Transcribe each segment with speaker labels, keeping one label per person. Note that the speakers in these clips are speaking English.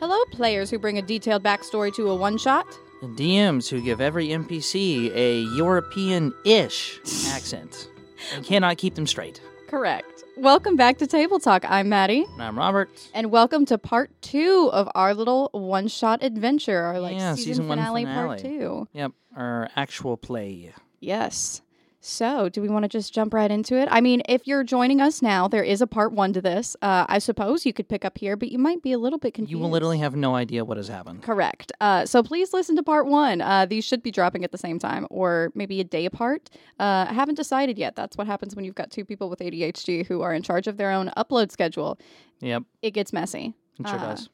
Speaker 1: Hello, players who bring a detailed backstory to a one shot.
Speaker 2: And DMs who give every NPC a European ish accent and cannot keep them straight.
Speaker 1: Correct. Welcome back to Table Talk. I'm Maddie.
Speaker 2: And I'm Robert.
Speaker 1: And welcome to part two of our little one shot adventure, our like
Speaker 2: Yeah,
Speaker 1: season,
Speaker 2: season one
Speaker 1: finale, part
Speaker 2: finale.
Speaker 1: two.
Speaker 2: Yep, our actual play.
Speaker 1: Yes. So, do we want to just jump right into it? I mean, if you're joining us now, there is a part one to this. Uh, I suppose you could pick up here, but you might be a little bit confused.
Speaker 2: You will literally have no idea what has happened.
Speaker 1: Correct. Uh, so please listen to part one. Uh, these should be dropping at the same time or maybe a day apart. Uh, I haven't decided yet. That's what happens when you've got two people with ADHD who are in charge of their own upload schedule.
Speaker 2: Yep,
Speaker 1: It gets messy.
Speaker 2: it sure
Speaker 1: Uh,
Speaker 2: does.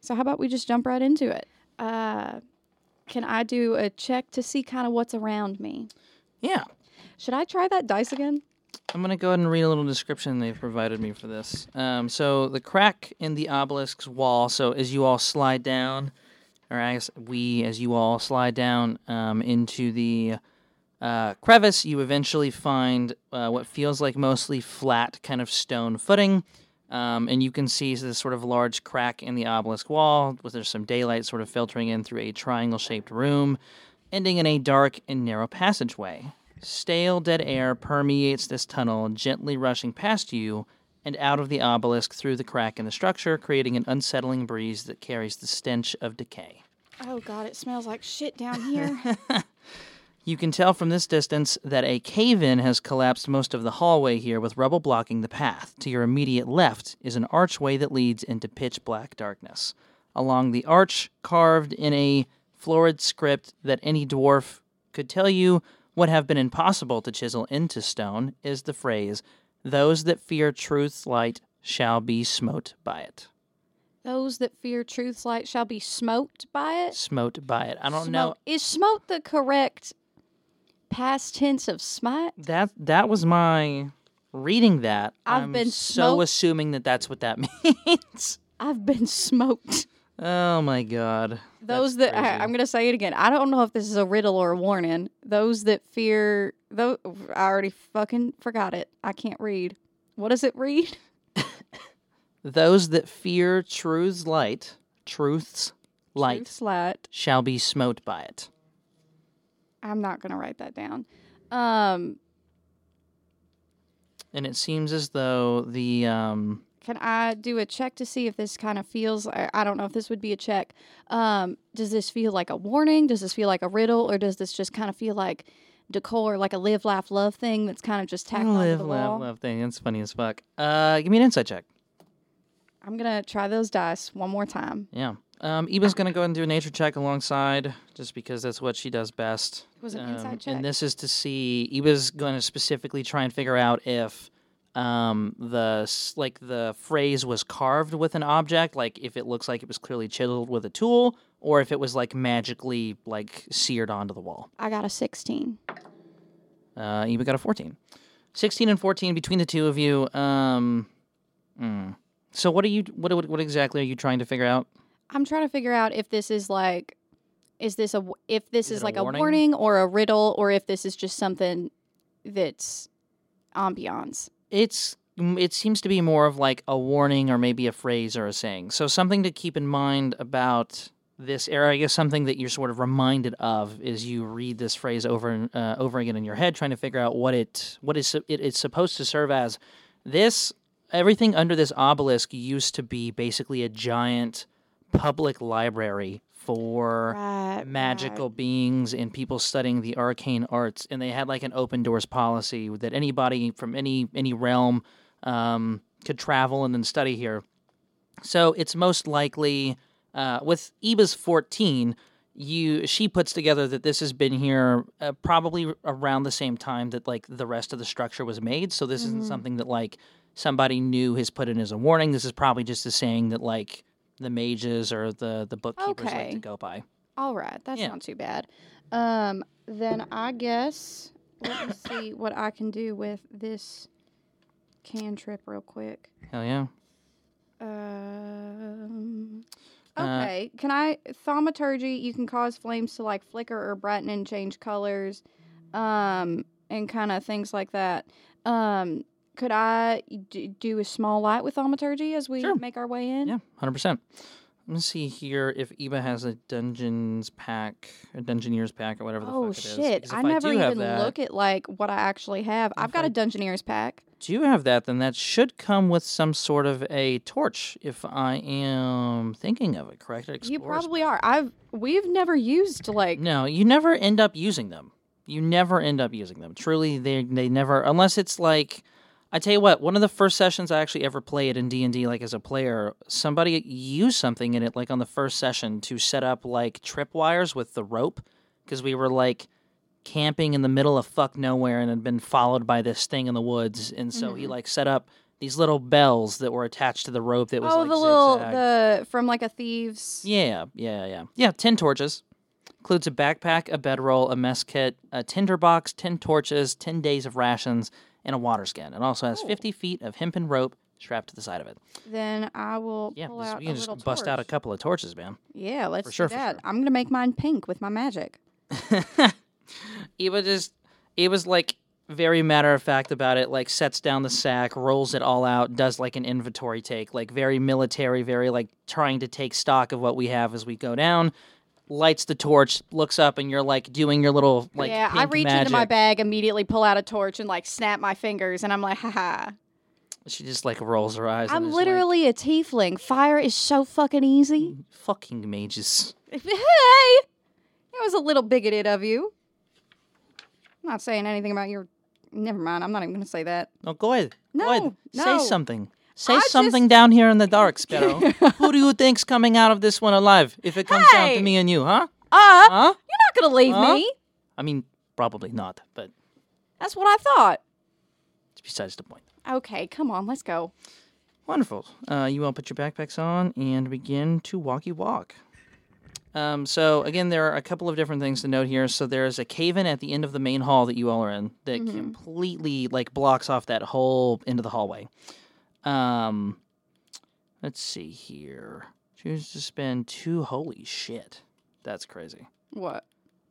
Speaker 1: So how about we just jump right into it? Uh, can I do a check to see kind of what's around me?
Speaker 2: Yeah,
Speaker 1: Should I try that dice again?
Speaker 2: I'm going to go ahead and read a little description they've provided me for this. Um, so, the crack in the obelisk's wall. So, as you all slide down, or as we, as you all slide down um, into the uh, crevice, you eventually find uh, what feels like mostly flat kind of stone footing. Um, and you can see this sort of large crack in the obelisk wall, with there's some daylight sort of filtering in through a triangle shaped room, ending in a dark and narrow passageway. Stale dead air permeates this tunnel, gently rushing past you and out of the obelisk through the crack in the structure, creating an unsettling breeze that carries the stench of decay.
Speaker 1: Oh God, it smells like shit down here.
Speaker 2: You can tell from this distance that a cave in has collapsed most of the hallway here, with rubble blocking the path. To your immediate left is an archway that leads into pitch black darkness. Along the arch, carved in a florid script that any dwarf could tell you would have been impossible to chisel into stone, is the phrase, Those that fear truth's light shall be smote by it.
Speaker 1: Those that fear truth's light shall be smoked by it.
Speaker 2: Smote by it. I don't know.
Speaker 1: Smote- Is smote the correct past tense of smite?
Speaker 2: That that was my reading that.
Speaker 1: I've
Speaker 2: I'm
Speaker 1: been
Speaker 2: so
Speaker 1: smoked.
Speaker 2: assuming that that's what that means.
Speaker 1: I've been smoked.
Speaker 2: oh my god.
Speaker 1: Those that I, I'm going to say it again. I don't know if this is a riddle or a warning. Those that fear, though I already fucking forgot it. I can't read. What does it read?
Speaker 2: Those that fear truth's light, truth's light
Speaker 1: Truth slat.
Speaker 2: shall be smote by it.
Speaker 1: I'm not going to write that down. Um,
Speaker 2: And it seems as though the um
Speaker 1: can I do a check to see if this kind of feels? I, I don't know if this would be a check. Um, does this feel like a warning? Does this feel like a riddle, or does this just kind of feel like decor, like a live, laugh, love thing that's kind of just tacked onto
Speaker 2: live
Speaker 1: the
Speaker 2: laugh
Speaker 1: wall?
Speaker 2: love thing. It's funny as fuck. Uh give me an insight check.
Speaker 1: I'm gonna try those dice one more time.
Speaker 2: Yeah. Um Eba's gonna go ahead and do a nature check alongside just because that's what she does best.
Speaker 1: It was an
Speaker 2: Um,
Speaker 1: inside check.
Speaker 2: And this is to see Eba's going to specifically try and figure out if um, the s- like the phrase was carved with an object, like if it looks like it was clearly chiseled with a tool, or if it was like magically like seared onto the wall.
Speaker 1: I got a 16.
Speaker 2: Uh, Eba got a fourteen. Sixteen and fourteen between the two of you. Um, mm. So what are you? What, what what exactly are you trying to figure out?
Speaker 1: I'm trying to figure out if this is like, is this a w- if this
Speaker 2: Is
Speaker 1: is,
Speaker 2: it a
Speaker 1: like a warning?
Speaker 2: warning?
Speaker 1: or a riddle or if this is just something that's ambiance.
Speaker 2: it's mm, it seems to be more of like a warning or maybe a phrase or a saying. So something to keep in mind about this area, I guess something that you're sort of reminded of is you read this phrase over and uh, over again in your head, trying to figure out what it what is su- it is supposed to serve as. This everything under this obelisk used to be basically a giant public library for
Speaker 1: Right.
Speaker 2: magical beings and people studying the arcane arts and they had like an open doors policy that anybody from any any realm um, could travel and then study here so it's most likely uh, with eba's 14 you she puts together that this has been here uh, probably around the same time that like the rest of the structure was made so this isn't something that like somebody new has put in as a warning this is probably just a saying that like the mages or the the bookkeepers like
Speaker 1: Okay.
Speaker 2: to go by
Speaker 1: All right, that's
Speaker 2: Yeah.
Speaker 1: not too bad. Um, then I guess let me see what I can do with this cantrip real quick.
Speaker 2: Hell yeah.
Speaker 1: Um,
Speaker 2: Uh,
Speaker 1: okay. can I thaumaturgy? You can cause flames to like flicker or brighten and change colors, um, and kind of things like that. Um, could I d- do a small light with thaumaturgy as we
Speaker 2: Sure.
Speaker 1: make our way in?
Speaker 2: Yeah, 100%. Let me see here if Eba has a dungeons pack, a dungeoneers pack, or whatever the
Speaker 1: oh
Speaker 2: fuck it is.
Speaker 1: shit!
Speaker 2: Because
Speaker 1: I
Speaker 2: if
Speaker 1: never
Speaker 2: do have
Speaker 1: even
Speaker 2: that-
Speaker 1: look at like what I actually have. I've got a Dungeoneers pack.
Speaker 2: do you have that, then that should come with some sort of a torch, if I am thinking of it correct.
Speaker 1: You
Speaker 2: Explorer's-
Speaker 1: probably are. I've we've never used like
Speaker 2: no, you never end up using them. You never end up using them. Truly, they they never unless it's like. I tell you what, one of the first sessions I actually ever played in D and D, like as a player, somebody used something in it, like on the first session, to set up like tripwires with the rope, because we were like camping in the middle of fuck nowhere and had been followed by this thing in the woods, and so
Speaker 1: Mm-hmm.
Speaker 2: he like set up these little bells that were attached to the rope that was
Speaker 1: oh
Speaker 2: like,
Speaker 1: the little
Speaker 2: zigzag.
Speaker 1: the from like a thieves.
Speaker 2: Yeah, yeah, yeah. Yeah, 10 torches. Includes a backpack, a bedroll, a mess kit, a tinder box, 10 torches, 10 days of rations, and a water skin. It also
Speaker 1: Oh.
Speaker 2: has 50 feet of hempen rope strapped to the side of it.
Speaker 1: Then I will
Speaker 2: Yeah,
Speaker 1: pull
Speaker 2: this-
Speaker 1: out
Speaker 2: we can
Speaker 1: a
Speaker 2: just
Speaker 1: little
Speaker 2: bust out a
Speaker 1: torch.
Speaker 2: couple of torches, man.
Speaker 1: Yeah, let's
Speaker 2: sure,
Speaker 1: do
Speaker 2: for
Speaker 1: that.
Speaker 2: sure.
Speaker 1: I'm gonna make mine pink with my magic.
Speaker 2: Eva just, Eva's like very matter of fact about it, like sets down the sack, rolls it all out, does like an inventory take, like very military, very like trying to take stock of what we have as we go down. Lights the torch, looks up, and you're like doing your little like
Speaker 1: yeah, I
Speaker 2: pink
Speaker 1: reach into my
Speaker 2: magic.
Speaker 1: bag, immediately pull out a torch, and like snap my fingers, and I'm like, haha.
Speaker 2: She just like rolls her eyes. and
Speaker 1: I'm
Speaker 2: is like,
Speaker 1: literally a tiefling. Fire is so fucking easy.
Speaker 2: fucking mages.
Speaker 1: hey, that was a little bigoted of you. I'm not saying anything about your. Never mind. I'm not even gonna say that.
Speaker 2: No, go ahead. go ahead.
Speaker 1: No, no.
Speaker 2: Say something. Say
Speaker 1: I just-
Speaker 2: something down here in the dark, Sparrow. Who do you think's coming out of this one alive? If it comes down
Speaker 1: Hey!
Speaker 2: to me and you, huh?
Speaker 1: Uh, you're
Speaker 2: Huh?
Speaker 1: not gonna leave
Speaker 2: Huh?
Speaker 1: me.
Speaker 2: I mean, probably not, but
Speaker 1: That's what I thought.
Speaker 2: it's besides the point.
Speaker 1: Okay, come on, let's go.
Speaker 2: Wonderful. Uh, you all put your backpacks on and begin to walkie walk. Um, so again, there are a couple of different things to note here. So there is a cave-in at the end of the main hall that you all are in that completely like blocks off that whole end of the hallway. Um, let's see here. Choose to spend two. Holy shit, that's crazy.
Speaker 1: What?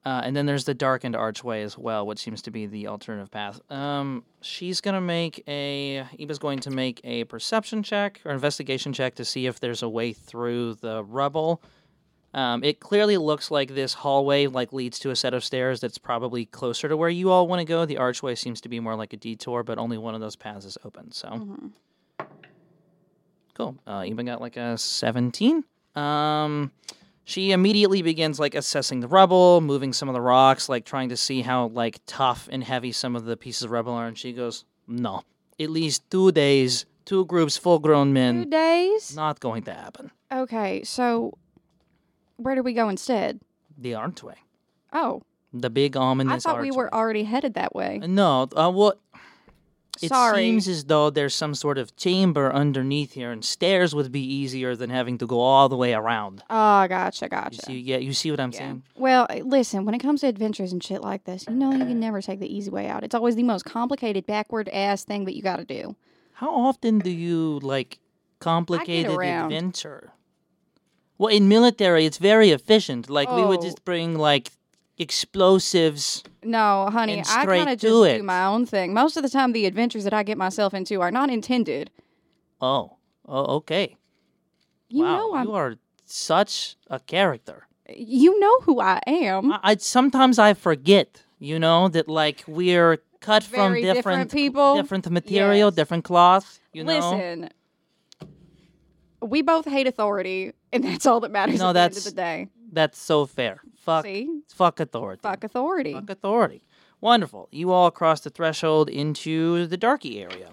Speaker 2: Uh, and then there's the darkened archway as well, which seems to be the alternative path. Um, she's gonna make a. Eva's going to make a perception check or investigation check to see if there's a way through the rubble. Um, it clearly looks like this hallway like leads to a set of stairs that's probably closer to where you all want to go. The archway seems to be more like a detour, but only one of those paths is open. So. Cool. Uh, Eva got like a 17. Um, she immediately begins like assessing the rubble, moving some of the rocks, like trying to see how like tough and heavy some of the pieces of rubble are. And she goes, "No, at least two days, two groups, full-grown
Speaker 1: Two
Speaker 2: men,
Speaker 1: days?
Speaker 2: not going to happen."
Speaker 1: Okay, so where do we go instead?
Speaker 2: The archway,
Speaker 1: Oh,
Speaker 2: the big ominous.
Speaker 1: I thought we were
Speaker 2: archway.
Speaker 1: already headed that way.
Speaker 2: No, uh, what? It
Speaker 1: Sorry.
Speaker 2: seems as though there's some sort of chamber underneath here, and stairs would be easier than having to go all the way around.
Speaker 1: Oh, gotcha,
Speaker 2: You
Speaker 1: gotcha.
Speaker 2: see, yeah, you see what I'm
Speaker 1: Yeah.
Speaker 2: saying?
Speaker 1: Well, uh, listen, when it comes to adventures and shit like this, you know you can never take the easy way out. It's always the most complicated, backward ass thing that you got to do.
Speaker 2: How often do you like complicated
Speaker 1: around.
Speaker 2: adventure? Well, in military, it's very efficient. Like we would
Speaker 1: Oh.
Speaker 2: just bring like explosives.
Speaker 1: No, honey,
Speaker 2: And
Speaker 1: I
Speaker 2: straight
Speaker 1: kind of
Speaker 2: to
Speaker 1: just do
Speaker 2: it.
Speaker 1: my own thing. Most of the time, the adventures that I get myself into are not intended.
Speaker 2: Oh, oh, okay.
Speaker 1: You
Speaker 2: wow,
Speaker 1: know I'm.
Speaker 2: you are such a character.
Speaker 1: you know who I am.
Speaker 2: I, I sometimes I forget, you know, that like we're cut from
Speaker 1: Very
Speaker 2: different,
Speaker 1: different people.
Speaker 2: different material,
Speaker 1: Yes.
Speaker 2: different cloth. You know,
Speaker 1: Listen, we both hate authority, and that's all that matters
Speaker 2: No,
Speaker 1: at the end of
Speaker 2: that's-
Speaker 1: the day.
Speaker 2: that's so fair. Fuck,
Speaker 1: See?
Speaker 2: fuck authority.
Speaker 1: Fuck authority.
Speaker 2: Fuck authority. Wonderful. You all cross the threshold into the darky area.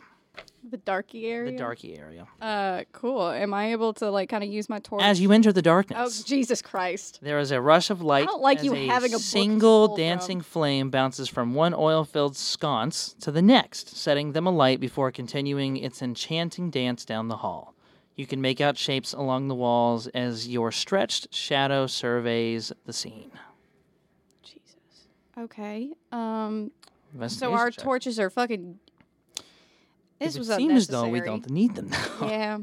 Speaker 1: The darky area.
Speaker 2: The darky area.
Speaker 1: Uh, cool. Am I able to like kind of use my torch?
Speaker 2: As you enter the
Speaker 1: oh,
Speaker 2: darkness,
Speaker 1: Jesus Christ!
Speaker 2: there is a rush of light.
Speaker 1: don't like
Speaker 2: as
Speaker 1: you having a book um, to
Speaker 2: single
Speaker 1: pull from.
Speaker 2: dancing flame bounces from one oil-filled sconce to the next, setting them alight before continuing its enchanting dance down the hall. You can make out shapes along the walls as your stretched shadow surveys the scene.
Speaker 1: Jesus. Okay. Um. So
Speaker 2: Investigation
Speaker 1: our
Speaker 2: check.
Speaker 1: torches are fucking. This
Speaker 2: It
Speaker 1: was
Speaker 2: would seem as though we
Speaker 1: unnecessary.
Speaker 2: don't need them now.
Speaker 1: Yeah.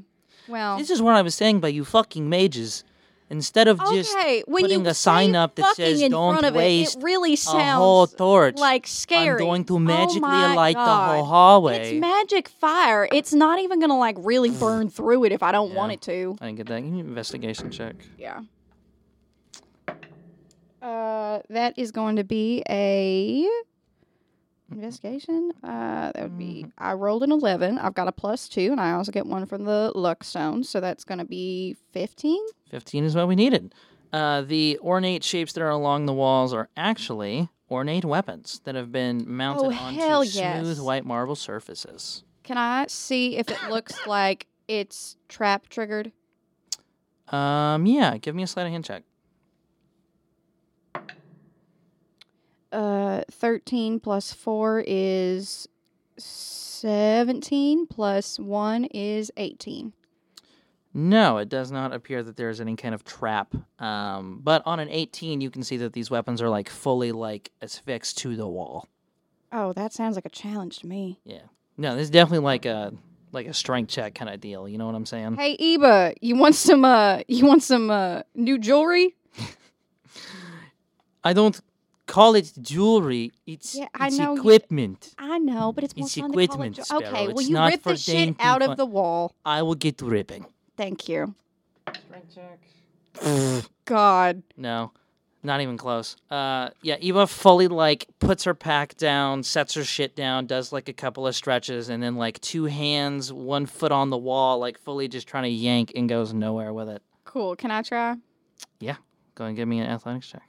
Speaker 1: Well.
Speaker 2: This is what I was saying by you fucking mages. Instead of just
Speaker 1: okay, when
Speaker 2: putting
Speaker 1: you
Speaker 2: a sign
Speaker 1: say
Speaker 2: up that
Speaker 1: fucking
Speaker 2: says
Speaker 1: in
Speaker 2: "Don't
Speaker 1: front of
Speaker 2: waste
Speaker 1: it, it really
Speaker 2: a whole
Speaker 1: sounds
Speaker 2: torch,"
Speaker 1: like scary.
Speaker 2: I'm going to
Speaker 1: Oh
Speaker 2: magically
Speaker 1: my
Speaker 2: light the
Speaker 1: God.
Speaker 2: whole hallway.
Speaker 1: It's magic fire. It's not even gonna like really burn through it if I don't want it to.
Speaker 2: I didn't get that. Give me an investigation check.
Speaker 1: Yeah. Uh, that is going to be a investigation. Uh, that would be I rolled an eleven. I've got a plus two, and I also get one from the luck stone, so that's going to be fifteen.
Speaker 2: 15 is what we needed. Uh, the ornate shapes that are along the walls are actually ornate weapons that have been mounted
Speaker 1: Oh,
Speaker 2: onto
Speaker 1: hell yes.
Speaker 2: smooth white marble surfaces.
Speaker 1: Can I see if it looks like it's trap triggered?
Speaker 2: Um, yeah, give me a sleight of hand check.
Speaker 1: Uh, thirteen plus four is seventeen. Plus one is eighteen.
Speaker 2: No, it does not appear that there is any kind of trap. Um, but on an 18, you can see that these weapons are like fully like affixed to the wall.
Speaker 1: Oh, that sounds like a challenge to me.
Speaker 2: Yeah. No, this is definitely like a like a strength check kind of deal. You know what I'm saying?
Speaker 1: Hey Eba, you want some uh you want some uh new jewelry?
Speaker 2: I don't call it jewelry. It's,
Speaker 1: Yeah, I
Speaker 2: it's
Speaker 1: know you-
Speaker 2: equipment.
Speaker 1: I know, but it's more
Speaker 2: It's
Speaker 1: fun to call it
Speaker 2: equipment,
Speaker 1: ju-
Speaker 2: Sparrow.
Speaker 1: Okay, will
Speaker 2: It's
Speaker 1: you
Speaker 2: not
Speaker 1: rip
Speaker 2: for
Speaker 1: this shit
Speaker 2: dainty
Speaker 1: out
Speaker 2: fun-
Speaker 1: of the wall?
Speaker 2: I will get to ripping.
Speaker 1: Thank you.
Speaker 2: Strength check.
Speaker 1: God.
Speaker 2: No, not even close. Uh, yeah, Eva fully like puts her pack down, sets her shit down, does like a couple of stretches, and then like two hands, one foot on the wall, like fully just trying to yank and goes nowhere with it.
Speaker 1: Cool. Can I try?
Speaker 2: Yeah, go and give me an athletics check.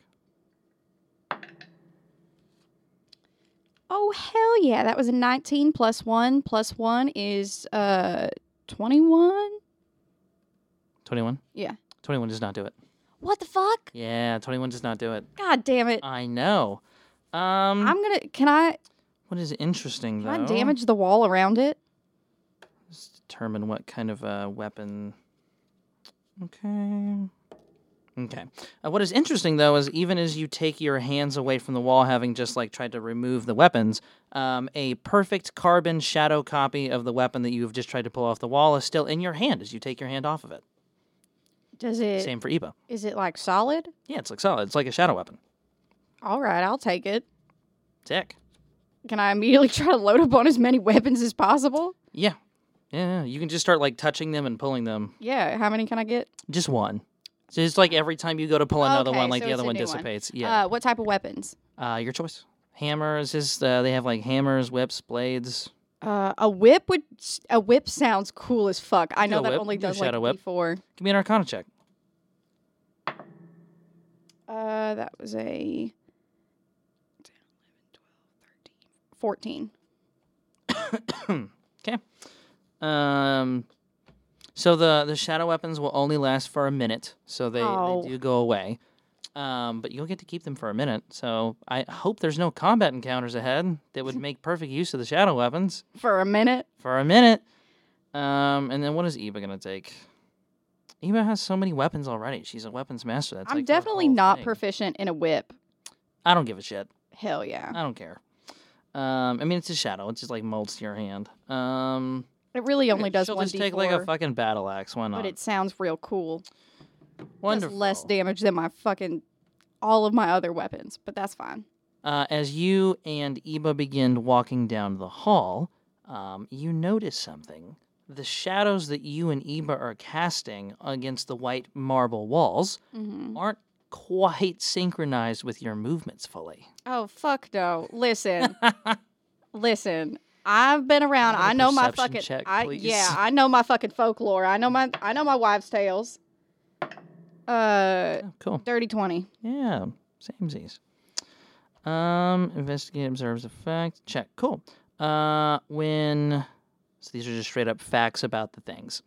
Speaker 1: Oh hell yeah. That was a 19 plus 1 plus 1 is uh 21.
Speaker 2: Twenty-one.
Speaker 1: Yeah.
Speaker 2: Twenty-one does not do it.
Speaker 1: What the fuck?
Speaker 2: Yeah, twenty-one does not do it.
Speaker 1: God damn it.
Speaker 2: I know. Um,
Speaker 1: I'm going to Can I
Speaker 2: what is interesting
Speaker 1: can
Speaker 2: though?
Speaker 1: I damage the wall around it?
Speaker 2: Let's determine what kind of uh, weapon. Okay. Okay. Uh, what is interesting, though, is even as you take your hands away from the wall, having just like tried to remove the weapons, um, a perfect carbon shadow copy of the weapon that you have just tried to pull off the wall is still in your hand as you take your hand off of it.
Speaker 1: Does it? Is
Speaker 2: Same for Ebo.
Speaker 1: it like solid?
Speaker 2: Yeah, it's like solid. It's like a shadow weapon.
Speaker 1: All right, I'll take it.
Speaker 2: Sick.
Speaker 1: Can I immediately try to load up on as many weapons as possible?
Speaker 2: Yeah. Yeah. You can just start like touching them and pulling them.
Speaker 1: Yeah, how many can I get?
Speaker 2: Just one. So it's like every time you go to pull another
Speaker 1: Okay,
Speaker 2: one, like
Speaker 1: so
Speaker 2: the
Speaker 1: it's
Speaker 2: other
Speaker 1: a
Speaker 2: one
Speaker 1: new one.
Speaker 2: dissipates. Yeah.
Speaker 1: Uh, what type of weapons?
Speaker 2: Uh, your choice. Hammers is uh, they have like hammers, whips, blades.
Speaker 1: Uh, a whip would s- a whip sounds cool as fuck. I
Speaker 2: do
Speaker 1: know
Speaker 2: a
Speaker 1: that
Speaker 2: whip.
Speaker 1: only
Speaker 2: You can
Speaker 1: does like
Speaker 2: shadow whip.
Speaker 1: before.
Speaker 2: Give me an Arcana check.
Speaker 1: Uh, that was a 14.
Speaker 2: Um, so the the shadow weapons will only last for a minute, so they,
Speaker 1: Oh.
Speaker 2: they do go away. Um, but you'll get to keep them for a minute. So I hope there's no combat encounters ahead that would make perfect use of the shadow weapons
Speaker 1: For a minute,
Speaker 2: for a minute. Um, and then what is Eva gonna take? Eva has so many weapons already. She's a weapons master. That's
Speaker 1: I'm
Speaker 2: like her
Speaker 1: definitely
Speaker 2: whole
Speaker 1: not
Speaker 2: thing.
Speaker 1: proficient in a whip.
Speaker 2: I don't give a shit.
Speaker 1: Hell yeah.
Speaker 2: I don't care. Um, I mean, it's a shadow. It just like molds to your hand. Um,
Speaker 1: It really only does
Speaker 2: she'll
Speaker 1: one
Speaker 2: just take like a
Speaker 1: D4,
Speaker 2: fucking battle axe. Why not?
Speaker 1: but it sounds real cool.
Speaker 2: Wonderful.
Speaker 1: Does less damage than my fucking all of my other weapons, but that's fine.
Speaker 2: uh, as you and Eba begin walking down the hall, um, you notice something. The shadows that you and Eba are casting against the white marble walls
Speaker 1: Mhm.
Speaker 2: aren't quite synchronized with your movements fully.
Speaker 1: Oh fuck no! Listen, listen. I've been around.
Speaker 2: Another
Speaker 1: I know my
Speaker 2: perception
Speaker 1: fucking.
Speaker 2: check,
Speaker 1: I,
Speaker 2: please.
Speaker 1: yeah, I know my fucking folklore. I know my. I know my wives' tales. Uh,
Speaker 2: Oh, cool.
Speaker 1: dirty twenty.
Speaker 2: Yeah, samesies. Um, investigate observes effect. Check. Cool. Uh, when so these are just straight up facts about the things.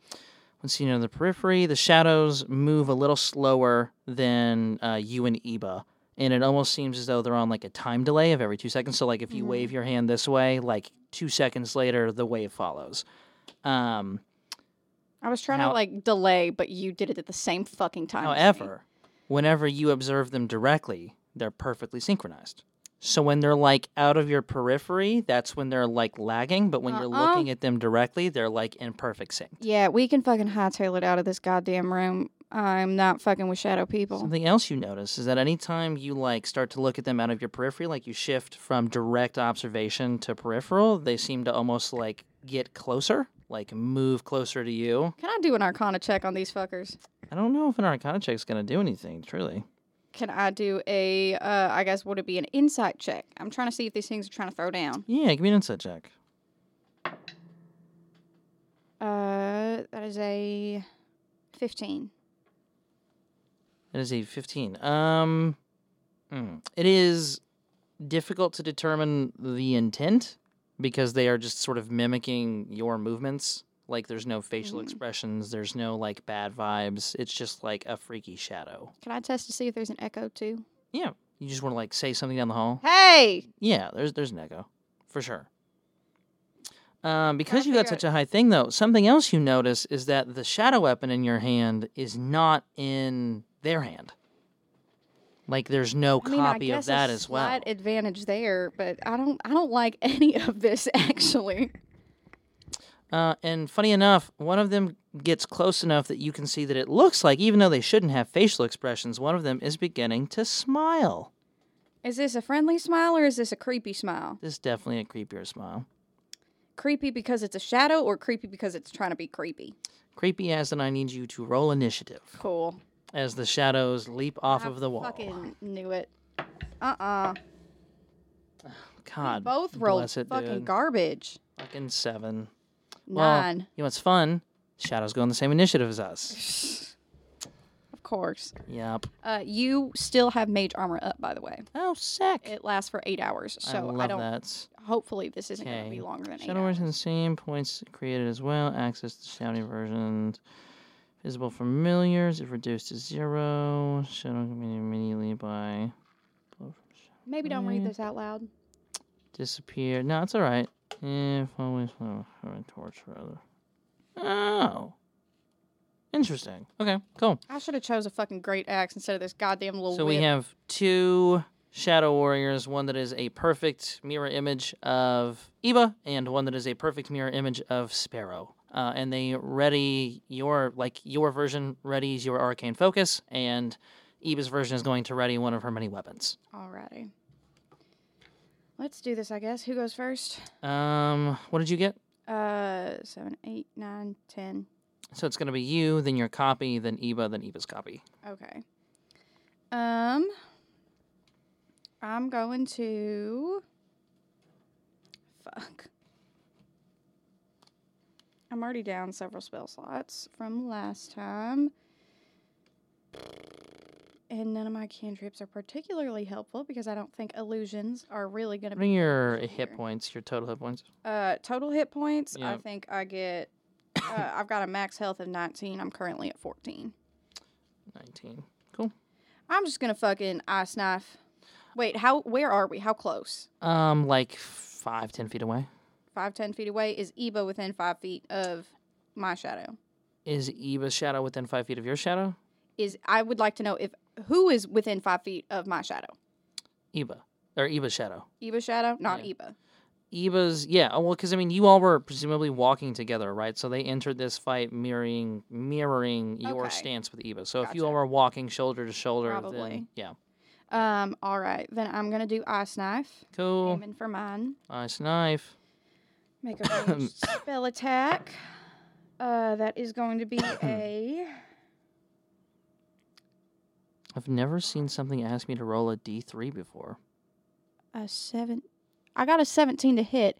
Speaker 2: When seen on the periphery, the shadows move a little slower than uh, you and Eba, and it almost seems as though they're on like a time delay of every two seconds. So like if you
Speaker 1: Mhm.
Speaker 2: wave your hand this way, like two seconds later the wave follows. Um,
Speaker 1: I was trying
Speaker 2: How-
Speaker 1: to like delay, but you did it at the same fucking time. as me.
Speaker 2: However, whenever you observe them directly, they're perfectly synchronized. So when they're like out of your periphery, that's when they're like lagging. But when you're
Speaker 1: Uh-uh.
Speaker 2: looking at them directly, they're like in perfect sync.
Speaker 1: yeah, we can fucking hightail it out of this goddamn room. I'm not fucking with shadow people.
Speaker 2: Something else you notice is that anytime you like start to look at them out of your periphery, like you shift from direct observation to peripheral, they seem to almost like get closer, like move closer to you.
Speaker 1: Can I do an arcana check on these fuckers?
Speaker 2: I don't know if an arcana check is going to do anything, truly.
Speaker 1: Can I do a, uh, I guess, would it be an insight check? I'm trying to see if these things are trying to throw down.
Speaker 2: Yeah, give me an insight check.
Speaker 1: Uh, that is a 15.
Speaker 2: It is a 15. Um, mm. It is difficult to determine the intent because they are just sort of mimicking your movements. Like, there's no facial
Speaker 1: Mhm.
Speaker 2: expressions, there's no like bad vibes. It's just like a freaky shadow.
Speaker 1: Can I test to see if there's an echo too?
Speaker 2: Yeah. You just want to like say something down the hall.
Speaker 1: Hey!
Speaker 2: Yeah, there's there's an echo, for sure. Um, because
Speaker 1: Gotta
Speaker 2: you got
Speaker 1: figure
Speaker 2: such a high thing though, something else you notice is that the shadow weapon in your hand is not in their hand. Like there's no
Speaker 1: I
Speaker 2: copy
Speaker 1: mean, I guess
Speaker 2: of
Speaker 1: a
Speaker 2: that as well.
Speaker 1: slight advantage there, but I don't, I don't like any of this actually.
Speaker 2: Uh, and funny enough, one of them gets close enough that you can see that it looks like, even though they shouldn't have facial expressions, one of them is beginning to smile.
Speaker 1: Is this a friendly smile or is this a creepy smile?
Speaker 2: This is definitely a creepier smile.
Speaker 1: Creepy because it's a shadow, or creepy because it's trying to be creepy?
Speaker 2: Creepy as in I need you to roll initiative
Speaker 1: Cool.
Speaker 2: as the shadows leap off
Speaker 1: I
Speaker 2: of the wall.
Speaker 1: Fucking knew it. Uh uh
Speaker 2: God,
Speaker 1: Both rolled
Speaker 2: bless it,
Speaker 1: fucking
Speaker 2: dude.
Speaker 1: garbage.
Speaker 2: Fucking seven. Well,
Speaker 1: Nine.
Speaker 2: you know what's fun? Shadows go on the same initiative as us.
Speaker 1: Of course.
Speaker 2: Yep.
Speaker 1: Uh, you still have mage armor up, by the way.
Speaker 2: Oh, sick.
Speaker 1: It lasts for eight hours,
Speaker 2: I
Speaker 1: so
Speaker 2: love
Speaker 1: I, don't.
Speaker 2: that.
Speaker 1: Hopefully, this isn't going to
Speaker 2: Okay.
Speaker 1: be longer than eight.
Speaker 2: Shadow
Speaker 1: hours.
Speaker 2: Wars and same points created as well. Access to shouting versions. Visible familiars if reduced to zero. Shadow can be immediately by
Speaker 1: Maybe don't read
Speaker 2: Yeah.
Speaker 1: this out loud.
Speaker 2: disappear. No, it's all right. If always flow or a torch rather. Oh, interesting. Okay, cool.
Speaker 1: I should have chose a fucking great axe instead of this goddamn little.
Speaker 2: So we
Speaker 1: whip.
Speaker 2: have two Shadow Warriors, one that is a perfect mirror image of Eva, and one that is a perfect mirror image of Sparrow. Uh, and they ready your like your version readies your arcane focus, and Eva's version is going to ready one of her many weapons.
Speaker 1: Alrighty. Let's do this, I guess. Who goes first?
Speaker 2: Um, what did you get?
Speaker 1: Uh, seven, eight, nine, ten.
Speaker 2: So it's going to be you, then your copy, then Eva, then Eva's copy.
Speaker 1: Okay. Um, I'm going to. Fuck. I'm already down several spell slots from last time. And none of my cantrips are particularly helpful because I don't think illusions are really going to
Speaker 2: What
Speaker 1: be.
Speaker 2: are your
Speaker 1: helpful
Speaker 2: hit
Speaker 1: here.
Speaker 2: points? Your total hit points?
Speaker 1: Uh, total hit points, I
Speaker 2: Yep.
Speaker 1: think I get. Uh, I've got a max health of 19. I'm currently at 14.
Speaker 2: Nineteen. Cool.
Speaker 1: I'm just gonna fucking ice knife. Wait, how? Where are we? How close?
Speaker 2: Um, like five, ten feet away.
Speaker 1: Five, ten feet away is Ebo within five feet of my shadow.
Speaker 2: Is Eva's shadow within five feet of your shadow?
Speaker 1: Is I would like to know if who is within five feet of my shadow?
Speaker 2: Eva or Eva's shadow.
Speaker 1: Eba's shadow, not
Speaker 2: Yeah.
Speaker 1: Eba.
Speaker 2: Eva's, yeah. oh, Well, because I mean, you all were presumably walking together, right? So they entered this fight mirroring, mirroring your
Speaker 1: Okay.
Speaker 2: stance with Eva. So if you
Speaker 1: Gotcha.
Speaker 2: all were walking shoulder to shoulder, then-
Speaker 1: Probably.
Speaker 2: yeah,
Speaker 1: Um. All right, then I'm gonna do ice knife.
Speaker 2: cool.
Speaker 1: Aiming for mine.
Speaker 2: Nice knife.
Speaker 1: Make a ranged spell attack. Uh, that is going to be a.
Speaker 2: I've never seen something ask me to roll a D three before.
Speaker 1: a seven. I got a seventeen to hit.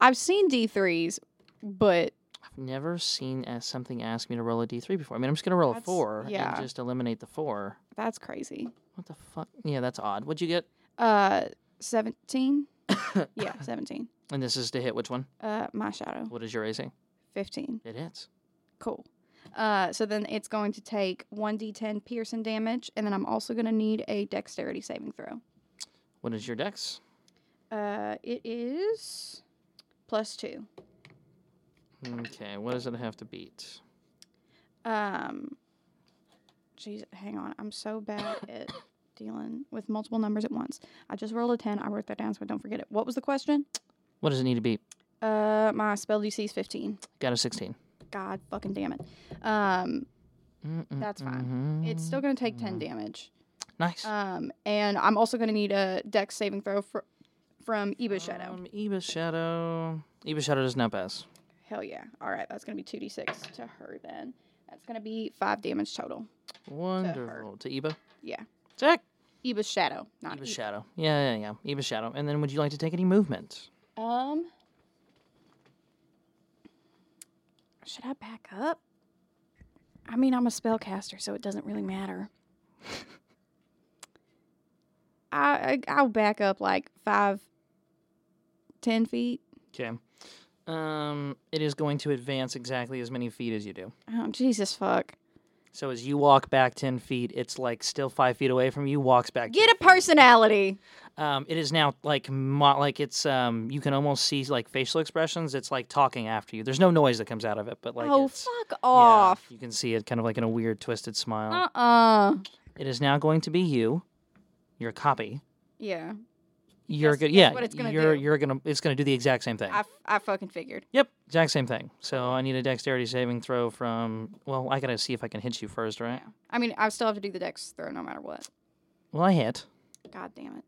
Speaker 1: I've seen D threes, but
Speaker 2: I've never seen as something ask me to roll a D three before. I mean, I'm just gonna roll
Speaker 1: That's-
Speaker 2: a four
Speaker 1: yeah.
Speaker 2: and just eliminate the four.
Speaker 1: that's crazy.
Speaker 2: What the fuck? Yeah, that's odd. What'd you get?
Speaker 1: Uh, seventeen. yeah, seventeen.
Speaker 2: And this is to hit which one?
Speaker 1: Uh, my shadow
Speaker 2: What is your AC?
Speaker 1: fifteen.
Speaker 2: It hits.
Speaker 1: Cool. Uh, so then it's going to take one d10 piercing damage, and then I'm also going to need a dexterity saving throw.
Speaker 2: What is your dex?
Speaker 1: Uh, it is plus two.
Speaker 2: Okay, what does it have to beat?
Speaker 1: Um, jeez, hang on. I'm so bad at dealing with multiple numbers at once. I just rolled a 10. I wrote that down so I don't forget it. What was the question?
Speaker 2: What does it need to beat?
Speaker 1: Uh, my spell DC is 15.
Speaker 2: Got a 16.
Speaker 1: God fucking damn it. Um, That's fine. It's still going to take 10 damage.
Speaker 2: Mm-hmm. nice.
Speaker 1: Um, and I'm also going to need a dex saving throw fr- from Ebo Shadow.
Speaker 2: Um, Eva Shadow. Eva Shadow does not pass.
Speaker 1: Hell yeah. All right, that's going to be 2d6 to her then. That's going to be 5 damage total.
Speaker 2: Wonderful. To Eva.
Speaker 1: Yeah.
Speaker 2: Check.
Speaker 1: Ebo Shadow, not E-,
Speaker 2: Eva
Speaker 1: Ebo.
Speaker 2: Shadow. Yeah, yeah, yeah. Eva Shadow. And then would you like to take any movement?
Speaker 1: Um, should I back up? I mean, I'm a spellcaster, so it doesn't really matter. I, I I'll back up like five, ten feet.
Speaker 2: Okay. Um, it is going to advance exactly as many feet as you do.
Speaker 1: Oh Jesus fuck!
Speaker 2: So as you walk back ten feet, it's like still five feet away from you. Walks back.
Speaker 1: Get
Speaker 2: 10
Speaker 1: a personality.
Speaker 2: feet. Um, it is now like mo- like it's um you can almost see like facial expressions. It's like talking after you. There's no noise that comes out of it, but like
Speaker 1: oh
Speaker 2: it's,
Speaker 1: fuck
Speaker 2: yeah,
Speaker 1: off!
Speaker 2: you can see it kind of like in a weird twisted smile.
Speaker 1: Uh uh
Speaker 2: It is now going to be you. Your copy.
Speaker 1: Yeah,
Speaker 2: You're
Speaker 1: Guess-
Speaker 2: good.
Speaker 1: guess
Speaker 2: Yeah,
Speaker 1: what it's gonna
Speaker 2: you're
Speaker 1: do.
Speaker 2: you're gonna it's gonna do the exact same thing.
Speaker 1: I, f- I fucking figured.
Speaker 2: Yep, exact same thing. So I need a dexterity saving throw from. Well, I gotta see if I can hit you first, right?
Speaker 1: Yeah. I mean, I still have to do the dex throw no matter what.
Speaker 2: Well, I hit.
Speaker 1: God damn it!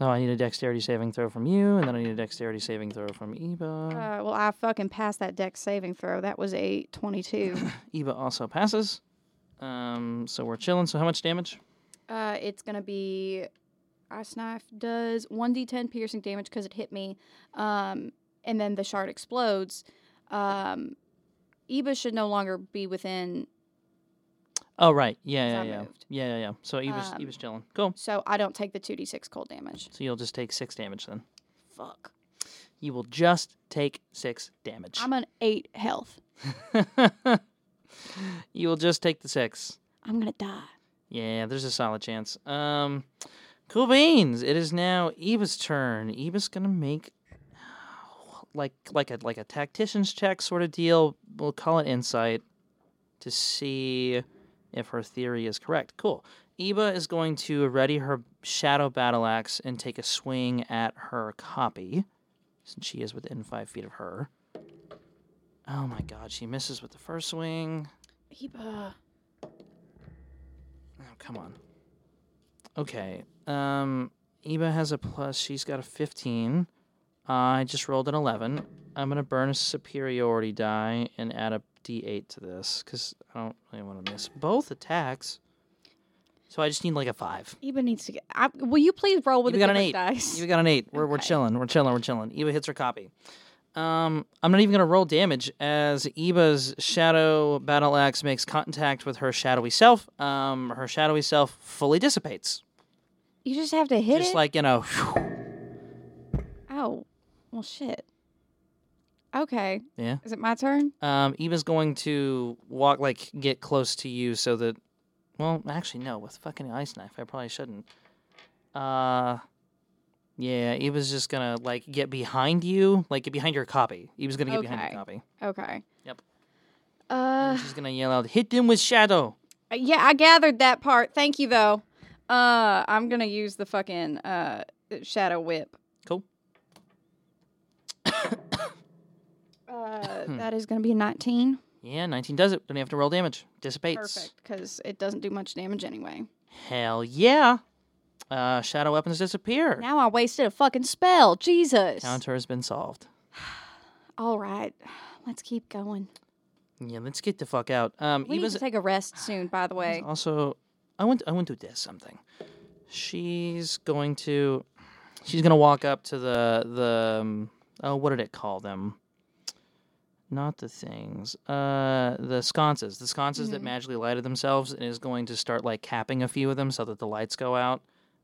Speaker 2: Oh, I need a dexterity saving throw from you, and then I need a dexterity saving throw from Eva.
Speaker 1: Uh, well, I fucking passed that dex saving throw. That was a twenty-two.
Speaker 2: Eva also passes. Um, so we're chilling. So how much damage?
Speaker 1: Uh, it's gonna be ice knife does one d10 piercing damage because it hit me, um, and then the shard explodes. Um, Eba should no longer be within,
Speaker 2: Oh right, yeah,
Speaker 1: Because
Speaker 2: yeah,
Speaker 1: I
Speaker 2: yeah,
Speaker 1: moved.
Speaker 2: yeah, yeah, yeah. So Eva's
Speaker 1: Um,
Speaker 2: Eva's chilling. Cool.
Speaker 1: so I don't take the two d6 cold damage.
Speaker 2: So you'll just take six damage then.
Speaker 1: Fuck.
Speaker 2: You will just take six damage.
Speaker 1: I'm on eight health.
Speaker 2: you will just take the six.
Speaker 1: I'm gonna die.
Speaker 2: Yeah, there's a solid chance. Um, cool beans. It is now Eva's turn. Eva's gonna make like like a like a tactician's check sort of deal. We'll call it insight to see if her theory is correct. Cool. Eva is going to ready her shadow battle axe and take a swing at her copy, since she is within five feet of her. Oh my god, she misses with the first swing.
Speaker 1: Eba.
Speaker 2: Oh, come on. Okay. Um, Eva has a plus. She's got a 15. I just rolled an 11. I'm going to burn a superiority die and add a d8 to this because I don't really want to miss both attacks. So I just need like a 5.
Speaker 1: Eba needs to get. I, will you please roll with
Speaker 2: Eva
Speaker 1: the
Speaker 2: got an
Speaker 1: different
Speaker 2: eight.
Speaker 1: dice?
Speaker 2: Eva got an 8. We're, we're
Speaker 1: Okay.
Speaker 2: chilling. We're chilling. We're chilling. Eva hits her copy. Um, I'm not even going to roll damage as Eva's shadow battle axe makes contact with her shadowy self. Um, her shadowy self fully dissipates.
Speaker 1: You just have to hit
Speaker 2: just
Speaker 1: it.
Speaker 2: like you know
Speaker 1: oh, well, shit. Okay.
Speaker 2: Yeah.
Speaker 1: Is it my turn?
Speaker 2: um eva's going to walk like get close to you so that well actually no with fucking ice knife i probably shouldn't uh yeah eva's just gonna like get behind you like get behind your copy eva's gonna get behind
Speaker 1: Okay.
Speaker 2: your copy
Speaker 1: Okay.
Speaker 2: Yep.
Speaker 1: Uh.
Speaker 2: and she's gonna yell out hit them with shadow
Speaker 1: Uh, Yeah, I gathered that part. Thank you though. Uh I'm gonna use the fucking uh shadow whip.
Speaker 2: Cool.
Speaker 1: uh
Speaker 2: Hmm.
Speaker 1: that is gonna be a nineteen.
Speaker 2: yeah 19 does it don't have to roll damage dissipates
Speaker 1: Perfect, because it doesn't do much damage anyway.
Speaker 2: hell yeah uh shadow weapons disappear
Speaker 1: Now I wasted a fucking spell. Jesus.
Speaker 2: counter has been solved
Speaker 1: All right. Let's keep going.
Speaker 2: yeah let's get the fuck out um
Speaker 1: We
Speaker 2: eva's
Speaker 1: need to take a rest soon, by the
Speaker 2: There's
Speaker 1: way.
Speaker 2: Also, I want I want to do something. She's going to she's going to walk up to the the um, oh what did it call them? Not the things. Uh the sconces. The sconces that
Speaker 1: Mhm.
Speaker 2: magically lighted themselves and is going to start like capping a few of them so that the lights go out.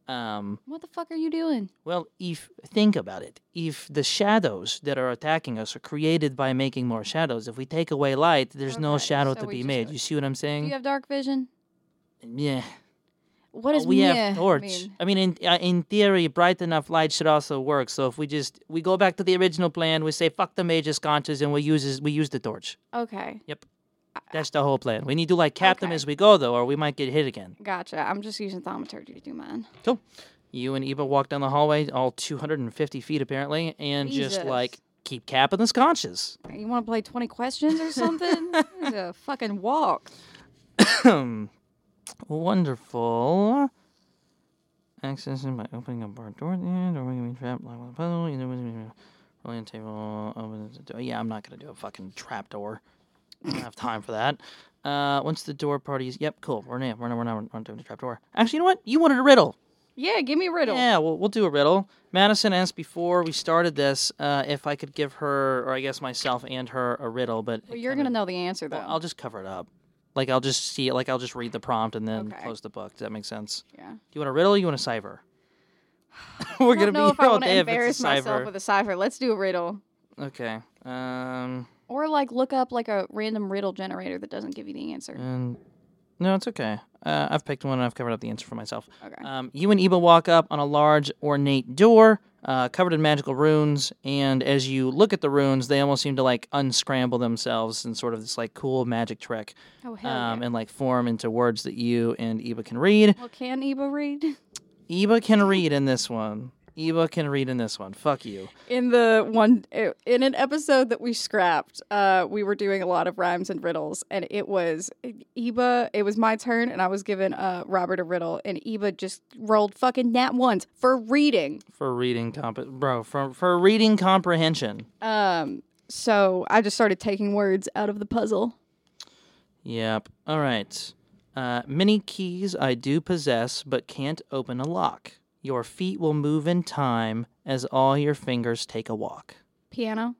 Speaker 2: Um
Speaker 1: What the fuck are you doing?
Speaker 2: well, if think about it, if the shadows that are attacking us are created by making more shadows, if we take away light, there's no
Speaker 1: Okay,
Speaker 2: shadow
Speaker 1: so
Speaker 2: to
Speaker 1: we
Speaker 2: be
Speaker 1: just
Speaker 2: made.
Speaker 1: go-
Speaker 2: You see what I'm
Speaker 1: Do
Speaker 2: saying?
Speaker 1: you have dark vision?
Speaker 2: yeah.
Speaker 1: What
Speaker 2: Oh,
Speaker 1: does
Speaker 2: we
Speaker 1: meh
Speaker 2: have torch.
Speaker 1: mean?
Speaker 2: I mean, in uh, in theory, bright enough light should also work. So if we just we go back to the original plan, we say fuck the mage's conscience, and we use we use the torch.
Speaker 1: Okay.
Speaker 2: That's the whole plan. We need to like cap them
Speaker 1: Okay.
Speaker 2: as we go though, or we might get hit again.
Speaker 1: Gotcha. I'm just using thaumaturgy to do mine.
Speaker 2: You and Eva walk down the hallway, all 250 feet apparently, and just
Speaker 1: Jesus.
Speaker 2: like keep capping the scotches.
Speaker 1: You want to play 20 questions or something? It's a fucking walk.
Speaker 2: Hmm. Wonderful. Accessing by opening a bar door at the end, or making me trapped like with a puzzle. You know, rolling a table, open the door. Yeah, I'm not gonna do a fucking trap door. I don't have time for that. Uh, once the door parties, yep, cool. We're not, we're not, we're not, we're not doing a trap door. Actually, you know what? You wanted a riddle.
Speaker 1: Yeah, give me a riddle.
Speaker 2: Yeah, we'll, we'll do a riddle. Madison asked before we started this uh, if I could give her, or I guess myself and her, a riddle, but
Speaker 1: Well, you're going to know the answer, though.
Speaker 2: I'll just cover it up. Like I'll just see it. Like I'll just read the prompt and then
Speaker 1: Okay.
Speaker 2: close the book. Does that make sense?
Speaker 1: yeah.
Speaker 2: Do you want a riddle? Or you want a cipher? We're
Speaker 1: I
Speaker 2: gonna
Speaker 1: don't know
Speaker 2: be
Speaker 1: if I
Speaker 2: here all
Speaker 1: want to
Speaker 2: day if it's
Speaker 1: embarrass
Speaker 2: a
Speaker 1: myself
Speaker 2: cipher.
Speaker 1: with a cipher. Let's do a riddle.
Speaker 2: Okay. Um.
Speaker 1: Or, like, look up, like, a random riddle generator that doesn't give you the answer.
Speaker 2: And no, it's okay. Uh, I've picked one and I've covered up the answer for myself.
Speaker 1: Okay.
Speaker 2: Um, you and Eba walk up on a large, ornate door uh, covered in magical runes, and as you look at the runes, they almost seem to like unscramble themselves in sort of this like cool magic trick,
Speaker 1: oh, hell
Speaker 2: um,
Speaker 1: yeah.
Speaker 2: and like form into words that you and Eba can read.
Speaker 1: Well, can Eva read?
Speaker 2: Eba can read in this one. Eba can read in this one. Fuck you.
Speaker 1: in the one eh, in an episode that we scrapped uh we were doing a lot of rhymes and riddles and it was eba it was my turn and i was given uh robert a riddle and eba just rolled fucking nat ones for reading
Speaker 2: For reading comp bro, for for reading comprehension.
Speaker 1: um so i just started taking words out of the puzzle
Speaker 2: Yep. All right. Uh, many keys I do possess, but can't open a lock. Your feet will move in time as all your fingers take a walk.
Speaker 1: piano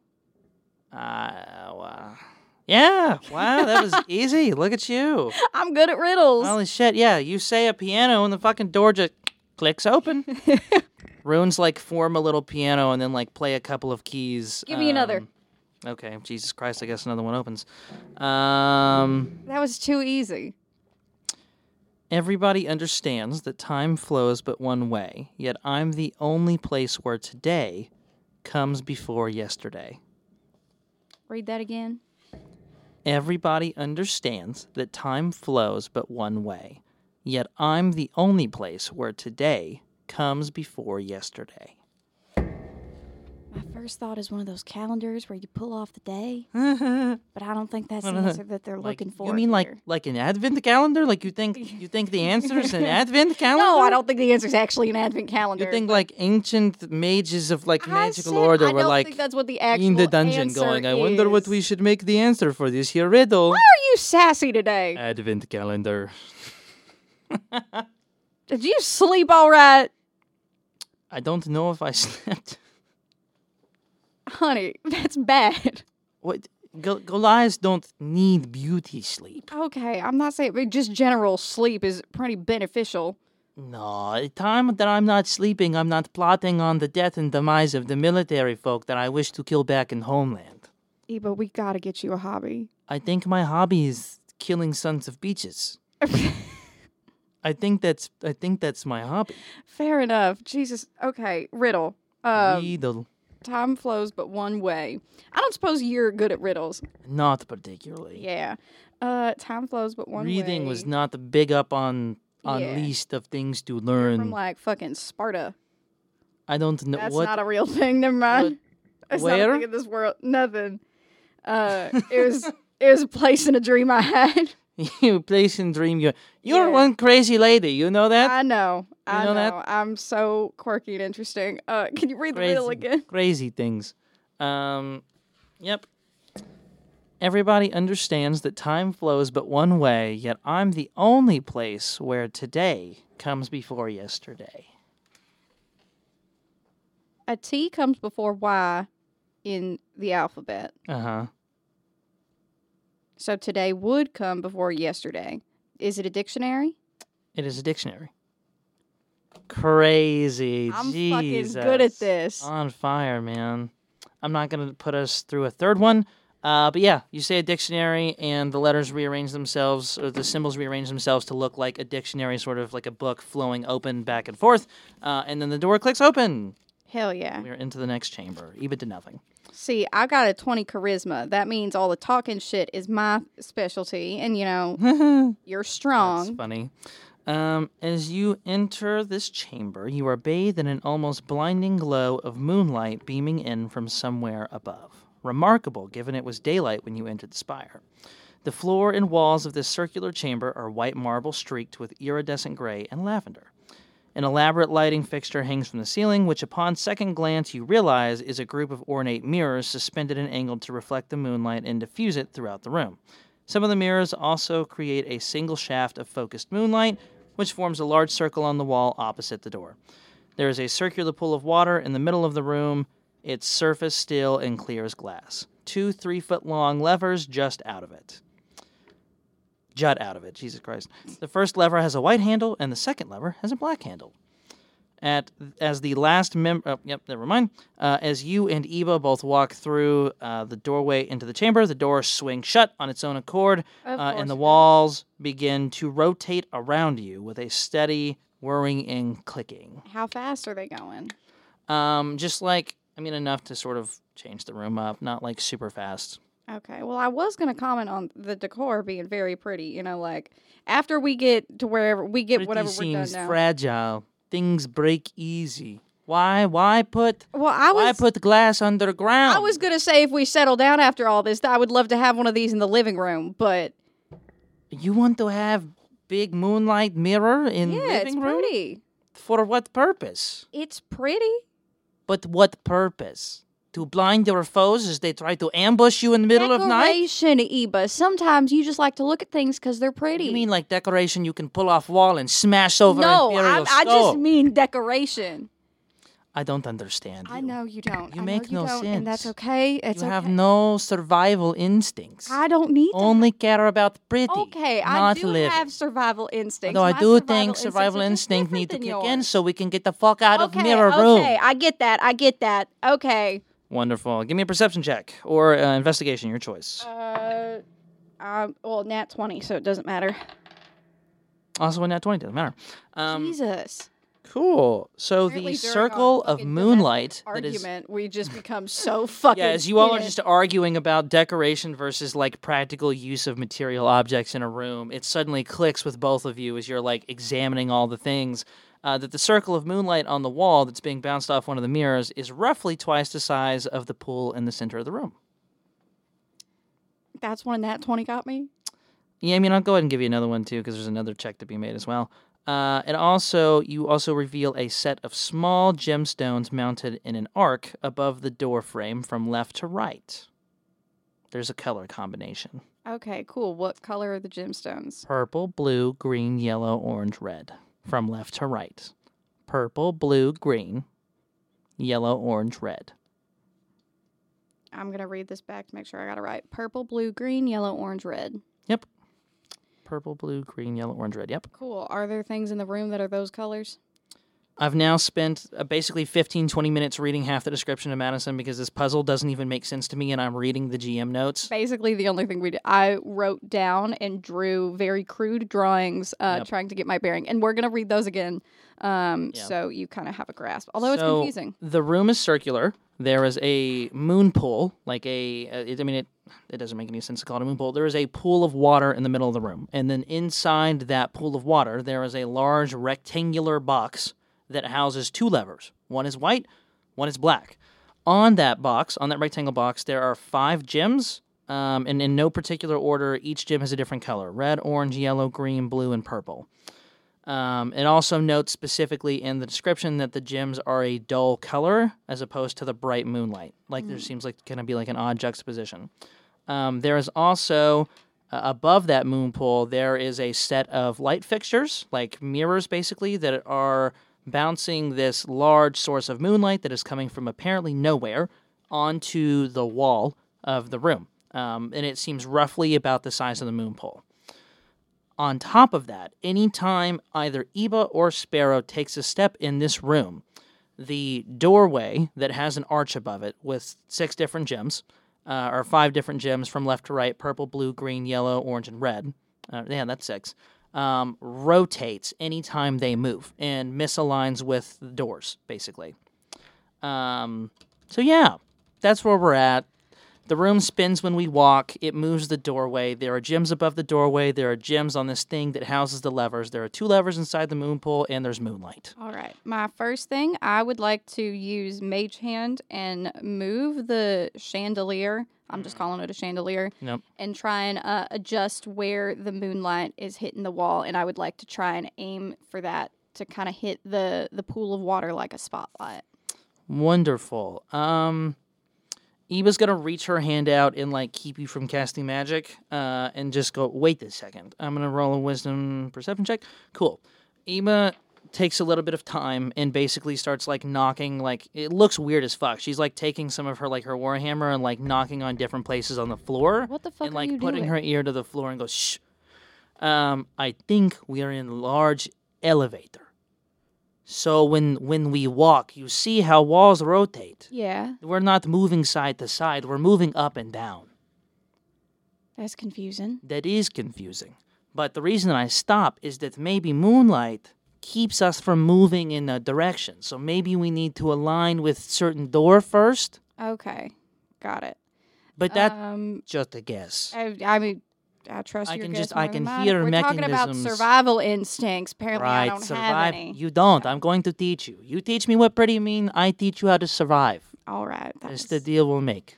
Speaker 2: Uh, wow. Yeah. Wow, that was easy. Look at you.
Speaker 1: i'm good at riddles
Speaker 2: Holy shit. Yeah, you say a piano and the fucking door just clicks open. Runes like form a little piano and then like play a couple of keys.
Speaker 1: Give me another.
Speaker 2: um, Okay, Jesus Christ, I guess another one opens. Um.
Speaker 1: that was too easy
Speaker 2: Everybody understands that time flows but one way, yet I'm the only place where today comes before yesterday.
Speaker 1: read that again
Speaker 2: Everybody understands that time flows but one way, yet I'm the only place where today comes before yesterday.
Speaker 1: my first thought is one of those calendars where you pull off the day but i don't think that's the answer that they're
Speaker 2: Like,
Speaker 1: looking for
Speaker 2: you mean like
Speaker 1: here.
Speaker 2: like an advent calendar? Like you think you think the answer is an advent calendar?
Speaker 1: no i don't think the answer's actually an advent calendar
Speaker 2: You think like ancient mages of like
Speaker 1: I
Speaker 2: magical
Speaker 1: said-
Speaker 2: order
Speaker 1: I
Speaker 2: were
Speaker 1: don't
Speaker 2: like
Speaker 1: think that's what the
Speaker 2: in the
Speaker 1: actual
Speaker 2: dungeon
Speaker 1: answer
Speaker 2: going, I wonder what
Speaker 1: is.
Speaker 2: we should make the answer for this here riddle.
Speaker 1: Why are you sassy today?
Speaker 2: Advent calendar.
Speaker 1: Did you sleep all right,
Speaker 2: I don't know if I slept.
Speaker 1: honey? That's bad.
Speaker 2: What? Go- Goliaths don't need beauty sleep.
Speaker 1: Okay, I'm not saying, but just general sleep is pretty beneficial.
Speaker 2: No, the time that I'm not sleeping, I'm not plotting on the death and demise of the military folk that I wish to kill back in homeland.
Speaker 1: Eva, we gotta get you a hobby.
Speaker 2: I think my hobby is killing sons of beaches. I think that's I think that's my hobby.
Speaker 1: Fair enough. Jesus. Okay, riddle. Um,
Speaker 2: Riddle.
Speaker 1: time flows but one way. I don't suppose you're good at riddles.
Speaker 2: Not particularly.
Speaker 1: Yeah. Uh, time flows but one way.
Speaker 2: reading was not big up on on
Speaker 1: Yeah.
Speaker 2: list of things to
Speaker 1: from
Speaker 2: learn.
Speaker 1: like fucking Sparta.
Speaker 2: I don't know
Speaker 1: That's
Speaker 2: what.
Speaker 1: not a real thing. Never mind. It's not
Speaker 2: where?
Speaker 1: a thing in this world. Nothing. Uh, it was it was a place in a dream I had.
Speaker 2: you place and dream. You you're
Speaker 1: Yeah.
Speaker 2: one crazy lady. You know that
Speaker 1: I know. I
Speaker 2: know
Speaker 1: know.
Speaker 2: that?
Speaker 1: I'm so quirky and interesting. Uh, can you read the riddle
Speaker 2: crazy
Speaker 1: again?
Speaker 2: crazy things. Um, yep. Everybody understands that time flows but one way. Yet I'm the only place where today comes before yesterday.
Speaker 1: A T comes before Y in the alphabet.
Speaker 2: Uh huh.
Speaker 1: So today would come before yesterday. Is it a dictionary?
Speaker 2: It is a dictionary. Crazy.
Speaker 1: I'm
Speaker 2: Jesus.
Speaker 1: fucking good at this.
Speaker 2: On fire, man. I'm not going to put us through a third one. Uh, but yeah, you say a dictionary and the letters rearrange themselves, or the symbols rearrange themselves to look like a dictionary, sort of like a book flowing open back and forth. Uh, and then the door clicks open.
Speaker 1: Hell yeah.
Speaker 2: We're into the next chamber. Even to nothing.
Speaker 1: See, I got a 20 charisma. That means all the talking shit is my specialty. And, you know, you're
Speaker 2: That's
Speaker 1: strong.
Speaker 2: funny. Um, as you enter this chamber, you are bathed in an almost blinding glow of moonlight beaming in from somewhere above. Remarkable, given it was daylight when you entered the spire. The floor and walls of this circular chamber are white marble streaked with iridescent gray and lavender. An elaborate lighting fixture hangs from the ceiling, which upon second glance you realize is a group of ornate mirrors suspended and angled to reflect the moonlight and diffuse it throughout the room. Some of the mirrors also create a single shaft of focused moonlight, which forms a large circle on the wall opposite the door. There is a circular pool of water in the middle of the room, its surface still and clear as glass. Two three foot long levers just out of it. Jut out of it, Jesus Christ. The first lever has a white handle, and the second lever has a black handle. At as the last mem, oh, yep, never mind. Uh, as you and Eva both walk through uh, the doorway into the chamber, the door swings shut on its own accord,
Speaker 1: Of
Speaker 2: uh, and
Speaker 1: course
Speaker 2: the
Speaker 1: it
Speaker 2: walls begin to rotate around you with a steady whirring and clicking.
Speaker 1: How fast are they going?
Speaker 2: Um, just like I mean, enough to sort of change the room up, not like super fast.
Speaker 1: Okay. Well, I was gonna comment on the decor being very pretty. You know, like after we get to wherever we get
Speaker 2: Pretty
Speaker 1: whatever we're done
Speaker 2: seems
Speaker 1: now.
Speaker 2: fragile. Things break easy. Why? Why put?
Speaker 1: well, I
Speaker 2: why
Speaker 1: was
Speaker 2: put glass underground?
Speaker 1: I was gonna say if we settle down after all this, I would love to have one of these in the living room. But
Speaker 2: You want to have big moonlight mirror in
Speaker 1: yeah, it's
Speaker 2: living room
Speaker 1: pretty.
Speaker 2: for what purpose?
Speaker 1: It's pretty.
Speaker 2: But what purpose? To blind your foes as they try to ambush you in the middle of night.
Speaker 1: Decoration, Eba. Sometimes you just like to look at things because they're pretty.
Speaker 2: You mean like decoration you can pull off wall and smash over
Speaker 1: no,
Speaker 2: imperial
Speaker 1: I, I
Speaker 2: skull?
Speaker 1: just mean decoration.
Speaker 2: I don't understand.
Speaker 1: I
Speaker 2: you.
Speaker 1: know you don't.
Speaker 2: You
Speaker 1: I
Speaker 2: make
Speaker 1: know you
Speaker 2: no
Speaker 1: don't, and that's
Speaker 2: sense.
Speaker 1: okay. It's
Speaker 2: you have
Speaker 1: okay.
Speaker 2: no survival instincts.
Speaker 1: I don't need that.
Speaker 2: Only care about pretty.
Speaker 1: Okay, I
Speaker 2: not
Speaker 1: do
Speaker 2: living.
Speaker 1: have survival instincts.
Speaker 2: Though I
Speaker 1: My
Speaker 2: do
Speaker 1: survival
Speaker 2: think
Speaker 1: instincts are
Speaker 2: survival
Speaker 1: just
Speaker 2: instinct
Speaker 1: different
Speaker 2: need to
Speaker 1: than
Speaker 2: kick
Speaker 1: yours.
Speaker 2: in so we can get the fuck out
Speaker 1: okay,
Speaker 2: of mirror
Speaker 1: okay,
Speaker 2: room.
Speaker 1: I get that. I get that. Okay.
Speaker 2: Wonderful. Give me a perception check or uh, investigation, your choice.
Speaker 1: Uh, um, well, nat twenty, so it doesn't matter.
Speaker 2: also, a nat twenty doesn't matter. Um,
Speaker 1: Jesus.
Speaker 2: cool. So the
Speaker 1: Apparently during our
Speaker 2: circle of
Speaker 1: fucking
Speaker 2: moonlight that is
Speaker 1: Argument. We just become so fucking.
Speaker 2: Yeah, as you all are
Speaker 1: heated.
Speaker 2: just arguing about decoration versus like practical use of material objects in a room, it suddenly clicks with both of you as you're like examining all the things. Uh, that the circle of moonlight on the wall that's being bounced off one of the mirrors is roughly twice the size of the pool in the center of the room.
Speaker 1: That's when that twenty got me.
Speaker 2: Yeah, I mean, I'll go ahead and give you another one too, because there's another check to be made as well. Uh, and also, you also reveal a set of small gemstones mounted in an arc above the door frame from left to right. There's a color combination
Speaker 1: Okay, cool. What color are the gemstones?
Speaker 2: purple, blue, green, yellow, orange, red. From left to right. Purple, blue, green, yellow, orange, red.
Speaker 1: I'm gonna read this back to make sure I got it right. Purple, blue, green, yellow, orange, red.
Speaker 2: Yep. Purple, blue, green, yellow, orange, red. Yep.
Speaker 1: Cool. Are there things in the room that are those colors?
Speaker 2: I've now spent uh, basically 15, 20 minutes reading half the description of Madison because this puzzle doesn't even make sense to me and I'm reading the GM notes.
Speaker 1: basically the only thing we did. I wrote down and drew very crude drawings, uh,
Speaker 2: Yep.
Speaker 1: trying to get my bearing. And we're gonna read those again, um,
Speaker 2: Yeah.
Speaker 1: so you kind of have a grasp. Although it's
Speaker 2: So,
Speaker 1: confusing.
Speaker 2: The room is circular. There is a moon pool, like a, uh, it, I mean, it, it doesn't make any sense to call it a moon pool. There is a pool of water in the middle of the room. And then inside that pool of water, there is a large rectangular box that houses two levers. One is white, one is black. On that box, on that rectangle box, there are five gems. Um, and in no particular order, each gem has a different color red, orange, yellow, green, blue, and purple. Um, it also notes specifically in the description that the gems are a dull color as opposed to the bright moonlight. Like there seems like going to be like an odd juxtaposition. Um, there is also uh, above that moon pool there is a set of light fixtures, like mirrors, basically that are bouncing this large source of moonlight that is coming from apparently nowhere onto the wall of the room, um, and it seems roughly about the size of the moon pool. On top of that, anytime either Eba or Sparrow takes a step in this room, the doorway that has an arch above it with six different gems, uh, or five different gems from left to right purple, blue, green, yellow, orange, and red. Uh, yeah, that's six. Um, rotates anytime they move and misaligns with the doors, basically. Um, so, yeah, that's where we're at. The room spins when we walk. It moves the doorway. There are gems above the doorway. There are gems on this thing that houses the levers. There are two levers inside the moon pool, and there's moonlight.
Speaker 1: All right. My first thing, I would like to use Mage Hand and move the chandelier. I'm just calling it a chandelier.
Speaker 2: Nope.
Speaker 1: And try and uh, adjust where the moonlight is hitting the wall. And I would like to try and aim for that to kind of hit the, the pool of water like a spotlight.
Speaker 2: Wonderful. Um, Eva's gonna reach her hand out and like keep you from casting magic, uh, and just go. Wait a second. I'm gonna roll a wisdom perception check. Cool. Eva takes a little bit of time and basically starts like knocking. Like it looks weird as fuck. She's like taking some of her like her warhammer and like knocking on different places on the floor
Speaker 1: What the fuck
Speaker 2: and
Speaker 1: are you
Speaker 2: like putting
Speaker 1: doing?
Speaker 2: her ear to the floor and goes shh. Um, I think we are in large elevator. So when when we walk, you see how walls rotate.
Speaker 1: yeah.
Speaker 2: We're not moving side to side. We're moving up and down.
Speaker 1: That's confusing.
Speaker 2: That is confusing. But the reason I stop is that maybe moonlight keeps us from moving in a direction. So maybe we need to align with certain door first.
Speaker 1: Okay. Got it.
Speaker 2: But that's
Speaker 1: um,
Speaker 2: just a guess.
Speaker 1: I, I mean, I trust
Speaker 2: I
Speaker 1: your
Speaker 2: can
Speaker 1: guess
Speaker 2: just- I
Speaker 1: more than
Speaker 2: can
Speaker 1: mine.
Speaker 2: hear
Speaker 1: We're talking about
Speaker 2: mechanisms.
Speaker 1: survival instincts. Apparently, I don't have
Speaker 2: survive.
Speaker 1: any.
Speaker 2: You don't. I'm going to teach you. You teach me what pretty mean. I teach you how to survive.
Speaker 1: All right, that's
Speaker 2: That's the deal we'll make.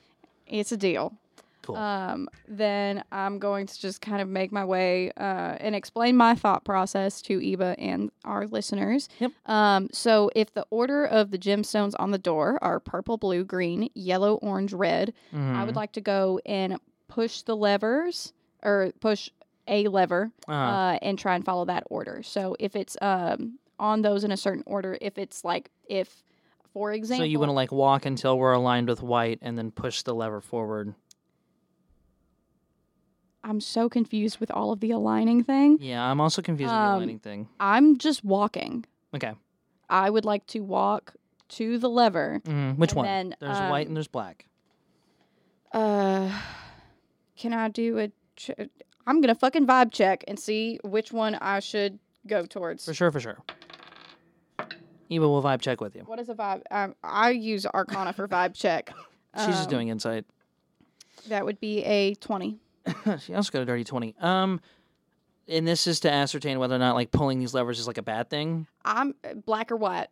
Speaker 1: it's a deal.
Speaker 2: Cool.
Speaker 1: Um, then I'm going to just kind of make my way uh, and explain my thought process to Eba and our listeners.
Speaker 2: Yep.
Speaker 1: Um, so if the order of the gemstones on the door are purple, blue, green, yellow, orange, red, I
Speaker 2: Mm-hmm. Hmm.
Speaker 1: would like to go and push the levers or push a lever
Speaker 2: uh,
Speaker 1: uh, and try and follow that order. So if it's um, on those in a certain order, if it's like if, for
Speaker 2: so
Speaker 1: example,
Speaker 2: you want to like walk until we're aligned with white, and then push the lever forward.
Speaker 1: I'm so confused with all of the aligning thing.
Speaker 2: Yeah, I'm also confused with the
Speaker 1: Um,
Speaker 2: lighting thing.
Speaker 1: I'm just walking.
Speaker 2: Okay.
Speaker 1: I would like to walk to the lever.
Speaker 2: Mm, which
Speaker 1: and
Speaker 2: one?
Speaker 1: then,
Speaker 2: there's white
Speaker 1: um,
Speaker 2: and there's black.
Speaker 1: Uh, can I do a? Ch- I'm gonna fucking vibe check and see which one I should go towards.
Speaker 2: For sure, for sure. Eva will vibe check with you.
Speaker 1: What is a vibe? Um, I use Arcana for vibe check.
Speaker 2: She's just
Speaker 1: Um,
Speaker 2: doing insight.
Speaker 1: That would be a twenty.
Speaker 2: she also got a dirty 20. Um, and this is to ascertain whether or not like pulling these levers is like a bad thing.
Speaker 1: I'm uh, black or white.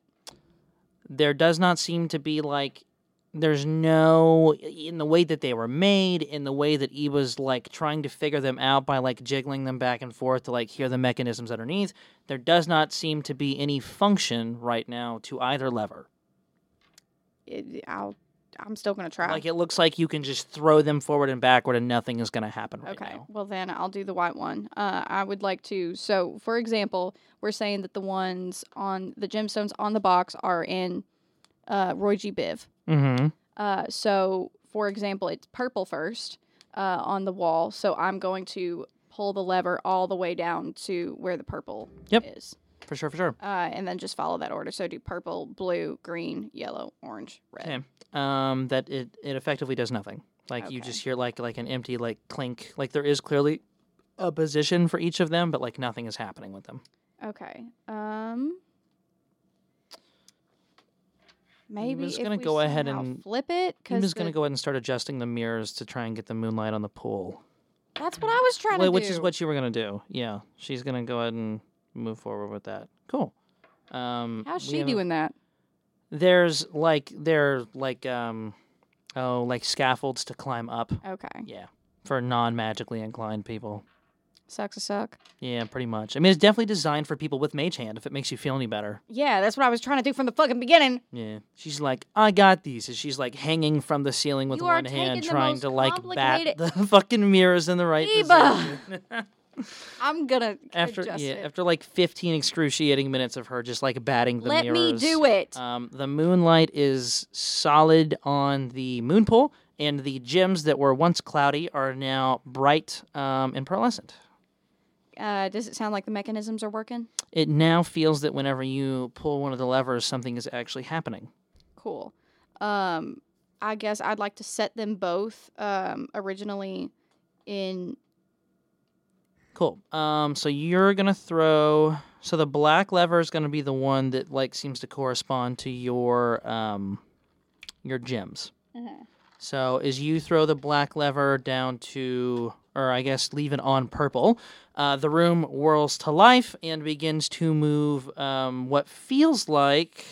Speaker 2: There does not seem to be like there's no in the way that they were made, in the way that Eva's like trying to figure them out by like jiggling them back and forth to like hear the mechanisms underneath. There does not seem to be any function right now to either lever.
Speaker 1: It, I'll. I'm still gonna try.
Speaker 2: Like it looks like you can just throw them forward and backward, and nothing is going to happen right
Speaker 1: Okay.
Speaker 2: now.
Speaker 1: Well, then I'll do the white one. Uh, I would like to. So, for example, we're saying that the ones on the gemstones on the box are in uh, Roy G. Biv.
Speaker 2: Mm-hmm.
Speaker 1: Uh, so, for example, it's purple first uh, on the wall. So, I'm going to pull the lever all the way down to where the purple
Speaker 2: Yep.
Speaker 1: is.
Speaker 2: For sure, for sure.
Speaker 1: Uh, and then just follow that order. So, do purple, blue, green, yellow, orange, red.
Speaker 2: Okay. Um, that it, it effectively does nothing. Like you
Speaker 1: Okay.
Speaker 2: just hear like like an empty like clink. Like there is clearly a position for each of them, but like nothing is happening with them.
Speaker 1: Okay. Um. Maybe
Speaker 2: was
Speaker 1: if
Speaker 2: gonna
Speaker 1: we
Speaker 2: go ahead
Speaker 1: somehow
Speaker 2: and-
Speaker 1: flip it
Speaker 2: I'm
Speaker 1: because
Speaker 2: just gonna go ahead and start adjusting the mirrors to try and get the moonlight on the pool.
Speaker 1: That's what I was trying
Speaker 2: Wait,
Speaker 1: to do.
Speaker 2: which is what you were gonna do. Yeah, she's gonna go ahead and move forward with that. Cool. Um,
Speaker 1: How's
Speaker 2: we
Speaker 1: she
Speaker 2: haven't-
Speaker 1: doing that?
Speaker 2: There's like there like um, oh like scaffolds to climb up.
Speaker 1: Okay.
Speaker 2: Yeah, for non magically inclined people.
Speaker 1: Sucks a suck.
Speaker 2: Yeah, pretty much. I mean, it's definitely designed for people with mage hand. If it makes you feel any better.
Speaker 1: Yeah, that's what I was trying to do from the fucking beginning.
Speaker 2: Yeah, she's like, I got these, and she's like hanging from the ceiling with
Speaker 1: You are
Speaker 2: one hand,
Speaker 1: taking the
Speaker 2: trying
Speaker 1: most
Speaker 2: to like bat
Speaker 1: complicated-
Speaker 2: the fucking mirrors in the right
Speaker 1: Eva!
Speaker 2: position.
Speaker 1: I'm gonna
Speaker 2: after
Speaker 1: adjust
Speaker 2: yeah,
Speaker 1: it.
Speaker 2: after like fifteen excruciating minutes of her just like batting the
Speaker 1: Let
Speaker 2: mirrors.
Speaker 1: me do it.
Speaker 2: Um, the moonlight is solid on the moon pool, and the gems that were once cloudy are now bright um, and pearlescent.
Speaker 1: Uh, does it sound like the mechanisms are working?
Speaker 2: It now feels that whenever you pull one of the levers, something is actually happening.
Speaker 1: Cool. Um, I guess I'd like to set them both um, originally in.
Speaker 2: Cool. Um, so you're gonna throw. So the black lever is gonna be the one that
Speaker 1: Mm-hmm.
Speaker 2: like seems to correspond to your um, your gems. So as you throw the black lever down to, or I guess leave it on purple, uh, the room whirls to life and begins to move um, what feels like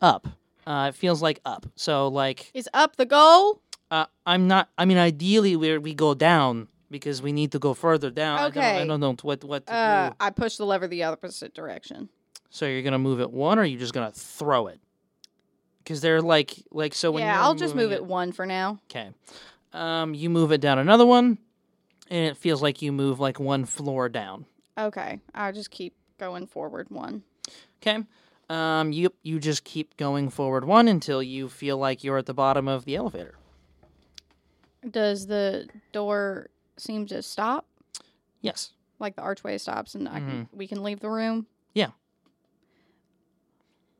Speaker 2: up. Uh, it feels like up. So like
Speaker 1: Is up the goal?
Speaker 2: uh, I'm not. I mean, ideally we we go down because we need to go further down. I
Speaker 1: Okay.
Speaker 2: don't, I don't know what what to
Speaker 1: Uh,
Speaker 2: do.
Speaker 1: I push the lever the opposite direction.
Speaker 2: So you're gonna move it one, or you're just gonna throw it? Because they're like like so. When
Speaker 1: yeah,
Speaker 2: you're
Speaker 1: I'll just move
Speaker 2: moving
Speaker 1: it one for now.
Speaker 2: Okay. Um, you move it down another one, and it feels like you move like one floor down.
Speaker 1: Okay, I'll just keep going forward one.
Speaker 2: Okay. Um, you you just keep going forward one until you feel like you're at the bottom of the elevator.
Speaker 1: Does the door seem to stop?
Speaker 2: Yes.
Speaker 1: Like the archway stops, and I can, we can leave the room.
Speaker 2: Mm-hmm. Yeah.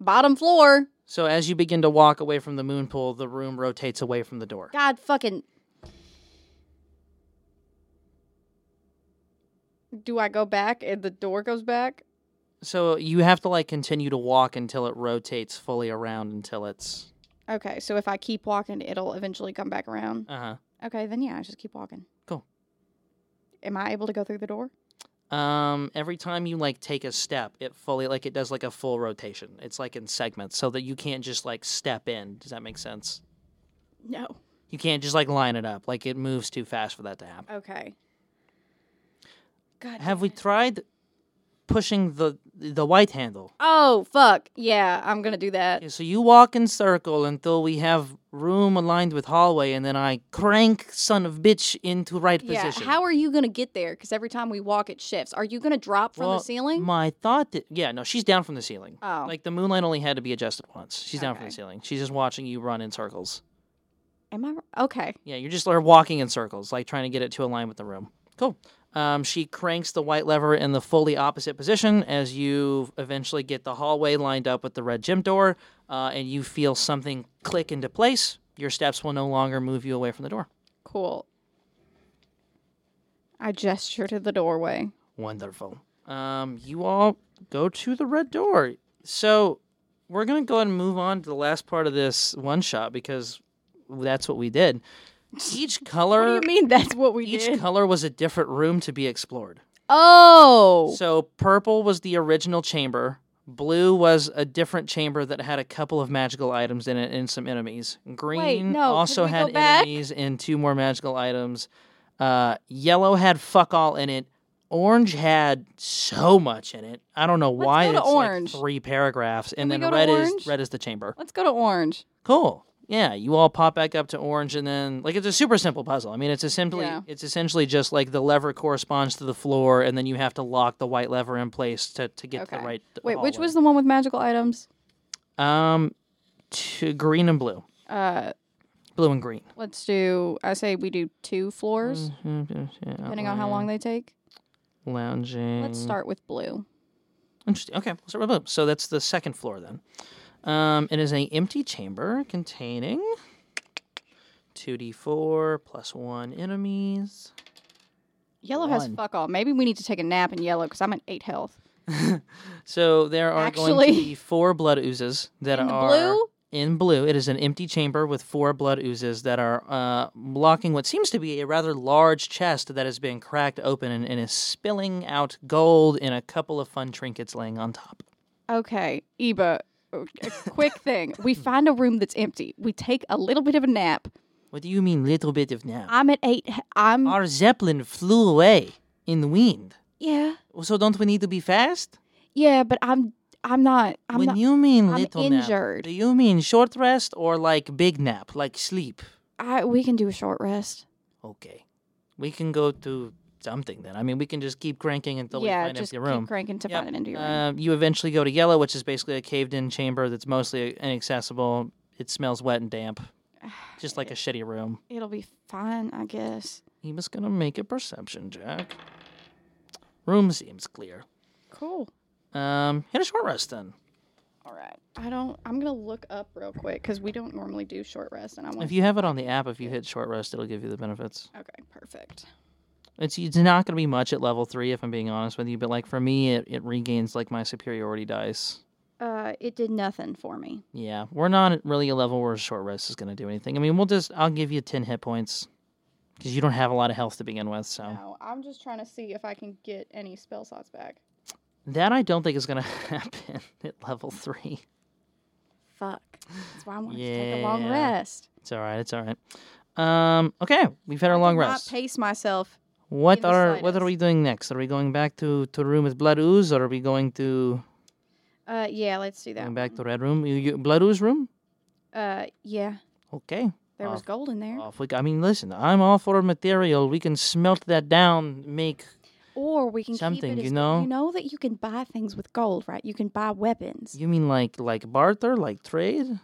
Speaker 1: Bottom floor.
Speaker 2: So as you begin to walk away from the moon pool, the room rotates away from the door.
Speaker 1: God fucking. Do I go back and the door goes back?
Speaker 2: So you have to like continue to walk until it rotates fully around until it's
Speaker 1: Okay, so if I keep walking, it'll eventually come back around.
Speaker 2: uh
Speaker 1: Okay, then yeah, I just keep walking.
Speaker 2: Cool.
Speaker 1: Am I able to go through the door?
Speaker 2: huh. Um, every time you like take a step, it fully like it does like a full rotation. It's like in segments, so that you can't just like step in. Does that make sense?
Speaker 1: No.
Speaker 2: You can't just like line it up. Like it moves too fast for that to happen.
Speaker 1: Okay. God.
Speaker 2: Have we tried pushing the the white handle?
Speaker 1: Oh fuck! Yeah, I'm gonna do that.
Speaker 2: Okay, so you walk in circle until we have room aligned with hallway, and then I crank son of bitch into right
Speaker 1: Yeah.
Speaker 2: position.
Speaker 1: How are you gonna get there? Because every time we walk, it shifts. Are you gonna drop from
Speaker 2: Well,
Speaker 1: the ceiling?
Speaker 2: My thought that yeah, no, she's down from the ceiling.
Speaker 1: Oh.
Speaker 2: Like the moonlight only had to be adjusted once. She's down from the
Speaker 1: Okay.
Speaker 2: ceiling. She's just watching you run in circles.
Speaker 1: Am I okay?
Speaker 2: Yeah, you're just like, walking in circles, like trying to get it to align with the room. Cool. Um, she cranks the white lever in the fully opposite position as you eventually get the hallway lined up with the red gym door, uh, and you feel something click into place. Your steps will no longer move you away from the door.
Speaker 1: Cool. I gesture to the doorway.
Speaker 2: Wonderful. Um, you all go to the red door. So we're gonna go ahead and move on to the last part of this one shot because that's what we did. Each
Speaker 1: What do
Speaker 2: color,
Speaker 1: you mean? That's what we
Speaker 2: each
Speaker 1: did.
Speaker 2: color was a different room to be explored.
Speaker 1: oh.
Speaker 2: So purple was the original chamber. Blue was a different chamber that had a couple of magical items in it and some enemies. Green
Speaker 1: no, could
Speaker 2: also
Speaker 1: we go
Speaker 2: had
Speaker 1: back?
Speaker 2: enemies and two more magical items. Uh, yellow had fuck all in it. Orange had so much in it. I don't know why
Speaker 1: go to
Speaker 2: it's
Speaker 1: orange.
Speaker 2: like three paragraphs, and
Speaker 1: we
Speaker 2: then
Speaker 1: go to
Speaker 2: red is
Speaker 1: orange?
Speaker 2: red is the chamber.
Speaker 1: Let's go to orange.
Speaker 2: Cool. Yeah, you all pop back up to orange, and then like it's a super simple puzzle. I mean, it's essentially
Speaker 1: Yeah.
Speaker 2: it's essentially just like the lever corresponds to the floor, and then you have to lock the white lever in place to to get to
Speaker 1: Okay.
Speaker 2: the right.
Speaker 1: Wait, which
Speaker 2: hallway.
Speaker 1: was the one with magical items?
Speaker 2: um, t- green and blue,
Speaker 1: Uh,
Speaker 2: blue and green.
Speaker 1: let's do. I say we do two floors, depending
Speaker 2: Depending
Speaker 1: on how long they take.
Speaker 2: Lounging.
Speaker 1: Let's start with blue.
Speaker 2: Interesting. Okay, we'll start with blue. So that's the second floor then. Um, it is an empty chamber containing two d four plus one enemies.
Speaker 1: Yellow has
Speaker 2: One.
Speaker 1: fuck all. Maybe we need to take a nap in yellow because I'm at eight health.
Speaker 2: So there are going to
Speaker 1: Actually-
Speaker 2: be four blood oozes that
Speaker 1: In the
Speaker 2: are
Speaker 1: blue?
Speaker 2: in blue. It is an empty chamber with four blood oozes that are uh, blocking what seems to be a rather large chest that has been cracked open and, and is spilling out gold and a couple of fun trinkets laying on top.
Speaker 1: Okay, Eba. A a quick thing. We
Speaker 2: Hmm.
Speaker 1: find a room that's empty. We take a little bit of a nap.
Speaker 2: What do you mean, little bit of now?
Speaker 1: I'm at eight. he- I'm
Speaker 2: Our zeppelin flew away in the wind.
Speaker 1: yeah,
Speaker 2: So don't we need to be fast?
Speaker 1: yeah, but I'm I'm not. I'm
Speaker 2: when
Speaker 1: not.
Speaker 2: you mean
Speaker 1: I'm
Speaker 2: little nap,
Speaker 1: injured.
Speaker 2: do you mean short rest or like big nap, like sleep?
Speaker 1: I we can do a short rest.
Speaker 2: Okay. We can go to something then. I mean, we can just keep cranking until we
Speaker 1: yeah,
Speaker 2: find
Speaker 1: just
Speaker 2: empty room.
Speaker 1: keep cranking to
Speaker 2: Yep.
Speaker 1: find an empty room.
Speaker 2: Uh, you eventually go to yellow, which is basically a caved-in chamber that's mostly inaccessible. It smells wet and damp, just like a shitty room.
Speaker 1: It'll be fine, I guess.
Speaker 2: He was gonna make a perception check. Room seems clear.
Speaker 1: Cool.
Speaker 2: Um, hit a short rest then.
Speaker 1: All right. I don't. I'm gonna look up real quick because we don't normally do short rest, and I want.
Speaker 2: If you have it on the app, if you hit short rest, it'll give you the benefits.
Speaker 1: okay, perfect.
Speaker 2: It's it's not gonna be much at level three, if I'm being honest with you. But like for me, it, it regains like my superiority dice.
Speaker 1: Uh, it did nothing for me.
Speaker 2: Yeah, we're not at really a level where a short rest is going to do anything. I mean, we'll just I'll give you ten hit points because you don't have a lot of health to begin with. So
Speaker 1: No, I'm just trying to see if I can get any spell slots back.
Speaker 2: that I don't think is going to happen at level three.
Speaker 1: Fuck. That's why I wanted to take a long
Speaker 2: Yeah.
Speaker 1: rest.
Speaker 2: It's all right. It's all right. Um. Okay, we've had our long
Speaker 1: Did
Speaker 2: rest.
Speaker 1: Not pace myself. in
Speaker 2: What
Speaker 1: the
Speaker 2: are what are
Speaker 1: slightest.
Speaker 2: we doing next? Are we going back to to room with Blood Ooze, or are we going to
Speaker 1: Uh, yeah, let's do that.
Speaker 2: going back to Red Room? You, you, Blood Ooze room?
Speaker 1: Uh, yeah,
Speaker 2: Okay.
Speaker 1: there was
Speaker 2: Off-
Speaker 1: gold in there.
Speaker 2: Off we go. I mean, listen, I'm all for material. We can smelt that down, make
Speaker 1: Or we can
Speaker 2: something,
Speaker 1: Keep it
Speaker 2: you
Speaker 1: as-
Speaker 2: know?
Speaker 1: You know that you can buy things with gold, right? You can buy weapons.
Speaker 2: You mean like like barter, like trade?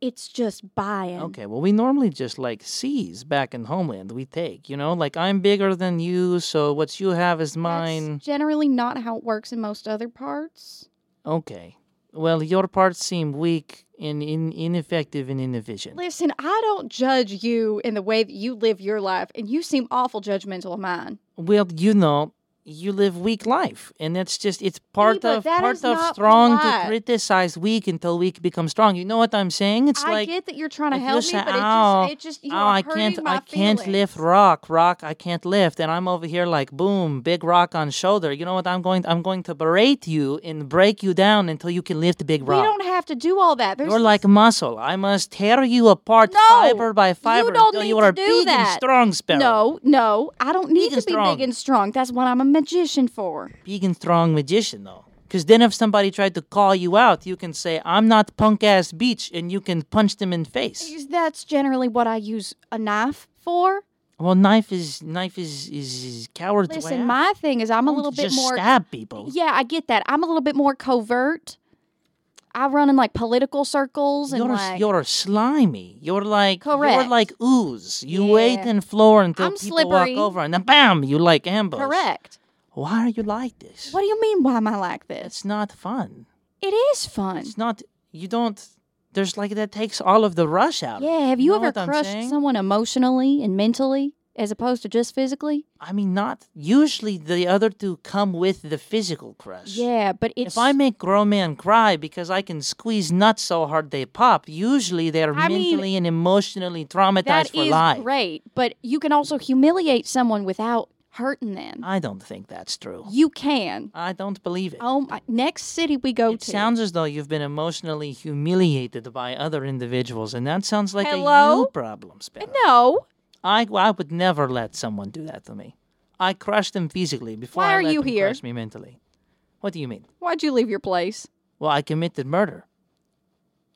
Speaker 1: It's just buying.
Speaker 2: Okay, well we normally just like seize back in homeland. We take, you know, like I'm bigger than you, so what you have is mine.
Speaker 1: That's generally not how it works in most other parts.
Speaker 2: Okay. Well, your parts seem weak and in, ineffective and inefficient.
Speaker 1: Listen, I don't judge you in the way that you live your life, and you seem awful judgmental of mine.
Speaker 2: Well, you know, you live weak life, and that's just it's part
Speaker 1: but
Speaker 2: of
Speaker 1: that
Speaker 2: part
Speaker 1: is
Speaker 2: of
Speaker 1: not
Speaker 2: strong
Speaker 1: polite.
Speaker 2: to criticize weak until weak becomes strong. You know what I'm saying? It's
Speaker 1: I
Speaker 2: like
Speaker 1: get that you're trying to
Speaker 2: if you
Speaker 1: help me,
Speaker 2: say,
Speaker 1: but
Speaker 2: "Ow,
Speaker 1: it just, it just, you
Speaker 2: oh,
Speaker 1: are
Speaker 2: I can't,
Speaker 1: hurting my
Speaker 2: I can't
Speaker 1: feelings."
Speaker 2: lift rock, rock, I can't lift, and I'm over here like boom, big rock on shoulder. You know what? I'm going, I'm going to berate you and break you down until you can lift big
Speaker 1: We
Speaker 2: rock.
Speaker 1: don't have to do all that. There's
Speaker 2: You're like muscle. I must tear you apart
Speaker 1: No,
Speaker 2: fiber by fiber
Speaker 1: don't
Speaker 2: until
Speaker 1: need
Speaker 2: you
Speaker 1: to
Speaker 2: are
Speaker 1: do
Speaker 2: big
Speaker 1: that.
Speaker 2: and strong, Sparrow.
Speaker 1: no, no. I don't need
Speaker 2: Big
Speaker 1: to
Speaker 2: and
Speaker 1: be
Speaker 2: strong.
Speaker 1: big and strong. That's what I'm a magician for.
Speaker 2: big and strong magician though. Because then if somebody tried to call you out, you can say, I'm not punk ass bitch, and you can punch them in face.
Speaker 1: That's generally what I use a knife for.
Speaker 2: Well, knife is knife is is, is coward's way
Speaker 1: Listen,
Speaker 2: out.
Speaker 1: my thing is I'm a
Speaker 2: Don't
Speaker 1: little bit
Speaker 2: just
Speaker 1: more.
Speaker 2: stab people.
Speaker 1: Yeah, I get that. I'm a little bit more covert. I run in like political circles and
Speaker 2: You're,
Speaker 1: like
Speaker 2: you're slimy. You're like you're
Speaker 1: Correct.
Speaker 2: like ooze. You wait
Speaker 1: Yeah.
Speaker 2: and floor until
Speaker 1: I'm
Speaker 2: people
Speaker 1: slippery.
Speaker 2: walk over, and then bam, you like ambush.
Speaker 1: correct.
Speaker 2: Why are you like this?
Speaker 1: What do you mean? Why am I like this?
Speaker 2: It's not fun.
Speaker 1: It is fun.
Speaker 2: It's not. You don't. There's like that takes all of the rush out. of it.
Speaker 1: Yeah. Have you,
Speaker 2: know
Speaker 1: ever
Speaker 2: what I'm
Speaker 1: crushed
Speaker 2: saying?
Speaker 1: someone emotionally and mentally, as opposed to just physically?
Speaker 2: I mean, not usually the other two come with the physical crush.
Speaker 1: Yeah, but it's.
Speaker 2: If I make grown man cry because I can squeeze nuts so hard they pop, usually they're
Speaker 1: I mean,
Speaker 2: mentally and emotionally traumatized
Speaker 1: that
Speaker 2: for
Speaker 1: is
Speaker 2: life.
Speaker 1: great, but you can also humiliate someone without hurting them.
Speaker 2: I don't think that's true.
Speaker 1: you can.
Speaker 2: I don't believe it.
Speaker 1: Oh my! Next city we go
Speaker 2: it
Speaker 1: to.
Speaker 2: sounds as though you've been emotionally humiliated by other individuals, and that sounds like a you
Speaker 1: Hello?
Speaker 2: problem, Sparrow.
Speaker 1: no.
Speaker 2: I, I would never let someone do that to me. I crush them physically before
Speaker 1: Why
Speaker 2: I
Speaker 1: are
Speaker 2: let
Speaker 1: you
Speaker 2: them
Speaker 1: here?
Speaker 2: crush me mentally. What do you mean?
Speaker 1: Why'd you leave your place?
Speaker 2: Well, I committed murder.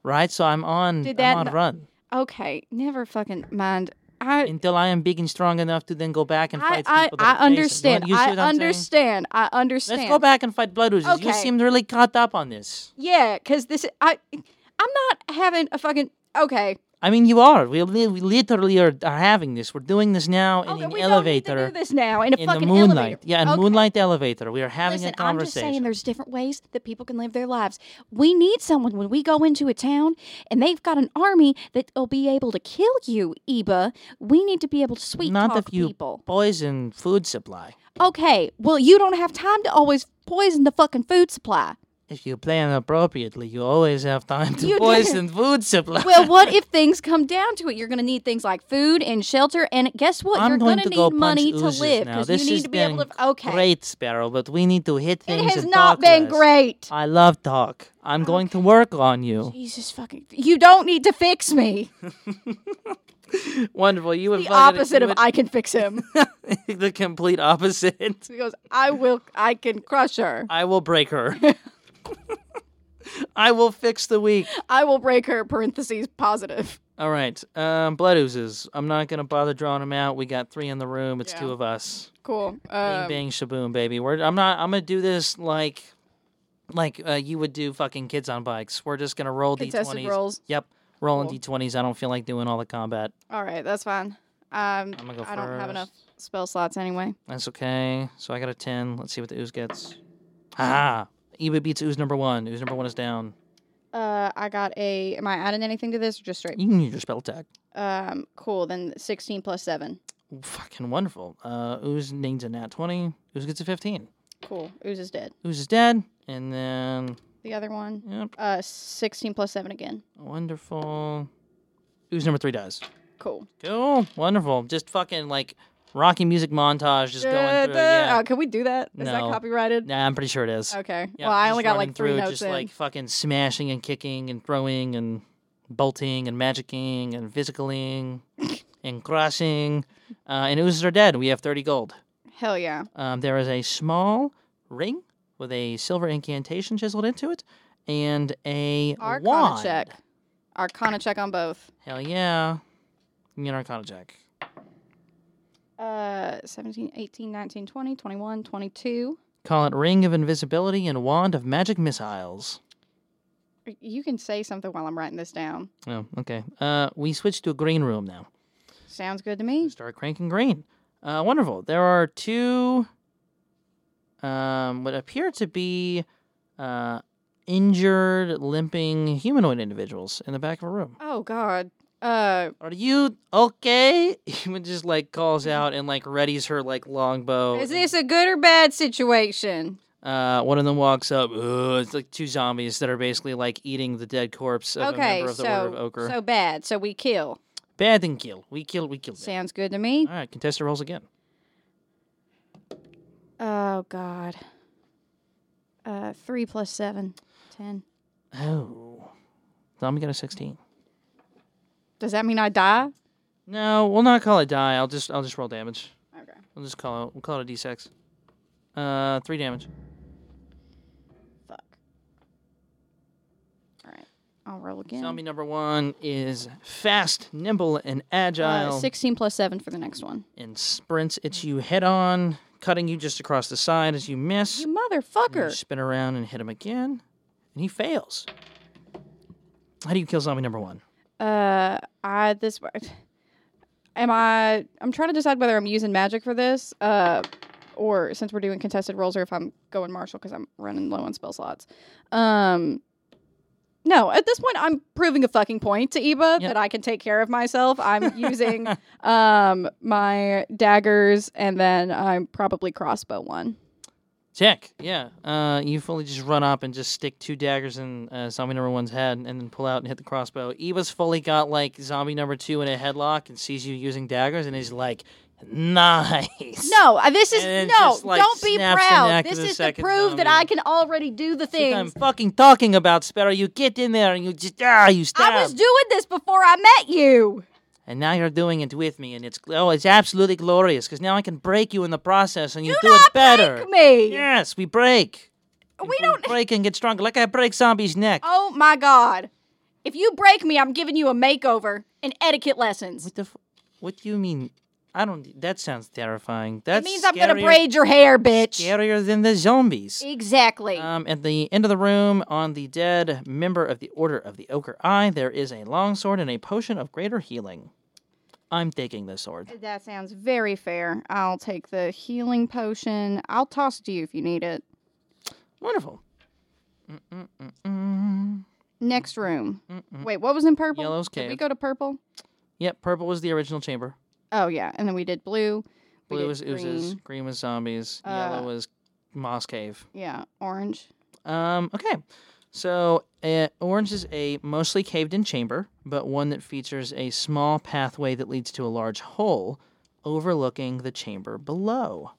Speaker 2: Right? So I'm on
Speaker 1: Did that
Speaker 2: I'm on
Speaker 1: n-
Speaker 2: run
Speaker 1: Okay, never fucking mind. I
Speaker 2: until I am big and strong enough to then go back and
Speaker 1: I
Speaker 2: fight
Speaker 1: I,
Speaker 2: people. that
Speaker 1: I
Speaker 2: are adjacent.
Speaker 1: understand.
Speaker 2: Don't You see
Speaker 1: I
Speaker 2: what I'm saying?
Speaker 1: understand. I understand.
Speaker 2: Let's go back and fight blood oozes. You
Speaker 1: Okay.
Speaker 2: seemed really caught up on this.
Speaker 1: Yeah, because this I I'm not having a fucking okay.
Speaker 2: I mean, you are. We, li- we literally are, are having this. We're doing this now in
Speaker 1: okay,
Speaker 2: an
Speaker 1: we
Speaker 2: elevator.
Speaker 1: Don't need to do this now in a
Speaker 2: in the
Speaker 1: fucking
Speaker 2: moonlight.
Speaker 1: elevator.
Speaker 2: Yeah, in
Speaker 1: okay.
Speaker 2: moonlight elevator. We are having
Speaker 1: Listen,
Speaker 2: a
Speaker 1: I'm just
Speaker 2: conversation.
Speaker 1: saying there's different ways that people can live their lives. We need someone when we go into a town and they've got an army that'll be able to kill you, Eba. We need to be able to sweet
Speaker 2: Not
Speaker 1: talk
Speaker 2: if you
Speaker 1: people.
Speaker 2: poison food supply.
Speaker 1: Okay, well you don't have time to always poison the fucking food supply.
Speaker 2: If you plan appropriately, you always have time to
Speaker 1: You do.
Speaker 2: poison food supply.
Speaker 1: Well, what if things come down to it? You're going to need things like food and shelter, and guess what?
Speaker 2: I'm
Speaker 1: You're
Speaker 2: going
Speaker 1: gonna
Speaker 2: to go
Speaker 1: need money
Speaker 2: punch
Speaker 1: to
Speaker 2: oozes
Speaker 1: live
Speaker 2: now.
Speaker 1: because
Speaker 2: This
Speaker 1: you
Speaker 2: has
Speaker 1: need to be able
Speaker 2: been
Speaker 1: to. Okay,
Speaker 2: Great, Sparrow, but we need to hit
Speaker 1: it
Speaker 2: things.
Speaker 1: has
Speaker 2: and
Speaker 1: not
Speaker 2: talk
Speaker 1: been
Speaker 2: less.
Speaker 1: great.
Speaker 2: I love talk. I'm going to work on you.
Speaker 1: Jesus fucking! You don't need to fix me.
Speaker 2: Wonderful. You
Speaker 1: The opposite of I can fix him.
Speaker 2: the complete opposite.
Speaker 1: He goes, I will, I can crush her.
Speaker 2: I will break her. I will fix the week.
Speaker 1: I will break her. Parentheses positive.
Speaker 2: All right. Um, blood oozes. I'm not gonna bother drawing them out. We got three in the room. It's
Speaker 1: Yeah.
Speaker 2: two of us.
Speaker 1: Cool.
Speaker 2: Bing,
Speaker 1: Um,
Speaker 2: bang, shaboom, baby. We're, I'm not. I'm gonna do this like, like uh, you would do fucking kids on bikes. We're just gonna roll
Speaker 1: Contested
Speaker 2: d20s.
Speaker 1: rolls.
Speaker 2: Yep, rolling
Speaker 1: Cool.
Speaker 2: d20s. I don't feel like doing all the combat.
Speaker 1: All right, that's fine. Um,
Speaker 2: I'm gonna go
Speaker 1: I don't have
Speaker 2: first.
Speaker 1: enough spell slots anyway.
Speaker 2: That's okay. So I got a 10. Let's see what the ooze gets. Ah, Eva beats ooze number one. Ooze number one is down.
Speaker 1: Uh, I got a. Am I adding anything to this or just straight?
Speaker 2: You can use your spell attack.
Speaker 1: Um, cool. Then sixteen plus seven.
Speaker 2: Fucking wonderful. Uh, ooze needs a nat 20. Ooze gets a 15.
Speaker 1: Cool. Ooze is dead.
Speaker 2: Ooze is dead, and then
Speaker 3: the other one.
Speaker 2: Yep.
Speaker 3: Uh, 16 plus 7 again.
Speaker 2: Wonderful. Who's number three does?
Speaker 3: Cool.
Speaker 2: Cool. Wonderful. Just fucking like Rocky music montage just going through.
Speaker 3: Oh,
Speaker 2: Yeah.
Speaker 3: can we do that? Is that
Speaker 2: No.
Speaker 3: copyrighted?
Speaker 2: Nah, I'm pretty sure it is.
Speaker 3: Okay.
Speaker 2: Yep,
Speaker 3: well, I
Speaker 2: just
Speaker 3: only got
Speaker 2: running
Speaker 3: like three
Speaker 2: through,
Speaker 3: notes
Speaker 2: Just
Speaker 3: in.
Speaker 2: like fucking smashing and kicking and throwing and bolting and magicking and physicaling and crushing. Uh, and oozes are dead. We have 30 gold.
Speaker 3: Hell yeah.
Speaker 2: Um, there is a small ring with a silver incantation chiseled into it and a
Speaker 3: Arcana
Speaker 2: wand.
Speaker 3: check. Arcana check on both.
Speaker 2: Hell yeah. Give me an arcana check.
Speaker 3: Uh, 17, 18, 19, 20, 21, 22.
Speaker 2: Call it Ring of Invisibility and Wand of Magic Missiles.
Speaker 3: Y- You can say something while I'm writing this down.
Speaker 2: Oh, okay. Uh, we switch to a green room now.
Speaker 3: Sounds good to me.
Speaker 2: Start cranking green. Uh, wonderful. There are two, um, what appear to be uh, injured, limping humanoid individuals in the back of a room.
Speaker 3: Oh God. Uh,
Speaker 2: Are you okay? Human just like calls out and like readies her like longbow.
Speaker 3: is this a good or bad situation?
Speaker 2: Uh, one of them walks up. Ugh, it's like two zombies that are basically like eating the dead corpse of a
Speaker 3: okay,
Speaker 2: member of the Order of
Speaker 3: so
Speaker 2: Ochre.
Speaker 3: so bad. So we kill.
Speaker 2: Bad and kill. We kill. We kill. Bad.
Speaker 3: Sounds good to me.
Speaker 2: All right, contestant rolls again.
Speaker 3: Oh God. Uh, three plus seven, ten.
Speaker 2: Oh, zombie got a sixteen.
Speaker 3: Does that mean I die?
Speaker 2: No, we'll not call it die. I'll just I'll just roll damage.
Speaker 3: Okay.
Speaker 2: We'll just call it we'll call it a d6. Uh, three damage.
Speaker 3: Fuck. All right. I'll roll again.
Speaker 2: Zombie number one is fast, nimble, and agile,
Speaker 3: Uh, 16 plus 7 for the next one.
Speaker 2: and sprints at you head on, cutting you just across the side as you miss.
Speaker 3: You
Speaker 2: You
Speaker 3: motherfucker.
Speaker 2: spin around and hit him again, and he fails. How do you kill zombie number one?
Speaker 3: Uh, I this am I I'm trying to decide whether I'm using magic for this uh or since we're doing contested rolls or if I'm going martial cuz I'm running low on spell slots. Um no, at this point I'm proving a fucking point to Eba
Speaker 2: Yeah.
Speaker 3: that I can take care of myself. I'm using um my daggers and then I'm probably crossbow one.
Speaker 2: Check. Yeah. Uh, you fully just run up and just stick two daggers in uh, zombie number one's head, and then pull out and hit the crossbow. Eva's fully got like zombie number two in a headlock and sees you using daggers, and he's like, "Nice."
Speaker 3: No,
Speaker 1: uh,
Speaker 3: I- this is
Speaker 2: And it
Speaker 3: no.
Speaker 2: just, like,
Speaker 3: don't be
Speaker 2: snaps the
Speaker 3: proud.
Speaker 2: neck of
Speaker 3: This
Speaker 2: the
Speaker 3: is to
Speaker 2: second
Speaker 3: prove that I
Speaker 2: zombie.
Speaker 3: can already do the
Speaker 2: That's what I'm
Speaker 3: things.
Speaker 2: fucking talking about, Sparrow. You get in there and you just ah, you stab.
Speaker 3: I was doing this before I met you.
Speaker 2: and now you're doing it with me, and it's oh, it's absolutely glorious because now I can break you in the process, and you
Speaker 3: Do
Speaker 2: do
Speaker 3: not
Speaker 2: it better.
Speaker 3: break me.
Speaker 2: Yes, we break.
Speaker 3: we don't.
Speaker 2: break and get stronger, like I break zombie's neck.
Speaker 3: Oh my god! If you break me, I'm giving you a makeover and etiquette lessons.
Speaker 2: What the? F- what do you mean? I don't. That sounds terrifying.
Speaker 3: That
Speaker 2: That's
Speaker 3: means I'm gonna E
Speaker 2: scarier-
Speaker 3: braid your hair, bitch.
Speaker 2: Scarier than the zombies.
Speaker 3: Exactly.
Speaker 2: Um, at the end of the room, on the dead member of the Order of the Ochre Eye, there is a longsword and a potion of greater healing. I'm taking the sword.
Speaker 3: that sounds very fair. I'll take the healing potion. I'll toss it to you if you need it.
Speaker 2: Wonderful. Mm, Mm-mm-mm-mm.
Speaker 3: Next room.
Speaker 2: mm,
Speaker 3: Wait, what was in purple?
Speaker 2: Yellow's
Speaker 3: Did we
Speaker 2: cave.
Speaker 3: go to purple?
Speaker 2: Yep, purple was the original chamber.
Speaker 3: Oh yeah, and then we did blue. We
Speaker 2: Blue
Speaker 3: did
Speaker 2: was oozes.
Speaker 3: green.
Speaker 2: Green was zombies.
Speaker 3: Uh,
Speaker 2: yellow was moss cave.
Speaker 3: Yeah, orange.
Speaker 2: Um, okay. So, uh, Orange is a mostly caved in chamber, but one that features a small pathway that leads to a large hole overlooking the chamber below,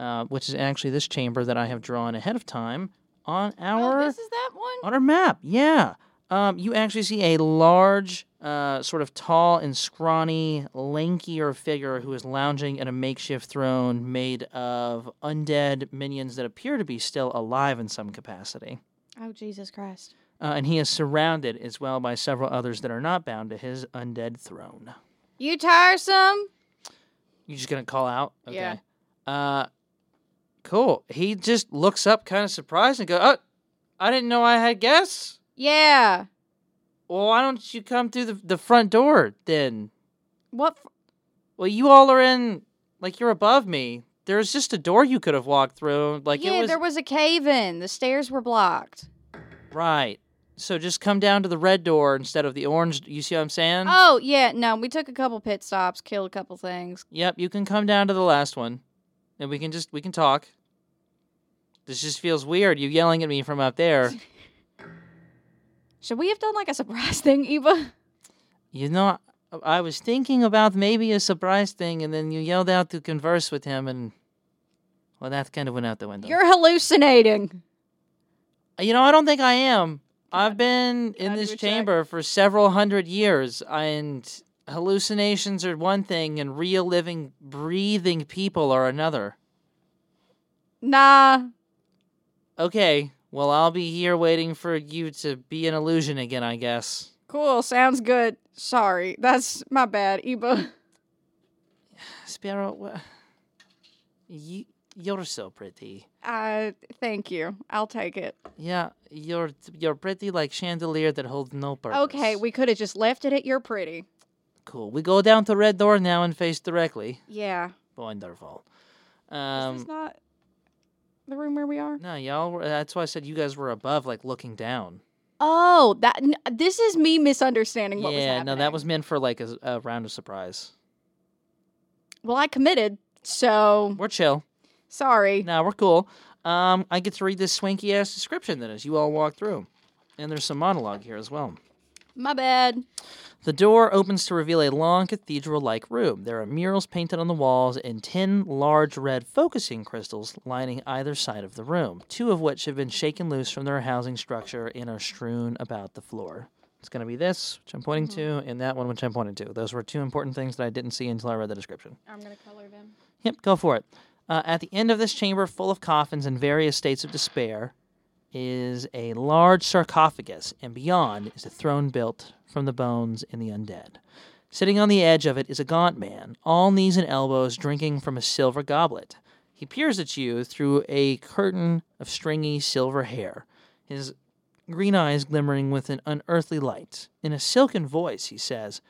Speaker 2: uh, which is actually this chamber that I have drawn ahead of time on our
Speaker 3: Oh, this is that one.
Speaker 2: on our map. Yeah. Um, you actually see a large, uh, sort of tall and scrawny, lankier figure who is lounging at a makeshift throne made of undead minions that appear to be still alive in some capacity.
Speaker 3: Oh Jesus Christ!
Speaker 2: Uh, and he is surrounded as well by several others that are not bound to his undead throne.
Speaker 3: You tiresome?
Speaker 2: You just gonna call out?
Speaker 3: Yeah.
Speaker 2: Uh, cool. He just looks up, kind of surprised, and go, "Oh, I didn't know I had guests."
Speaker 3: Yeah.
Speaker 2: Well, why don't you come through the, the front door then?
Speaker 3: What? F-
Speaker 2: Well, you all are in, like, you're above me. There's just a door you could have walked through. Like,
Speaker 3: yeah,
Speaker 2: it was.
Speaker 3: there was a cave in. The stairs were blocked.
Speaker 2: Right. So just come down to the red door instead of the orange. You see what I'm saying?
Speaker 3: Oh yeah, no. We took a couple pit stops, killed a couple things.
Speaker 2: Yep, you can come down to the last one. And we can just, we can talk. This just feels weird, you yelling at me from up there.
Speaker 3: Should we have done like a surprise thing, Eva?
Speaker 2: You know, I, I was thinking about maybe a surprise thing, and then you yelled out to converse with him, and well, that kind of went out the window.
Speaker 3: You're hallucinating.
Speaker 2: you know, I don't think I am. I've
Speaker 3: I-
Speaker 2: been
Speaker 3: can
Speaker 2: in
Speaker 3: I
Speaker 2: this
Speaker 3: do a check?
Speaker 2: chamber for several hundred years, and hallucinations are one thing, and real living, breathing people are another.
Speaker 3: Nah.
Speaker 2: Okay, well, I'll be here waiting for you to be an illusion again, I guess.
Speaker 3: Cool. Sounds good. Sorry. That's my bad, Eva.
Speaker 2: Sparrow, wha- you, you're so pretty.
Speaker 3: Uh, thank you. I'll take it.
Speaker 2: Yeah, you're you're pretty like chandelier that holds no purpose.
Speaker 3: Okay, we could have just left it at you're pretty.
Speaker 2: cool. We go down to red door now and face directly.
Speaker 3: Yeah.
Speaker 2: Wonderful.
Speaker 3: Is this
Speaker 2: Um,
Speaker 3: not the room where we are?
Speaker 2: no, y'all. Were, that's why I said you guys were above, like looking down.
Speaker 3: Oh, that n- this is me misunderstanding what was
Speaker 2: yeah,
Speaker 3: happening.
Speaker 2: no, that was meant for like a, s- a round of surprise.
Speaker 3: Well, I committed, so
Speaker 2: We're chill.
Speaker 3: sorry.
Speaker 2: Now we're cool. Um, I get to read this swanky ass description that as you all walk through, and there's some monologue here as well.
Speaker 3: My bad.
Speaker 2: The door opens to reveal a long cathedral like room. There are murals painted on the walls and ten large red focusing crystals lining either side of the room, two of which have been shaken loose from their housing structure and are strewn about the floor. It's going to be this, which I'm pointing to, and that one, which I'm pointing to. Those were two important things that I didn't see until I read the description.
Speaker 3: I'm gonna color them.
Speaker 2: Yep, go for it. Uh, at the end of this chamber, full of coffins in various states of despair, is a large sarcophagus, and beyond is a throne built from the bones in the undead. Sitting on the edge of it is a gaunt man, all knees and elbows, drinking from a silver goblet. He peers at you through a curtain of stringy silver hair, his green eyes glimmering with an unearthly light. In a silken voice, he says,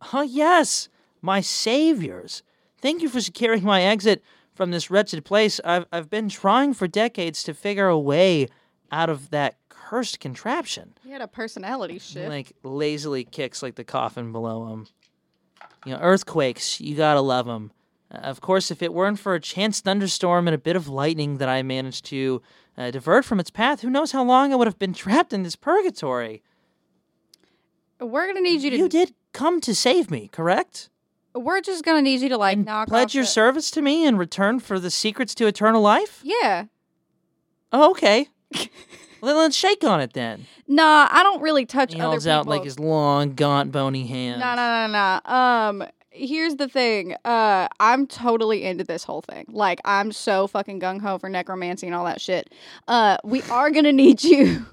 Speaker 2: Ah, yes, my saviors. Thank you for securing my exit from this wretched place. I've, I've been trying for decades to figure a way out of that cursed contraption.
Speaker 3: He had a personality
Speaker 2: He,
Speaker 3: shift.
Speaker 2: like, lazily kicks, like, the coffin below him. You know, earthquakes, you gotta love them. of course, if it weren't for a chance thunderstorm and a bit of lightning that I managed to uh, divert from its path, who knows how long I would have been trapped in this purgatory.
Speaker 3: we're gonna need you to.
Speaker 2: You did come to save me, correct?
Speaker 3: We're just gonna need you to like
Speaker 2: and
Speaker 3: knock
Speaker 2: pledge
Speaker 3: off
Speaker 2: your
Speaker 3: the-
Speaker 2: service to me in return for the secrets to eternal life?
Speaker 3: Yeah.
Speaker 2: Oh, okay. well, then let's shake on it then.
Speaker 3: Nah, I don't really touch
Speaker 2: He
Speaker 3: other
Speaker 2: holds
Speaker 3: people.
Speaker 2: out like his long, gaunt, bony hand.
Speaker 3: No, no, no, no. Um, here's the thing. Uh, I'm totally into this whole thing. Like, I'm so fucking gung ho for necromancy and all that shit. Uh, we are gonna need you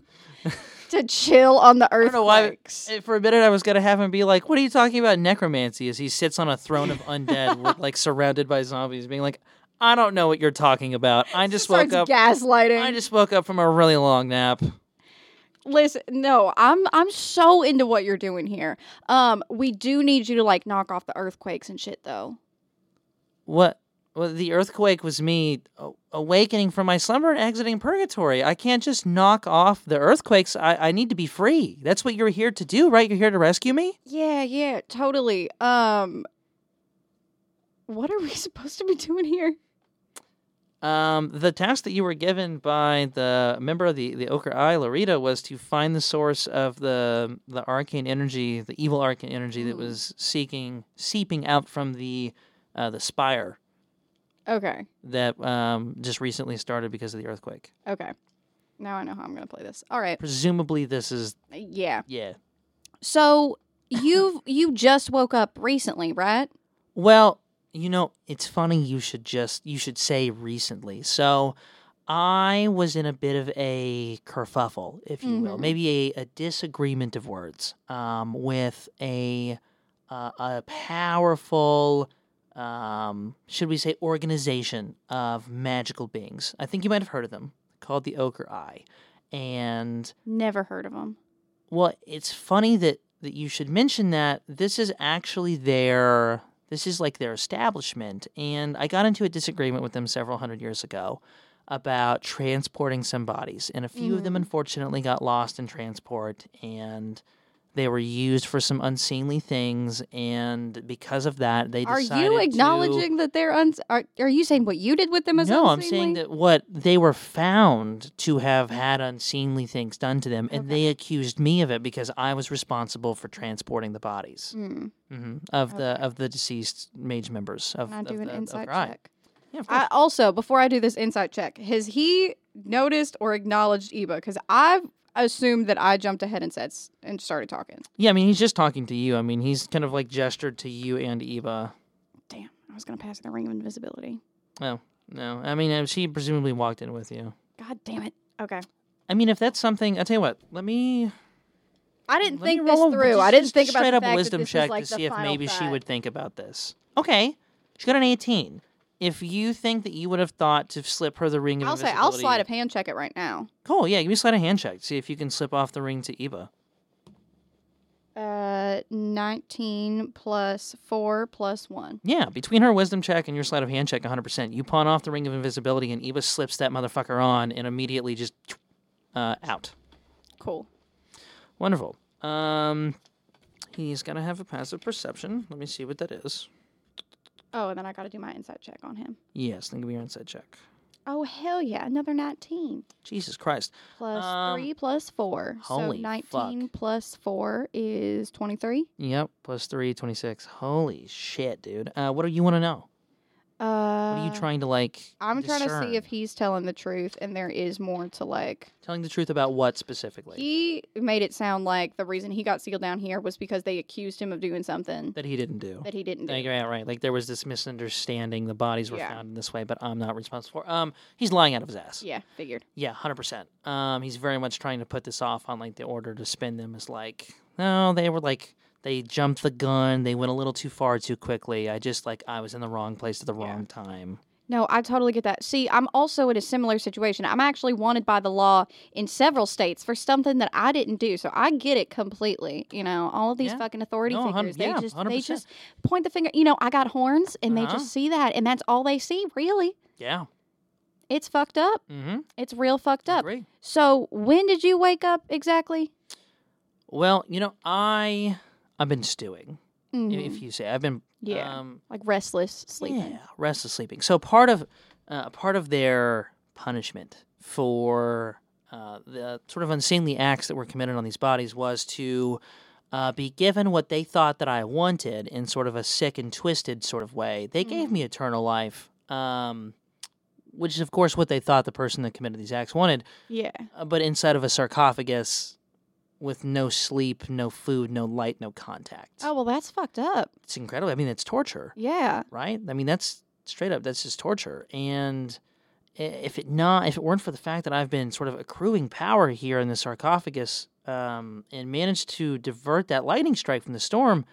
Speaker 3: to chill on the
Speaker 2: don't know why-
Speaker 3: earthquakes.
Speaker 2: Eh, For a minute, I was gonna have him be like, "What are you talking about necromancy?" As he sits on a throne of undead, with, like surrounded by zombies, being like, "I don't know what you're talking about. I just woke
Speaker 3: Starts
Speaker 2: up.
Speaker 3: gaslighting.
Speaker 2: I just woke up from a really long nap."
Speaker 3: Listen, no, I'm I'm so into what you're doing here. Um, we do need you to like knock off the earthquakes and shit though.
Speaker 2: What? Well, the earthquake was me a- awakening from my slumber and exiting purgatory. I can't just knock off the earthquakes. I, I need to be free. That's what you're here to do, right? You're here to rescue me?
Speaker 3: Yeah, yeah, totally. Um, what are we supposed to be doing here?
Speaker 2: Um, the task that you were given by the member of the, the Ochre Eye, Larita, was to find the source of the the arcane energy, the evil arcane energy that
Speaker 3: Mm.
Speaker 2: was seeking seeping out from the uh, the spire
Speaker 3: Okay.
Speaker 2: that um, just recently started because of the earthquake.
Speaker 3: Okay. Now I know how I'm going to play this. All right.
Speaker 2: Presumably, this is
Speaker 3: Yeah.
Speaker 2: yeah.
Speaker 3: So you you just woke up recently, right?
Speaker 2: Well, you know, it's funny you should just you should say recently. So I was in a bit of a kerfuffle, if you will,
Speaker 3: Mhm.
Speaker 2: maybe a, a disagreement of words um, with a uh, a powerful, um, should we say, organization of magical beings. I think you might have heard of them, called the Ochre Eye, and
Speaker 3: Never heard of them.
Speaker 2: well, it's funny that that you should mention that. This is actually their this is like their establishment, and I got into a disagreement with them several hundred years ago about transporting some bodies, and a few of them
Speaker 3: Mm.
Speaker 2: unfortunately got lost in transport, and They were used for some unseemly things, and because of that, they
Speaker 3: Are
Speaker 2: decided
Speaker 3: you
Speaker 2: to-
Speaker 3: acknowledging that they're uns? Are, are you saying what you did with them as
Speaker 2: no, I'm
Speaker 3: unseemly?
Speaker 2: saying that what they were found to have had unseemly things done to them, and
Speaker 3: Okay.
Speaker 2: they accused me of it because I was responsible for transporting the bodies
Speaker 3: Mm.
Speaker 2: hmm of the of the deceased mage members of,
Speaker 3: Can I
Speaker 2: of
Speaker 3: do an
Speaker 2: the, of
Speaker 3: insight
Speaker 2: Rye.
Speaker 3: check?
Speaker 2: Yeah, of course.
Speaker 3: I also before I do this insight check, has he noticed or acknowledged Eba? Because I've assumed that I jumped ahead and said s- and started talking.
Speaker 2: yeah. I mean, he's just talking to you. I mean, he's kind of like gestured to you and Eva.
Speaker 3: Damn, I was gonna pass the ring of invisibility.
Speaker 2: No, I mean, uh, she presumably walked in with you.
Speaker 3: God damn it. Okay.
Speaker 2: I mean, if that's something, I tell you what. Let me
Speaker 3: I didn't
Speaker 2: let me
Speaker 3: think this
Speaker 2: roll a-
Speaker 3: through.
Speaker 2: just-
Speaker 3: I didn't
Speaker 2: just
Speaker 3: think about
Speaker 2: straight
Speaker 3: the
Speaker 2: up
Speaker 3: fact that
Speaker 2: wisdom
Speaker 3: this was,
Speaker 2: check
Speaker 3: like,
Speaker 2: to
Speaker 3: the
Speaker 2: see if
Speaker 3: final
Speaker 2: maybe she
Speaker 3: thought.
Speaker 2: would think about this. Okay, she got an eighteen. If you think that you would have thought to slip her the ring of
Speaker 3: I'll say I'll
Speaker 2: invisibility-
Speaker 3: slide a hand check it right now.
Speaker 2: Cool, yeah, give me a slide a hand check. See if you can slip off the ring to Eva.
Speaker 3: Uh, nineteen plus four plus one.
Speaker 2: Yeah, between her wisdom check and your sleight of hand check, 100%. You pawn off the ring of invisibility, and Eva slips that motherfucker on and immediately just uh, out.
Speaker 3: Cool.
Speaker 2: Wonderful. Um, he's going to have a passive perception. Let me see what that is.
Speaker 3: Oh, and then I got to do my insight check on him.
Speaker 2: Yes, then give me your inside check.
Speaker 3: Oh hell yeah, another nineteen
Speaker 2: Jesus Christ.
Speaker 3: Plus
Speaker 2: Um,
Speaker 3: three plus four.
Speaker 2: holy fuck.
Speaker 3: so nineteen plus four is twenty-three.
Speaker 2: Yep, plus three, 26. Holy shit, dude. Uh, what do you want to know?
Speaker 3: Uh,
Speaker 2: What are you trying to, like,
Speaker 3: I'm trying to
Speaker 2: discern?
Speaker 3: see if he's telling the truth, and there is more to like.
Speaker 2: Telling the truth about what specifically?
Speaker 3: He made it sound like the reason he got sealed down here was because they accused him of doing something
Speaker 2: That he didn't do.
Speaker 3: that he didn't do.
Speaker 2: Like, right, right. Like there was this misunderstanding. The bodies were
Speaker 3: Yeah.
Speaker 2: found in this way, but I'm not responsible for. Um, he's lying out of his ass.
Speaker 3: Yeah, figured.
Speaker 2: Yeah, hundred percent. Um, he's very much trying to put this off on like the order to spin them as like, no, they were like they jumped the gun. They went a little too far too quickly. I just like I was in the wrong place at the
Speaker 3: Yeah.
Speaker 2: wrong time.
Speaker 3: No, I totally get that. See, I'm also in a similar situation. I'm actually wanted by the law in several states for something that I didn't do. So I get it completely. You know, all of these
Speaker 2: Yeah.
Speaker 3: fucking authority
Speaker 2: No, a hun-
Speaker 3: figures, they
Speaker 2: yeah,
Speaker 3: just they
Speaker 2: 100%.
Speaker 3: just point the finger. You know, I got horns and they
Speaker 2: Uh-huh.
Speaker 3: just see that and that's all they see, really.
Speaker 2: Yeah.
Speaker 3: It's fucked up.
Speaker 2: Mm-hmm.
Speaker 3: It's real fucked up.
Speaker 2: Agree.
Speaker 3: So, when did you wake up exactly?
Speaker 2: Well, you know, I I've been stewing. i- If you say I've been
Speaker 3: Mm-hmm. Yeah.
Speaker 2: um,
Speaker 3: like restless sleeping.
Speaker 2: Yeah, restless sleeping. So part of uh, part of their punishment for uh, the sort of unseemly acts that were committed on these bodies was to uh, be given what they thought that I wanted in sort of a sick and twisted sort of way. They
Speaker 3: Mm-hmm.
Speaker 2: gave me eternal life, um, which is of course what they thought the person that committed these acts wanted,
Speaker 3: Yeah.
Speaker 2: uh, but inside of a sarcophagus with no sleep, no food, no light, no contact.
Speaker 3: Oh, well, that's fucked up.
Speaker 2: It's incredible. I mean, it's torture
Speaker 3: Yeah.
Speaker 2: right? I mean, that's straight up. That's just torture. And i- if it not, if it weren't for the fact that I've been sort of accruing power here in the sarcophagus um, and managed to divert that lightning strike from the storm,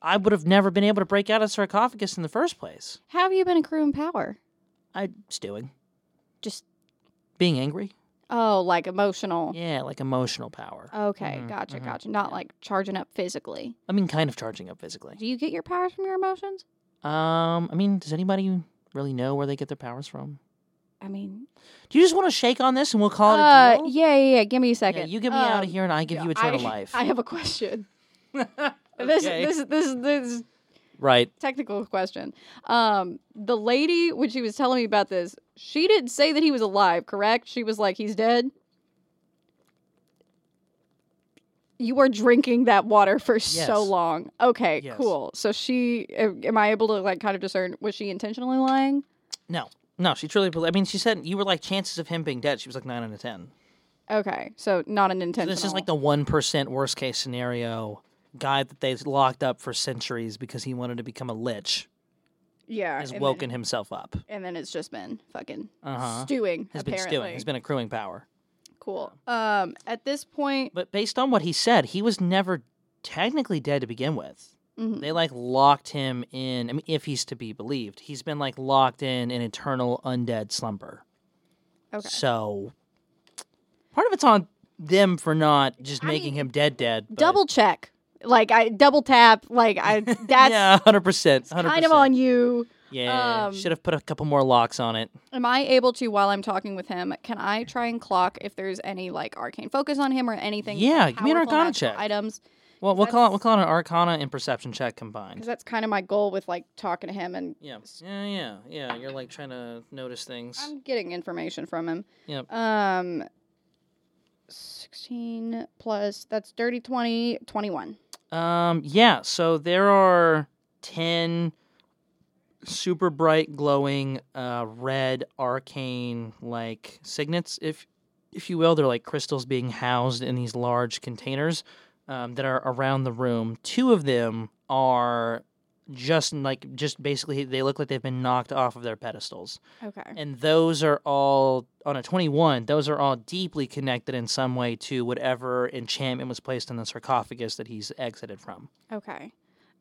Speaker 2: I would have never been able to break out of the sarcophagus in the first place.
Speaker 3: How have you been accruing power?
Speaker 2: I stewing,
Speaker 3: Just
Speaker 2: being angry.
Speaker 3: oh, like emotional.
Speaker 2: Yeah, like emotional power.
Speaker 3: Okay,
Speaker 2: Mhm,
Speaker 3: gotcha,
Speaker 2: mhm.
Speaker 3: gotcha. Not like charging up physically.
Speaker 2: I mean, kind of charging up physically.
Speaker 3: Do you get your powers from your emotions?
Speaker 2: Um, I mean, does anybody really know where they get their powers from?
Speaker 3: I mean,
Speaker 2: Do you just want to shake on this and we'll call it a
Speaker 3: uh,
Speaker 2: deal?
Speaker 3: yeah, yeah, yeah. Give me a
Speaker 2: Yeah,
Speaker 3: second.
Speaker 2: you get me out
Speaker 3: Um,
Speaker 2: of here and I give
Speaker 3: yeah,
Speaker 2: you eternal life.
Speaker 3: I have a question. This,
Speaker 2: Okay.
Speaker 3: this, this, this,
Speaker 2: right.
Speaker 3: technical question. Um, the lady when she was telling me about this, she didn't say that he was alive. Correct? She was like, he's dead. You are drinking that water for so
Speaker 2: Yes.
Speaker 3: long. Okay,
Speaker 2: Yes.
Speaker 3: cool. So she, am am I able to like kind of discern? Was she intentionally lying?
Speaker 2: No. No, she truly believed. I mean, she said you were like chances of him being dead. She was like nine out of ten.
Speaker 3: Okay, so not an
Speaker 2: So
Speaker 3: intentional.
Speaker 2: this is like the one percent worst case scenario guy that they locked up for centuries because he wanted to become a lich
Speaker 3: yeah,
Speaker 2: has
Speaker 3: and
Speaker 2: woken
Speaker 3: Then,
Speaker 2: himself up.
Speaker 3: and then it's just been fucking
Speaker 2: Uh huh.
Speaker 3: stewing.
Speaker 2: Has been
Speaker 3: apparently.
Speaker 2: stewing. Has been accruing power.
Speaker 3: cool. Um, at this point,
Speaker 2: But based on what he said, he was never technically dead to begin with.
Speaker 3: mhm.
Speaker 2: They like locked him in. I mean, if he's to be believed, he's been like locked in an eternal undead slumber.
Speaker 3: okay.
Speaker 2: So part of it's on them for not just
Speaker 3: I
Speaker 2: making
Speaker 3: mean,
Speaker 2: him dead dead. but-
Speaker 3: double check like i double tap like i that's
Speaker 2: yeah, hundred percent, hundred
Speaker 3: kind of on you
Speaker 2: Yeah,
Speaker 3: Um,
Speaker 2: should have put a couple more locks on it.
Speaker 3: Am I able to, while I'm talking with him, can I try and clock if there's any like arcane focus on him or anything?
Speaker 2: Yeah, give me an
Speaker 3: powerful
Speaker 2: arcana
Speaker 3: magical
Speaker 2: check.
Speaker 3: Items,
Speaker 2: Well, we'll
Speaker 3: that
Speaker 2: call it
Speaker 3: is-
Speaker 2: we'll call it an Arcana and Perception check combined.
Speaker 3: because that's kind of my goal with like talking to him, and
Speaker 2: Yeah, yeah, yeah, yeah. You're like trying to notice things.
Speaker 3: I'm getting information from him.
Speaker 2: Yep.
Speaker 3: Um, sixteen plus that's dirty 20, 21.
Speaker 2: Um, yeah, so there are 10 super bright glowing uh red arcane like signets if if you will, they're like crystals being housed in these large containers um, that are around the room. Two of them are just like just basically they look like they've been knocked off of their pedestals.
Speaker 3: Okay.
Speaker 2: and those are all on a 21 those are all deeply connected in some way to whatever enchantment was placed in the sarcophagus that he's exited from
Speaker 3: Okay.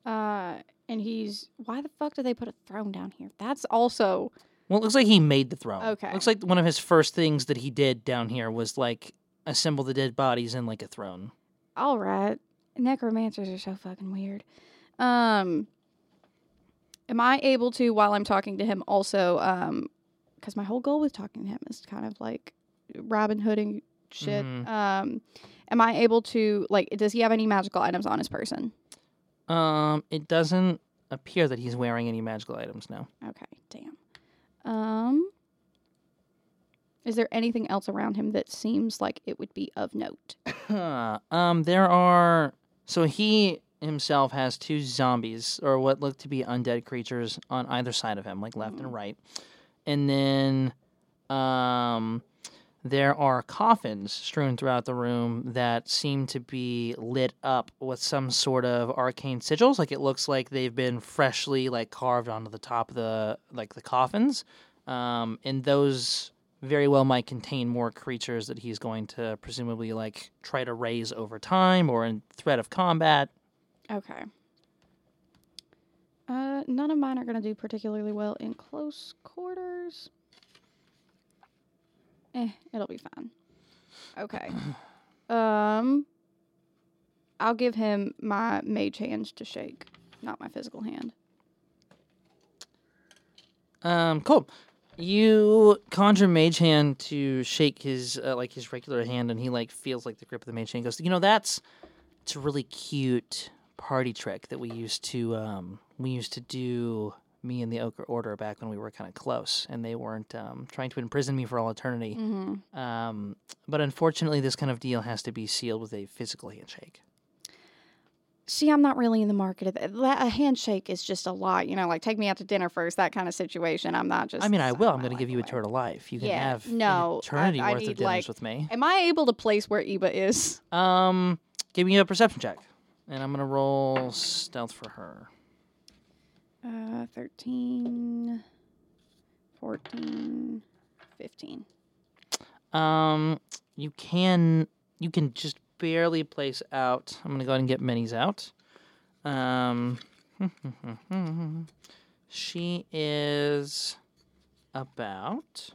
Speaker 3: Uh, and he's why the fuck did they put a throne down here? That's also
Speaker 2: well it looks like he made the throne
Speaker 3: Okay.
Speaker 2: looks like one of his first things that he did down here was like assemble the dead bodies in like a throne
Speaker 3: all right. Necromancers are so fucking weird. Um, am I able to while I'm talking to him also? Um, because my whole goal with talking to him is kind of like Robin Hooding shit.
Speaker 2: Mhm.
Speaker 3: Um, am I able to like? Does he have any magical items on his person?
Speaker 2: um it doesn't appear that he's wearing any magical items now
Speaker 3: Okay, damn. Um, is there anything else around him that seems like it would be of note?
Speaker 2: Huh. Um, there are. So he himself has two zombies, or what look to be undead creatures, on either side of him, like left and right. And then, um, there are coffins strewn throughout the room that seem to be lit up with some sort of arcane sigils. Like it looks like they've been freshly like carved onto the top of the like the coffins. Um, and those very well might contain more creatures that he's going to presumably like try to raise over time or in threat of combat.
Speaker 3: Okay. Uh, none of mine are going to do particularly well in close quarters. Eh, it'll be fine. Okay. Um, I'll give him my mage hands to shake, not my physical hand.
Speaker 2: Um, cool. You conjure Mage Hand to shake his uh, like his regular hand, and he like feels like the grip of the Mage Hand. He goes, you know, that's it's a really cute party trick that we used to um, we used to do me and the Ochre Order back when we were kind of close, and they weren't um, trying to imprison me for all eternity.
Speaker 3: Mm-hmm.
Speaker 2: Um, but unfortunately, this kind of deal has to be sealed with a physical handshake.
Speaker 3: See, I'm not really in the market. Of that. That- A handshake is just a lot, you know. Like, take me out to dinner first, that kind of situation. I'm not just.
Speaker 2: I mean, I
Speaker 3: signing
Speaker 2: will. I'm
Speaker 3: my
Speaker 2: going to
Speaker 3: life
Speaker 2: give you
Speaker 3: away.
Speaker 2: eternal life. You can
Speaker 3: Yeah,
Speaker 2: have an
Speaker 3: no, I-
Speaker 2: eternity
Speaker 3: I
Speaker 2: worth of
Speaker 3: need,
Speaker 2: dinners
Speaker 3: like-
Speaker 2: with me.
Speaker 3: Am I able to place where Eba is?
Speaker 2: Um, give me a perception check, and I'm going to roll stealth for her.
Speaker 3: Uh, 13, 14, 15.
Speaker 2: Um, you can you can just barely place out. I'm going to go ahead and get minis out. Um, she is about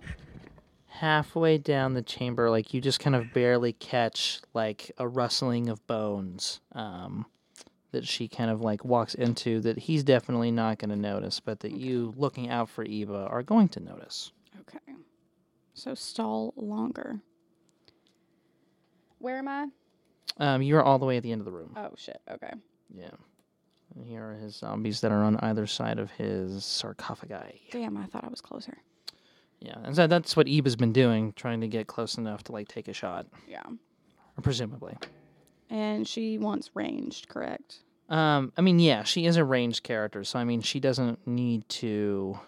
Speaker 2: halfway down the chamber. Like you just kind of barely catch like a rustling of bones. Um. That she kind of like walks into that he's definitely not going to notice, but that you looking out for Eva are going to notice.
Speaker 3: Okay. So stall longer. Where am I?
Speaker 2: Um, you're all the way at the end of the room.
Speaker 3: Oh, shit. Okay.
Speaker 2: Yeah. And here are his zombies that are on either side of his sarcophagi.
Speaker 3: Damn, I thought I was closer.
Speaker 2: Yeah, and so that's what Eva's been doing, trying to get close enough to like take a shot,
Speaker 3: Yeah.
Speaker 2: or presumably.
Speaker 3: And she wants ranged, correct?
Speaker 2: Um, I mean, yeah, she is a ranged character, so I mean, she doesn't need to.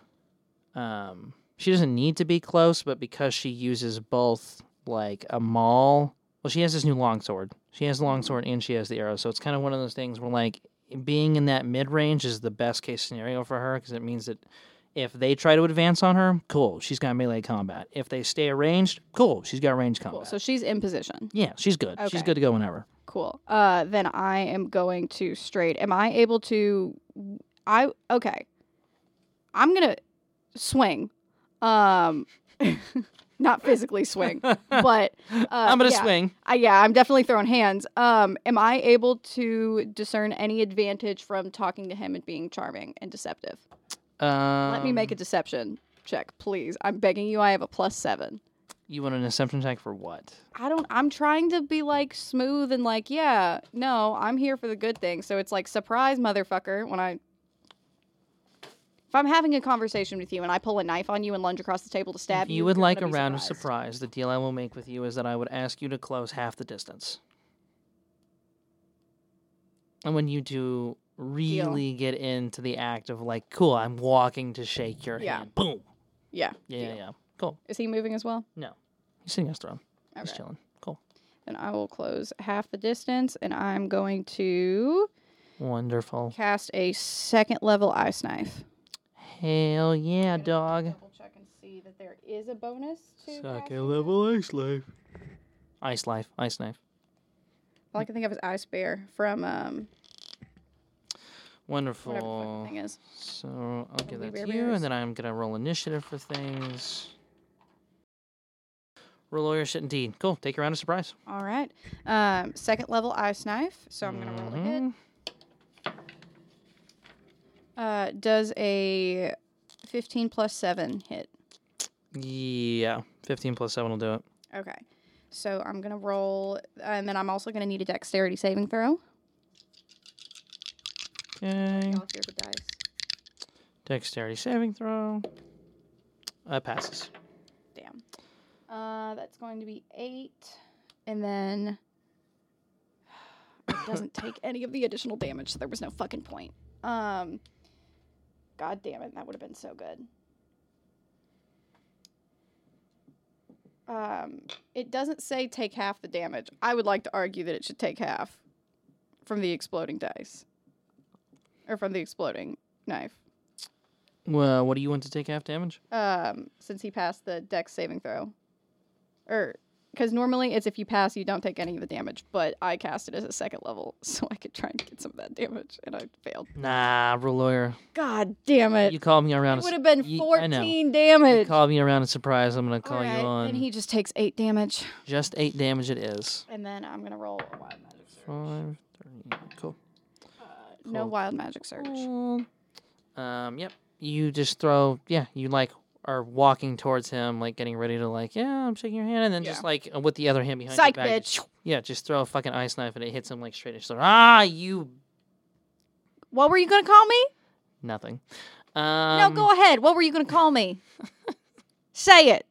Speaker 2: Um, she doesn't need to be close, but because she uses both like a maul, well, she has this new longsword. She
Speaker 3: Mm-hmm.
Speaker 2: has the longsword and she has the arrow, so it's kind of one of those things where like being in that mid range is the best case scenario for her because it means that if they try to advance on her, cool, she's got melee combat. If they stay arranged, cool, she's got ranged combat.
Speaker 3: Cool. So she's in position.
Speaker 2: yeah, she's good. She's
Speaker 3: Okay.
Speaker 2: good to go whenever.
Speaker 3: Cool. Uh, then I am going to straight. Am I able to? I okay. I'm gonna swing. Um, not physically swing, but uh,
Speaker 2: I'm gonna
Speaker 3: yeah.
Speaker 2: swing.
Speaker 3: I, yeah, I'm definitely throwing hands. Um, am I able to discern any advantage from talking to him and being charming and deceptive?
Speaker 2: Um,
Speaker 3: Let me make a deception check, please. I'm begging you. I have a plus seven.
Speaker 2: You want an deception check for what?
Speaker 3: I don't. I'm trying to be like smooth and like, yeah, no, I'm here for the good thing. So it's like surprise, motherfucker. When I, if I'm having a conversation with you and I pull a knife on you and lunge across the table to stab
Speaker 2: If you would like a
Speaker 3: gonna be
Speaker 2: round of
Speaker 3: surprised.
Speaker 2: surprise, the deal I will make with you is that I would ask you to close half the distance. And when you do really get into the act of like, cool, I'm walking to shake your
Speaker 3: Yeah.
Speaker 2: hand. Boom.
Speaker 3: Yeah.
Speaker 2: Yeah,
Speaker 3: deal.
Speaker 2: yeah, yeah. Cool.
Speaker 3: Is he moving as well?
Speaker 2: No. He's sitting next to him. He's
Speaker 3: Okay.
Speaker 2: chilling. Cool.
Speaker 3: Then I will close half the distance and I'm going to
Speaker 2: Wonderful.
Speaker 3: cast a second level ice knife.
Speaker 2: Hell yeah, dog.
Speaker 3: Double check and see that there is a bonus to
Speaker 2: ice life. Ice life. Ice knife.
Speaker 3: All I can think of is Ice Bear from um, whatever the fucking
Speaker 2: Wonderful.
Speaker 3: thing is.
Speaker 2: So I'll give
Speaker 3: Only
Speaker 2: that to
Speaker 3: Bear
Speaker 2: you,
Speaker 3: Bears.
Speaker 2: and then I'm gonna roll initiative for things. Roll all your shit indeed. Cool. Take your round of surprise.
Speaker 3: All right. Um, second level ice knife. So I'm gonna roll it.
Speaker 2: Mhm.
Speaker 3: Uh, does a 15 plus seven hit?
Speaker 2: Mm-hmm. Yeah. Fifteen plus seven will do it.
Speaker 3: Okay. So I'm gonna roll, and then I'm also gonna need a dexterity saving throw.
Speaker 2: Okay.
Speaker 3: Y'all here with dice.
Speaker 2: Dexterity saving throw. Uh, passes.
Speaker 3: Damn. Uh, that's going to be eight, and then it doesn't take any of the additional damage, so there was no fucking point. Um, god damn it, that would have been so good. Um, it doesn't say take half the damage. I would like to argue that it should take half from the exploding dice, or from the exploding knife.
Speaker 2: Well, what do you want to take half damage?
Speaker 3: um, since he passed the dex saving throw. Or because normally it's if you pass, you don't take any of the damage, but I cast it as a second level, so I could try and get some of that damage, and I failed.
Speaker 2: Nah, roll lawyer.
Speaker 3: God damn it.
Speaker 2: You called me around.
Speaker 3: it would have been
Speaker 2: I know.
Speaker 3: 14
Speaker 2: You
Speaker 3: damage.
Speaker 2: called me around a surprise. I'm gonna
Speaker 3: All
Speaker 2: call
Speaker 3: right,
Speaker 2: you on.
Speaker 3: and he just takes eight damage,
Speaker 2: Just eight damage. It is.
Speaker 3: and then I'm gonna roll a wild magic surge.
Speaker 2: Five. Three. Cool.
Speaker 3: No
Speaker 2: cool.
Speaker 3: wild magic surge.
Speaker 2: Cool. Um, yep. You just throw, yeah, you like are walking towards him, like getting ready to, like, yeah, I'm shaking your hand. And then just
Speaker 3: Yeah.
Speaker 2: like with the other hand behind
Speaker 3: Psych,
Speaker 2: your back.
Speaker 3: bitch.
Speaker 2: just- yeah, just throw a fucking ice knife and it hits him like straight in his shoulder. Ah, you.
Speaker 3: What were you gonna call me?
Speaker 2: Nothing.
Speaker 3: no,
Speaker 2: Um,
Speaker 3: go ahead. What were you gonna call me? Say it.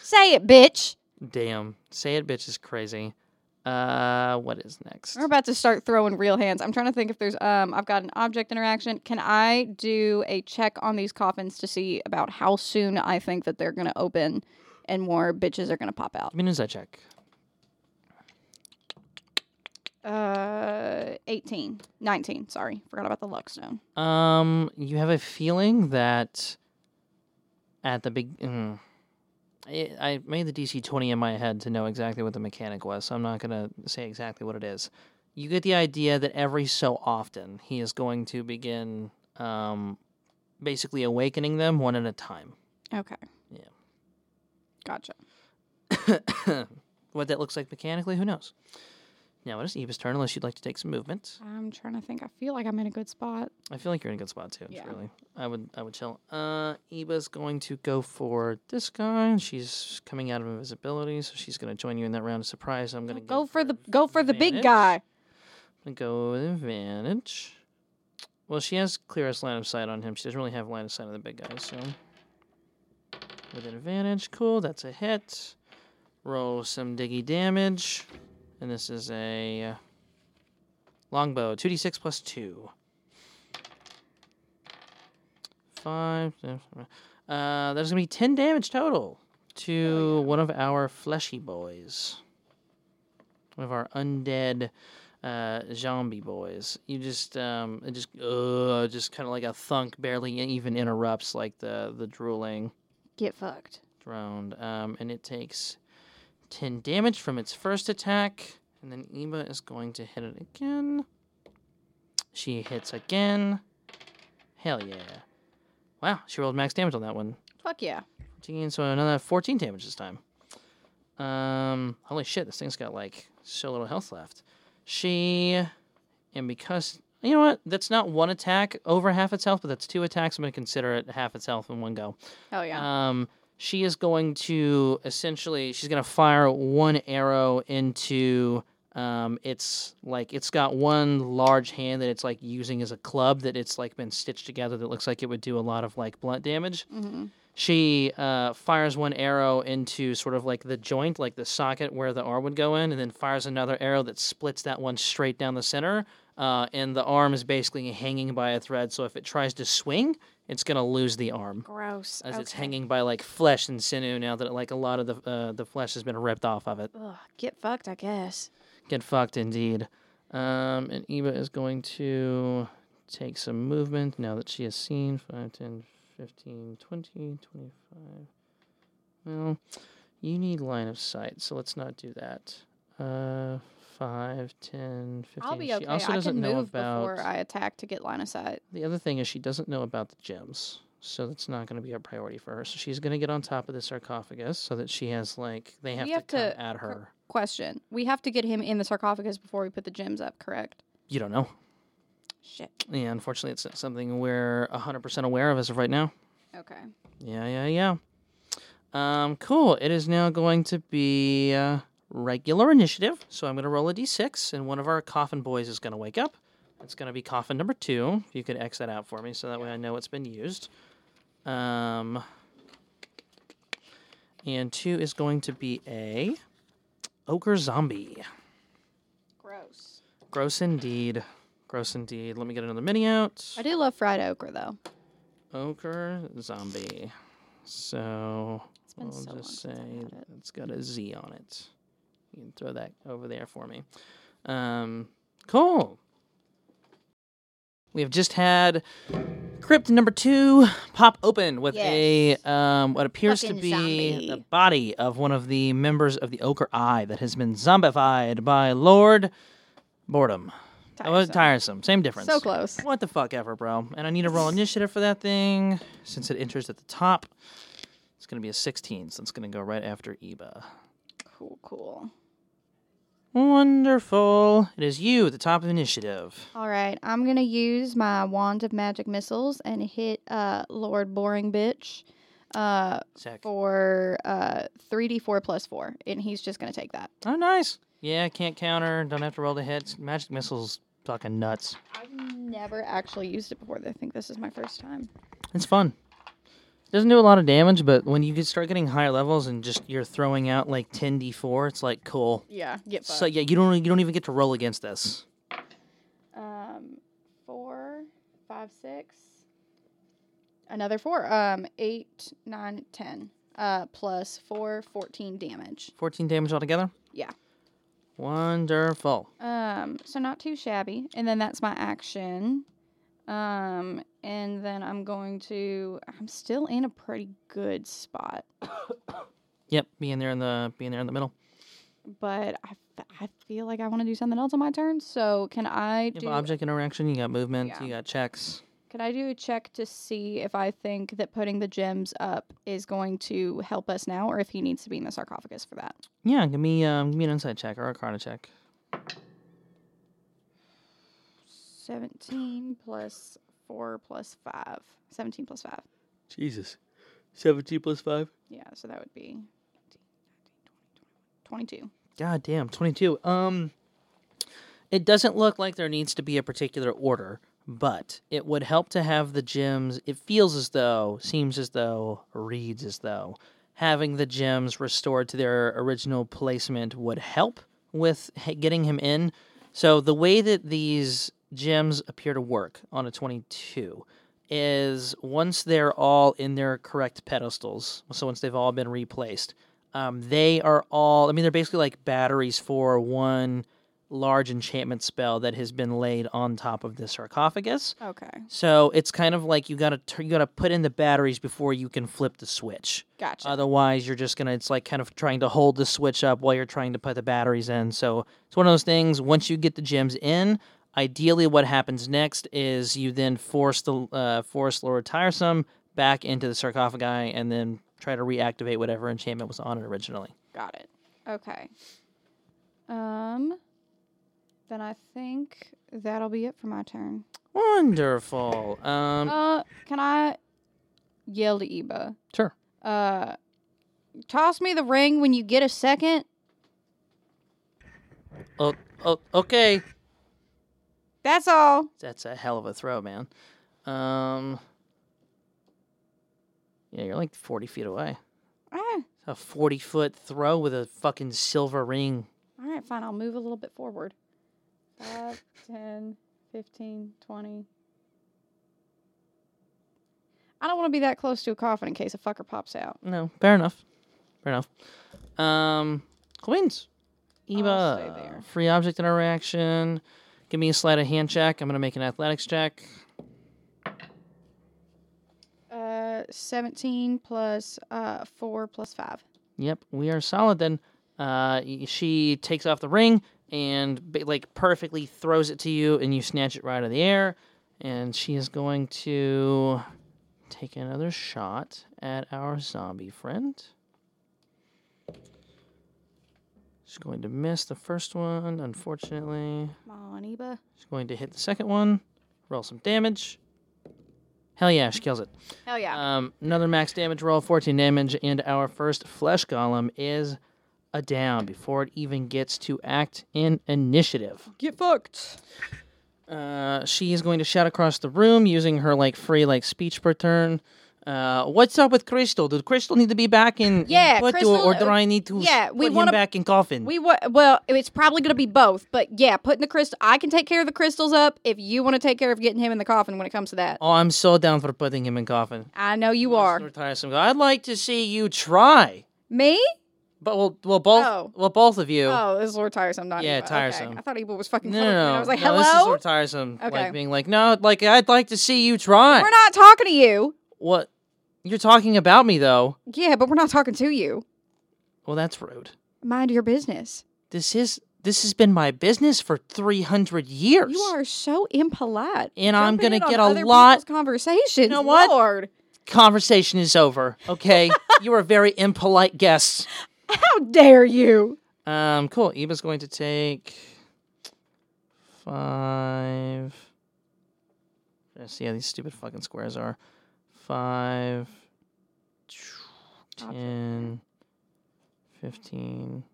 Speaker 3: Say it, bitch.
Speaker 2: Um, Damn. Say it, bitch, is crazy. Uh, what is next?
Speaker 3: We're about to start throwing real hands. I'm trying to think if there's um I've got an object interaction. Can I do a check on these coffins to see about how soon I think that they're gonna open and more bitches are gonna pop out?
Speaker 2: Give me an insight check.
Speaker 3: Uh 18. 19, sorry. Forgot about the luck stone.
Speaker 2: Um, you have a feeling that at the big, mm, I, I made the DC twenty in my head to know exactly what the mechanic was, so I'm not gonna say exactly what it is. You get the idea that every so often he is going to begin, um, basically awakening them one at a time.
Speaker 3: Okay.
Speaker 2: Yeah.
Speaker 3: Gotcha.
Speaker 2: what that looks like mechanically, who knows? Now it is Eva's turn, unless you'd like to take some movement.
Speaker 3: I'm trying to think. I feel like I'm in a good spot.
Speaker 2: I feel like you're in a good spot too.
Speaker 3: Yeah.
Speaker 2: Really, I would I would chill. Uh, Eba's going to go for this guy. She's coming out of invisibility, so she's going to join you in that round of surprise. I'm going to
Speaker 3: Go, for the go for the big guy.
Speaker 2: I'm going to go with advantage. Well, she has clearest line of sight on him. She doesn't really have line of sight on the big guy, so with an advantage, cool. That's a hit. Roll some diggy damage, and this is a uh, longbow, two d six plus two. Five. uh, Uh, there's gonna be ten damage total to one of our fleshy boys, one of our undead uh, zombie boys. You just, um, it just, uh, just kind of like a thunk, barely e-, even interrupts like the the drooling
Speaker 3: Get fucked.
Speaker 2: round, um, and it takes 10 damage from its first attack. And then Eva is going to hit it again. She hits again. Hell yeah. Wow, she rolled max damage on that one.
Speaker 3: Fuck yeah.
Speaker 2: 14, so another 14 damage this time. Um, holy shit, this thing's got like so little health left. She, and because And you know what? That's not one attack over half its health, but that's two attacks. I'm going to consider it half its health in one go.
Speaker 3: Oh yeah.
Speaker 2: Um, she is going to essentially she's going to fire one arrow into um, it's like it's got one large hand that it's like using as a club that it's like been stitched together that looks like it would do a lot of like blunt damage.
Speaker 3: Mhm.
Speaker 2: She uh, fires one arrow into sort of like the joint, like the socket where the arm would go in, and then fires another arrow that splits that one straight down the center. Uh, and the arm is basically hanging by a thread, so if it tries to swing, it's gonna lose the arm
Speaker 3: Gross.
Speaker 2: as it's
Speaker 3: Okay.
Speaker 2: hanging by like flesh and sinew now that like a lot of the uh, the flesh has been ripped off of it.
Speaker 3: Ugh, get fucked, I guess.
Speaker 2: Get fucked indeed. Um, and Eva is going to take some movement now that she has seen 5, 10, 15, 20, 25. Well, you need line of sight, so let's not do that. Uh, 5, 10, 15.
Speaker 3: I'll be okay.
Speaker 2: She also
Speaker 3: I
Speaker 2: doesn't
Speaker 3: can
Speaker 2: know
Speaker 3: move
Speaker 2: about
Speaker 3: before I attack to get line of sight.
Speaker 2: the other thing is she doesn't know about the gems, so that's not going to be a priority for her. So she's going to get on top of the sarcophagus so that she has like they have
Speaker 3: We
Speaker 2: to
Speaker 3: have
Speaker 2: come
Speaker 3: to
Speaker 2: at
Speaker 3: cr-
Speaker 2: her.
Speaker 3: Question: We have to get him in the sarcophagus before we put the gems up, correct?
Speaker 2: You don't know.
Speaker 3: Shit.
Speaker 2: Yeah, unfortunately, it's not something we're hundred percent aware of as of right now.
Speaker 3: Okay.
Speaker 2: Yeah, yeah, yeah. Um, cool. It is now going to be uh, regular initiative. So I'm going to roll a d6, and one of our coffin boys is going to wake up. It's going to be coffin number two. If you could X that out for me, so that way I know it's been used. Um, and two is going to be a ogre zombie.
Speaker 3: Gross.
Speaker 2: Gross indeed. Gross indeed. Let me get another mini out.
Speaker 3: I do love fried okra though.
Speaker 2: Ochre zombie. So
Speaker 3: It's been
Speaker 2: we'll
Speaker 3: so long
Speaker 2: just
Speaker 3: since I
Speaker 2: say
Speaker 3: had it.
Speaker 2: it's got a Z on it. You can throw that over there for me. Um, cool. We have just had crypt number two pop open with
Speaker 3: Yes.
Speaker 2: a um, what appears to
Speaker 3: Fucking
Speaker 2: be the
Speaker 3: zombie.
Speaker 2: body of one of the members of the Ochre Eye that has been zombified by Lord Boredom. That was
Speaker 3: Tiresome.
Speaker 2: tiresome. Same difference.
Speaker 3: So close.
Speaker 2: What the fuck ever, bro. And I need to roll initiative for that thing since it enters at the top. It's gonna be a 16, so it's gonna go right after Eba.
Speaker 3: Cool, cool.
Speaker 2: Wonderful. It is you at the top of initiative.
Speaker 3: All right, I'm gonna use my wand of magic missiles and hit uh, Lord Boring Bitch uh,
Speaker 2: Zach.
Speaker 3: for uh, 3d4 plus 4, and he's just gonna take that.
Speaker 2: Oh, nice. Yeah, can't counter. Don't have to roll the hits. Magic missiles, fucking nuts.
Speaker 3: I've never actually used it before. I think this is my first time.
Speaker 2: It's fun. Doesn't do a lot of damage, but when you get- start getting higher levels and just you're throwing out like 10d4, it's like cool.
Speaker 3: Yeah, get
Speaker 2: So yeah, you don't you don't even get to roll against this.
Speaker 3: Um, four, five, six, another four. Um, eight, nine, ten. Uh, plus four, 14 damage.
Speaker 2: 14 damage altogether?
Speaker 3: Yeah.
Speaker 2: Wonderful.
Speaker 3: Um, so not too shabby. And then that's my action. Um, and then I'm going to. I'm still in a pretty good spot,
Speaker 2: Yep, being there in the being there in the middle.
Speaker 3: but I, f- I feel like I want to do something else on my turn. So can I
Speaker 2: You
Speaker 3: do?
Speaker 2: have object interaction, you got movement,
Speaker 3: Yeah.
Speaker 2: you got checks.
Speaker 3: Can I do a check to see if I think that putting the gems up is going to help us now, or if he needs to be in the sarcophagus for that?
Speaker 2: Yeah, give me um give me an insight check or a Arcana check.
Speaker 3: 17 plus 4 plus 5. 17 plus 5.
Speaker 2: Jesus. 17 plus 5.
Speaker 3: Yeah, so that would be 22.
Speaker 2: God damn, 22. Um it doesn't look like there needs to be a particular order, but it would help to have the gems. It feels as though, seems as though, reads as though having the gems restored to their original placement would help with h- getting him in. So the way that these gems appear to work on a 22 is once they're all in their correct pedestals, so once they've all been replaced, um, they are all, I mean, they're basically like batteries for one large enchantment spell that has been laid on top of the sarcophagus.
Speaker 3: Okay,
Speaker 2: So it's kind of like you gotta tur- you gotta put in the batteries before you can flip the switch.
Speaker 3: gotcha.
Speaker 2: Otherwise, you're just gonna it's like kind of trying to hold the switch up while you're trying to put the batteries in. So it's one of those things. Once you get the gems in, ideally, what happens next is you then force the uh, force Lord Tiresome back into the sarcophagi and then try to reactivate whatever enchantment was on it originally.
Speaker 3: Got it. Okay. Um, Then I think that'll be it for my turn.
Speaker 2: Wonderful. Um,
Speaker 3: uh, can I yell to Eba?
Speaker 2: sure.
Speaker 3: Uh, toss me the ring when you get a second.
Speaker 2: Oh, oh, okay.
Speaker 3: That's all.
Speaker 2: That's a hell of a throw, man. Um, yeah, you're like 40 feet away.
Speaker 3: Ah,
Speaker 2: A 40 foot throw with a fucking silver ring.
Speaker 3: all right, fine. I'll move a little bit forward. Five, ten, fifteen, twenty. I don't want to be that close to a coffin in case a fucker pops out.
Speaker 2: No, fair enough. Fair enough. Um, Queens.
Speaker 3: I'll stay there.
Speaker 2: Eva. Free object interaction. Give me a sleight of hand check. I'm going to make an athletics check.
Speaker 3: Uh, 17 plus uh, 4 plus 5.
Speaker 2: Yep, we are solid then. Uh, y- she takes off the ring and ba- like perfectly throws it to you, and you snatch it right out of the air. And she is going to take another shot at our zombie friend. She's going to miss the first one, unfortunately.
Speaker 3: Come on, Eba.
Speaker 2: She's going to hit the second one, roll some damage. Hell yeah, she kills it.
Speaker 3: Hell yeah.
Speaker 2: Um, another max damage roll, 14 damage, and our first flesh golem is a down before it even gets to act in initiative.
Speaker 3: Get fucked.
Speaker 2: Uh, she is going to shout across the room using her like free like speech per turn. Uh, what's up with Crystal? Did Crystal need to be back in in
Speaker 3: Yeah,
Speaker 2: put, or-
Speaker 3: Crystal,
Speaker 2: or, do
Speaker 3: uh,
Speaker 2: I need to
Speaker 3: yeah,
Speaker 2: put
Speaker 3: we
Speaker 2: him
Speaker 3: wanna-
Speaker 2: back in coffin?
Speaker 3: We wa- well, it's probably gonna be both, but yeah, putting the crystal. I can take care of the crystals up if you want to take care of getting him in the coffin when it comes to that.
Speaker 2: oh, I'm so down for putting him in coffin.
Speaker 3: I know you are.
Speaker 2: Retire some- I'd like to see you try.
Speaker 3: Me?
Speaker 2: But well, well both
Speaker 3: Oh.
Speaker 2: well both of you.
Speaker 3: Oh, this is Lord tiresome. Not
Speaker 2: Yeah,
Speaker 3: Eva. Okay.
Speaker 2: tiresome.
Speaker 3: I thought Eva was fucking.
Speaker 2: No, no,
Speaker 3: coming for me.
Speaker 2: no.
Speaker 3: I was like,
Speaker 2: no, This is
Speaker 3: hello.
Speaker 2: sort of tiresome.
Speaker 3: Okay.
Speaker 2: Like being like, no, like I'd like to see you try.
Speaker 3: We're not talking to you.
Speaker 2: what? You're talking about me though.
Speaker 3: Yeah, but we're not talking to you.
Speaker 2: Well, that's rude.
Speaker 3: Mind your business.
Speaker 2: This is this has been my business for 300 years.
Speaker 3: You are so impolite.
Speaker 2: And I'm
Speaker 3: Jumping in
Speaker 2: gonna
Speaker 3: on
Speaker 2: get a
Speaker 3: other
Speaker 2: lot-
Speaker 3: people's conversations.
Speaker 2: know what?
Speaker 3: Lord,
Speaker 2: Conversation is over. Okay. you are very impolite guests.
Speaker 3: how dare you?
Speaker 2: Um, cool. Eva's going to take five. Let's see how these stupid fucking squares are. Five,
Speaker 3: Object.
Speaker 2: ten, fifteen,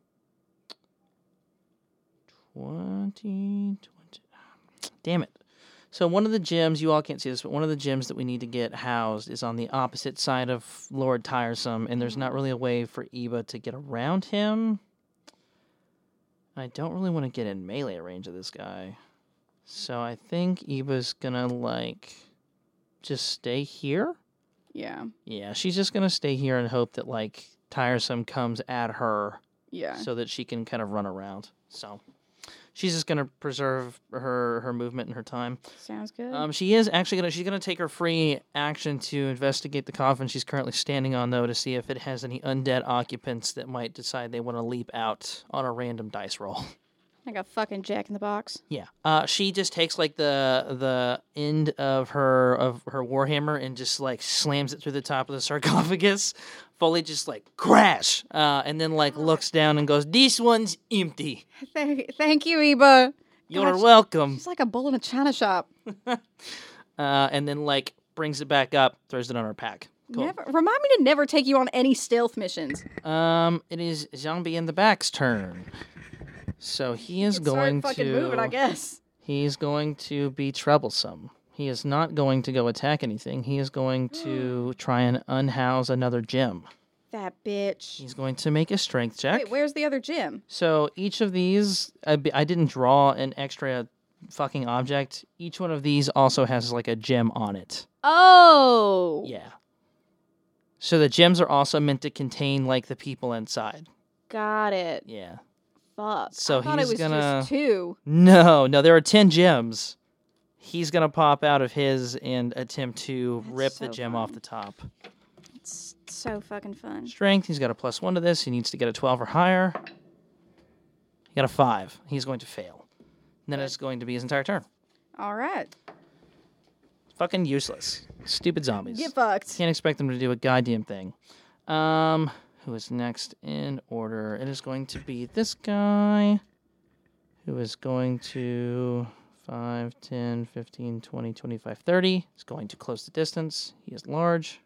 Speaker 2: twenty, twenty. Damn it. So one of the gyms, you all can't see this, but one of the gyms that we need to get housed is on the opposite side of Lord Tiresome, and there's not really a way for Eva to get around him. I don't really want to get in melee range of this guy. So I think Eva's gonna like just stay here.
Speaker 3: Yeah,
Speaker 2: Yeah, she's just gonna stay here and hope that like Tiresome comes at her
Speaker 3: yeah.
Speaker 2: so that she can kind of run around. So she's just gonna preserve her her movement and her time.
Speaker 3: Sounds good.
Speaker 2: Um, she is actually gonna she's gonna take her free action to investigate the coffin she's currently standing on though to see if it has any undead occupants that might decide they want to leap out on a random dice roll.
Speaker 3: like a fucking Jack in the Box.
Speaker 2: Yeah. Uh, she just takes like the the end of her of her warhammer and just like slams it through the top of the sarcophagus. Fully just like crash, uh, and then like looks down and goes, "This one's empty.
Speaker 3: Thank, thank you, Eba.
Speaker 2: You're
Speaker 3: Gosh.
Speaker 2: welcome."
Speaker 3: It's like a bull in a china shop.
Speaker 2: Uh, and then like brings it back up, throws it on her pack. Cool.
Speaker 3: Never, remind me to never take you on any stealth missions.
Speaker 2: Um, it is zombie in the back's turn. So he is going
Speaker 3: Start fucking
Speaker 2: to
Speaker 3: moving, I guess.
Speaker 2: He's going to be troublesome. He is not going to go attack anything. He is going to try and unhouse another gym.
Speaker 3: That bitch.
Speaker 2: He's going to make a strength check.
Speaker 3: Wait, where's the other gym?
Speaker 2: So each of these, I, b- I didn't draw an extra fucking object. Each one of these also has like a gem on it.
Speaker 3: Oh.
Speaker 2: Yeah. So the gems are also meant to contain like the people inside.
Speaker 3: Got it.
Speaker 2: Yeah.
Speaker 3: Fuck.
Speaker 2: So
Speaker 3: I thought
Speaker 2: he's
Speaker 3: it was
Speaker 2: gonna-
Speaker 3: just two.
Speaker 2: No, no, there are 10 gems. He's going to pop out of his and attempt to
Speaker 3: That's
Speaker 2: rip the
Speaker 3: so
Speaker 2: gem off
Speaker 3: fun.
Speaker 2: the top.
Speaker 3: It's so fucking fun.
Speaker 2: Strength, he's got a plus one to this. He needs to get a 12 or higher. He got a five. He's going to fail. And then it's going to be his entire turn.
Speaker 3: All right.
Speaker 2: Fucking useless. Stupid zombies.
Speaker 3: Get fucked.
Speaker 2: Can't expect them to do a goddamn thing. Um, who is next in order? It is going to be this guy, who is going to 5, 10, 15, 20, 25, 30. Is going to close the distance. He is large.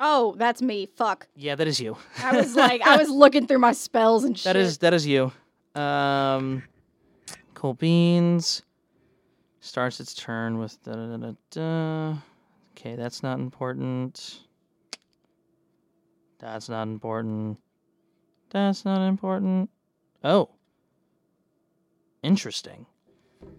Speaker 3: Oh, that's me. Fuck.
Speaker 2: Yeah, that is you.
Speaker 3: I was like, I was looking through my spells and shit.
Speaker 2: That is that is you. Um, Cold Beans starts its turn with da da da da. da. Okay, that's not important. That's not important. That's not important. Oh, interesting.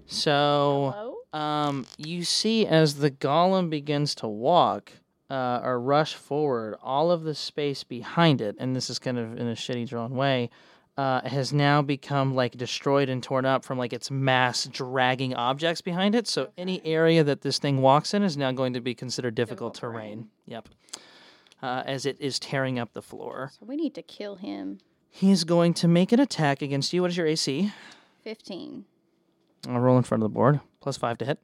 Speaker 2: So,
Speaker 3: Hello?
Speaker 2: um, you see as the golem begins to walk uh, or rush forward, all of the space behind it, and this is kind of in a shitty drawn way, uh, has now become like destroyed and torn up from like its mass dragging objects behind it. So any area that this thing walks in is now going to be considered difficult,
Speaker 3: Difficult
Speaker 2: terrain.
Speaker 3: terrain.
Speaker 2: Yep. Uh, as it is tearing up the floor.
Speaker 3: So we need to kill him.
Speaker 2: He's going to make an attack against you. What is your AC?
Speaker 3: Fifteen.
Speaker 2: I'll roll in front of the board. Plus five to hit.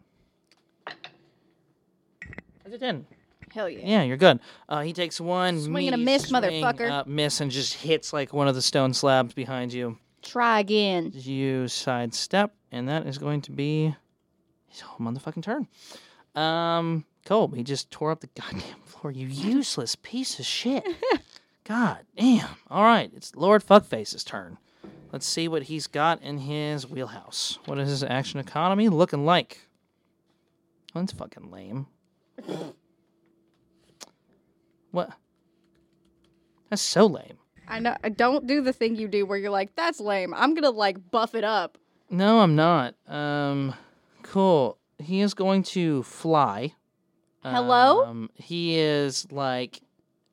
Speaker 2: That's a ten.
Speaker 3: Hell yeah.
Speaker 2: Yeah, you're good. Uh, he takes one
Speaker 3: Swing and a
Speaker 2: meat
Speaker 3: miss,
Speaker 2: swing,
Speaker 3: motherfucker.
Speaker 2: uh, miss and just hits like one of the stone slabs behind you.
Speaker 3: Try again.
Speaker 2: You sidestep, and that is going to be his whole motherfucking turn. Um, Cole, he just tore up the goddamn floor. You useless piece of shit. God damn. All right, it's Lord Fuckface's turn. Let's see what he's got in his wheelhouse. What is his action economy looking like? Well, that's fucking lame. what? That's so lame.
Speaker 3: I know. I Don't do the thing you do where you're like, "That's lame." I'm gonna like buff it up.
Speaker 2: No, I'm not. Um, cool. He is going to fly.
Speaker 3: Hello?
Speaker 2: Um, he is like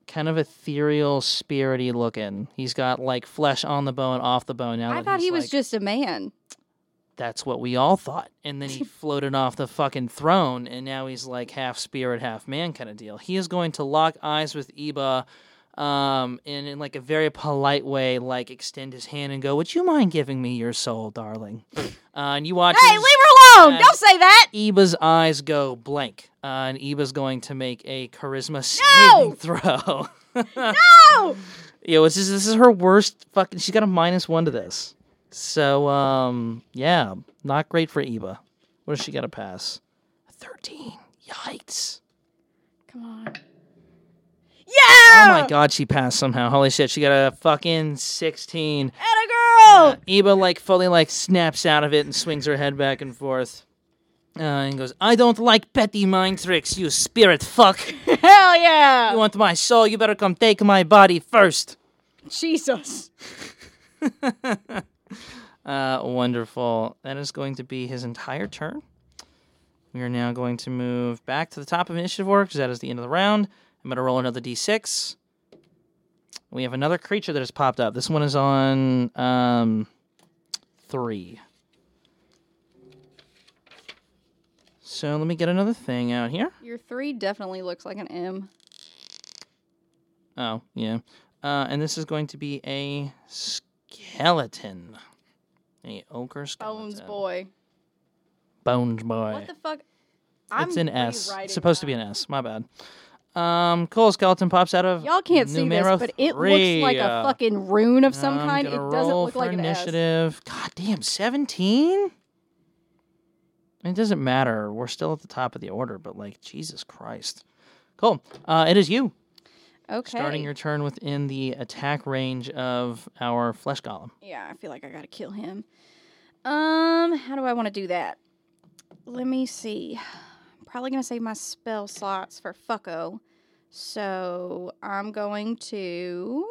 Speaker 2: kind of ethereal, spirity looking. He's got like flesh on the bone, off the bone. Now
Speaker 3: I
Speaker 2: that
Speaker 3: thought
Speaker 2: he's,
Speaker 3: he was
Speaker 2: like,
Speaker 3: just a man.
Speaker 2: That's what we all thought. And then he floated off the fucking throne, and now he's like half spirit, half man kind of deal. He is going to lock eyes with Iba. Um, and in like a very polite way, like extend his hand and go, "Would you mind giving me your soul, darling?" uh, and you watch.
Speaker 3: Hey,
Speaker 2: as-
Speaker 3: leave her alone!
Speaker 2: Uh,
Speaker 3: Don't say that.
Speaker 2: Eba's eyes go blank, uh, and Eba's going to make a charisma saving
Speaker 3: No!
Speaker 2: throw.
Speaker 3: No.
Speaker 2: Yo, this is this is her worst fucking. She's got a minus one to this, so um, yeah, not great for Eba. What does she got to pass? A Thirteen. Yikes!
Speaker 3: Come on.
Speaker 2: Oh
Speaker 3: Yeah.
Speaker 2: my god, she passed somehow. Holy shit, she got a fucking sixteen.
Speaker 3: And a girl.
Speaker 2: Eba like fully like snaps out of it and swings her head back and forth, uh, and goes, "I don't like petty mind tricks, you spirit fuck."
Speaker 3: Hell yeah.
Speaker 2: You want my soul? You better come take my body first.
Speaker 3: Jesus.
Speaker 2: Uh, wonderful. That is going to be his entire turn. We are now going to move back to the top of initiative order because that is the end of the round. I'm going to roll another d6. We have another creature that has popped up. This one is on um, three. So let me get another thing out here.
Speaker 3: Your three definitely looks like an M.
Speaker 2: Oh, yeah. Uh, and this is going to be a skeleton. A ochre skeleton.
Speaker 3: Bones boy.
Speaker 2: Bones boy.
Speaker 3: What the fuck? I'm
Speaker 2: it's an S. It's
Speaker 3: rewriting
Speaker 2: supposed to be an S. My bad. Um, cool. Skeleton pops out of.
Speaker 3: that. Y'all can't see this,
Speaker 2: numero
Speaker 3: but it
Speaker 2: three.
Speaker 3: looks like a fucking rune of some
Speaker 2: I'm
Speaker 3: kind. It
Speaker 2: gonna
Speaker 3: doesn't
Speaker 2: Um, roll
Speaker 3: look
Speaker 2: for
Speaker 3: like an S.
Speaker 2: initiative. God damn, 17? It doesn't matter. We're still at the top of the order, but like, Jesus Christ. Cool. Uh, it is you.
Speaker 3: Okay.
Speaker 2: Starting your turn within the attack range of our flesh golem.
Speaker 3: Yeah, I feel like I gotta kill him. Um, how do I want to do that? Let me see. I'm probably gonna save my spell slots for fucko. So I'm going to.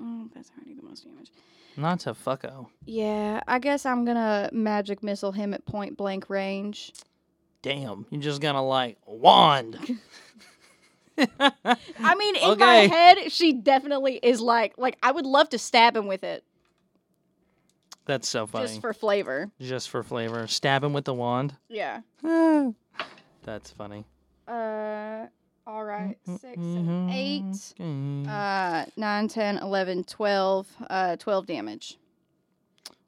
Speaker 3: Oh, that's already the most damage.
Speaker 2: Not to fucko.
Speaker 3: Yeah, I guess I'm gonna magic missile him at point blank range.
Speaker 2: Damn, you're just gonna like wand.
Speaker 3: I mean, in my
Speaker 2: Okay.
Speaker 3: head, she definitely is like, like I would love to stab him with it
Speaker 2: That's so funny.
Speaker 3: just for flavor.
Speaker 2: Just for flavor. Stab him with the wand.
Speaker 3: Yeah.
Speaker 2: That's funny.
Speaker 3: Uh, all right, six,
Speaker 2: Mhm.
Speaker 3: seven, eight.
Speaker 2: Mm.
Speaker 3: Uh, 9, 10, 11, 12, uh, 12 damage.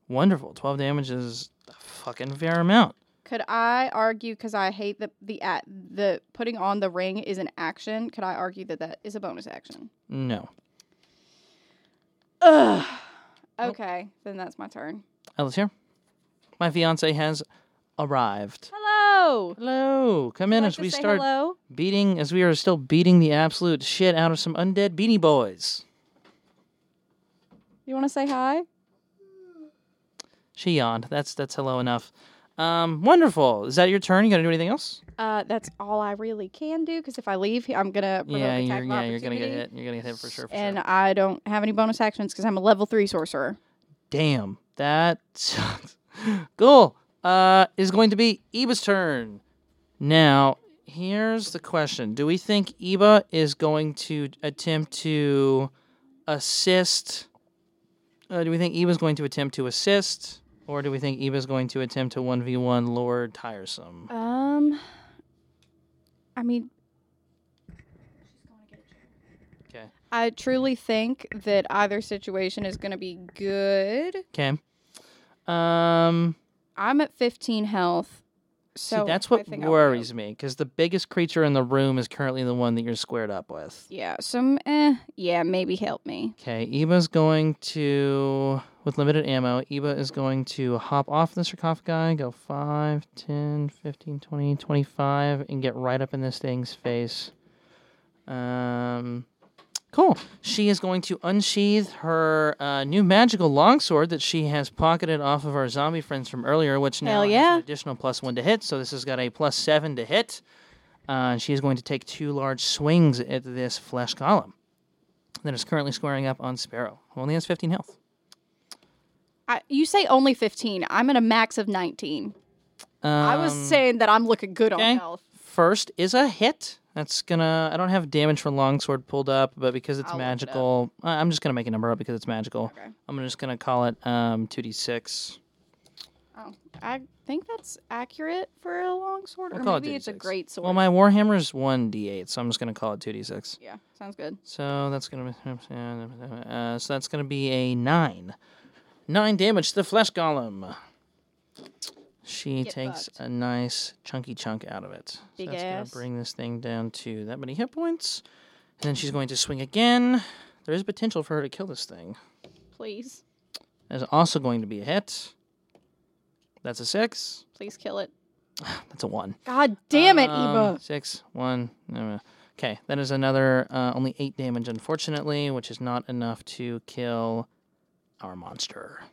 Speaker 2: Wonderful. 12 damage is a fucking fair amount.
Speaker 3: Could I argue, because I hate the, the, at, the putting on the ring is an action, could I argue that that is a bonus action?
Speaker 2: No.
Speaker 3: Ugh. Okay, then that's my turn.
Speaker 2: Ella's here. My fiance has arrived.
Speaker 4: Hello.
Speaker 2: Hello. Come in
Speaker 4: Like
Speaker 2: as
Speaker 4: to
Speaker 2: we
Speaker 4: say
Speaker 2: start
Speaker 4: hello.
Speaker 2: beating, as we are still beating the absolute shit out of some undead beanie boys.
Speaker 4: You want to say hi?
Speaker 2: She yawned. That's that's hello enough. Um, wonderful. Is that your turn? You gonna do anything else?
Speaker 3: Uh, that's all I really can do because if I leave, I'm gonna provoke
Speaker 2: yeah,
Speaker 3: attack
Speaker 2: you're
Speaker 3: of
Speaker 2: yeah, you're gonna get
Speaker 3: opportunity,
Speaker 2: hit. You're gonna get hit for sure. For
Speaker 3: And
Speaker 2: sure.
Speaker 3: I don't have any bonus actions because I'm a level three sorcerer.
Speaker 2: Damn, that sucks. cool. Uh, is going to be Eba's turn. Now, here's the question: Do we think Eba is going to attempt to assist? Uh, do we think Eba's going to attempt to assist, or do we think Eba's going to attempt to one v one Lord Tiresome?
Speaker 3: Um, I mean,
Speaker 2: Okay.
Speaker 3: I truly think that either situation is gonna be good.
Speaker 2: Okay. Um.
Speaker 3: I'm at 15 health. So
Speaker 2: See, that's
Speaker 3: I
Speaker 2: what
Speaker 3: think I'll
Speaker 2: worries
Speaker 3: go.
Speaker 2: me because the biggest creature in the room is currently the one that you're squared up with.
Speaker 3: Yeah, some eh, yeah, maybe help me.
Speaker 2: Okay, Eba's going to, with limited ammo, Eba is going to hop off the sarcophagi, go 5, 10, 15, 20, 25, and get right up in this thing's face. Um, cool. She is going to unsheath her uh, new magical longsword that she has pocketed off of our zombie friends from earlier, which now
Speaker 3: Hell
Speaker 2: has
Speaker 3: yeah.
Speaker 2: an additional plus one to hit. So this has got a plus seven to hit. Uh, and she is going to take two large swings at this flesh column that is currently squaring up on Sparrow, who only has 15 health.
Speaker 3: I, you say only 15. I'm at a max of 19. I was
Speaker 2: Um,
Speaker 3: saying that I'm looking good
Speaker 2: okay.
Speaker 3: on health.
Speaker 2: First is a hit. That's gonna. I don't have damage for longsword pulled up, but because it's
Speaker 3: I'll look it up.
Speaker 2: magical, I- I'm just gonna make a number up because it's magical.
Speaker 3: Okay.
Speaker 2: I'm just gonna call it um, 2d6.
Speaker 3: Oh, I think that's accurate for a long sword,
Speaker 2: We'll
Speaker 3: or
Speaker 2: call it
Speaker 3: maybe it's a
Speaker 2: 2d6.
Speaker 3: great sword.
Speaker 2: Well, my warhammer's 1d8, so I'm just gonna call it 2d6.
Speaker 3: yeah, sounds good.
Speaker 2: So that's gonna be. Uh, so that's gonna be a nine. Nine damage to the flesh golem. She
Speaker 3: Get
Speaker 2: takes
Speaker 3: fucked.
Speaker 2: a nice chunky chunk out of it.
Speaker 3: Big
Speaker 2: so that's
Speaker 3: ass.
Speaker 2: gonna bring this thing down to that many hit points. And then she's going to swing again. There is potential for her to kill this thing.
Speaker 3: Please,
Speaker 2: That is also going to be a hit. That's a six.
Speaker 3: please kill it.
Speaker 2: That's a one.
Speaker 3: God damn it,
Speaker 2: Um,
Speaker 3: Eva.
Speaker 2: Six, one. Okay, that is another uh, only eight damage, unfortunately, which is not enough to kill our monster.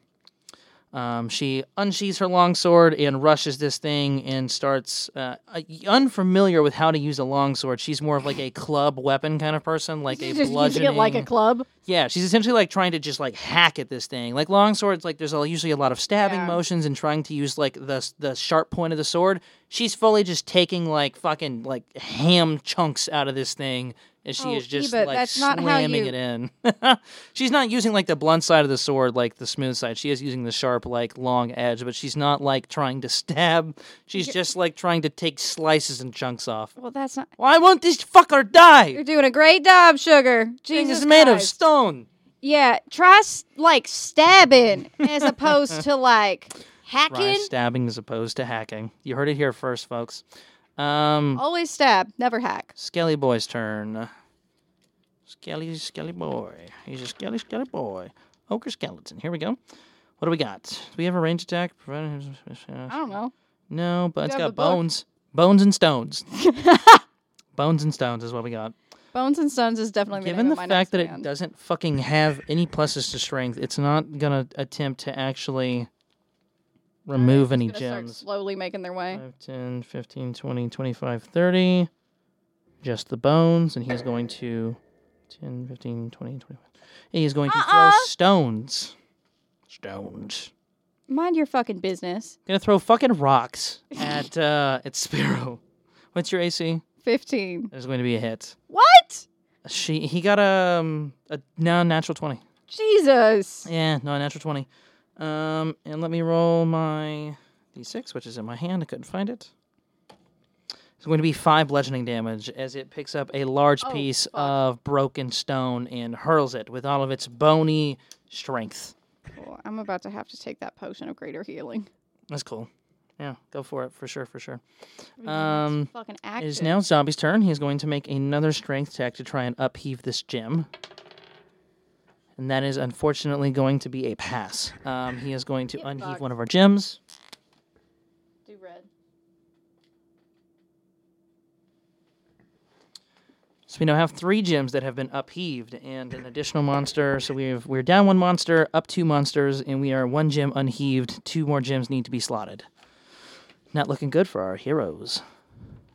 Speaker 2: Um, she unsheathes her longsword and rushes this thing and starts. Uh, uh, unfamiliar with how to use a longsword, she's more of like a club weapon kind of person, like a
Speaker 3: She's just using
Speaker 2: bludgeoning.
Speaker 3: it like a club.
Speaker 2: Yeah, she's essentially like trying to just like hack at this thing. Like longswords, like there's a, usually a lot of stabbing
Speaker 3: Yeah.
Speaker 2: motions and trying to use like the the sharp point of the sword. She's fully just taking like fucking like ham chunks out of this thing, and she
Speaker 3: Oh,
Speaker 2: is just
Speaker 3: Eva,
Speaker 2: like
Speaker 3: that's not how
Speaker 2: slamming
Speaker 3: you-
Speaker 2: it in. she's not using like the blunt side of the sword, like the smooth side. She is using the sharp, like long edge, but she's not like trying to stab. She's just like trying to take slices and chunks off.
Speaker 3: Well, that's not.
Speaker 2: Why won't this fucker die?
Speaker 3: You're doing a great job, sugar.
Speaker 2: Thing
Speaker 3: Jesus
Speaker 2: is made of
Speaker 3: Christ.
Speaker 2: stone.
Speaker 3: Yeah, try s- like stabbing as opposed to like hacking.
Speaker 2: Try stabbing as opposed to hacking. You heard it here first, folks. Um,
Speaker 3: Always stab, never hack.
Speaker 2: Skelly Boy's turn. Skelly, Skelly Boy. He's a Skelly, Skelly Boy. Ochre Skeleton. Here we go. What do we got? Do we have a range attack? Prevent-
Speaker 3: I don't know.
Speaker 2: No, but it's
Speaker 3: have
Speaker 2: got
Speaker 3: the book?
Speaker 2: bones. Bones and stones. bones and stones is what we got.
Speaker 3: Bones and stones is definitely
Speaker 2: Given the
Speaker 3: the name of my
Speaker 2: fact
Speaker 3: next
Speaker 2: that it
Speaker 3: band.
Speaker 2: doesn't fucking have any pluses to strength, it's not gonna attempt to actually remove any
Speaker 3: Gonna start
Speaker 2: gems. Uh,
Speaker 3: slowly making their way.
Speaker 2: 5, 10, 15, 20, 25, 30. Just the bones, and he's going to 10, 15, 20, 25. He's going to throw stones. Stones.
Speaker 3: Mind your fucking business.
Speaker 2: Gonna throw fucking rocks at uh at Sparrow. What's your AC?
Speaker 3: Fifteen.
Speaker 2: There's going to be a hit.
Speaker 3: What?
Speaker 2: She he got um a no natural twenty.
Speaker 3: Jesus.
Speaker 2: Yeah, no, a natural 20. Um, and let me roll my d6, which is in my hand. I couldn't find it. It's going to be five bludgeoning damage as it picks up a large
Speaker 3: Oh,
Speaker 2: piece
Speaker 3: fuck.
Speaker 2: of broken stone and hurls it with all of its bony strength.
Speaker 3: Well, I'm about to have to take that potion of greater healing.
Speaker 2: That's cool. Yeah, go for it for sure, for sure.
Speaker 3: Everything else is
Speaker 2: Um,
Speaker 3: fucking
Speaker 2: it is
Speaker 3: active.
Speaker 2: now Zombie's turn. He's going to make another strength check to try and upheave this gem. and that is unfortunately going to be a pass. Um, he is going to unheave one of our gems.
Speaker 3: Do red.
Speaker 2: So we now have three gems that have been upheaved and an additional monster. So we have we're down one monster, up two monsters, and we are one gem unheaved. Two more gems need to be slotted. Not looking good for our heroes.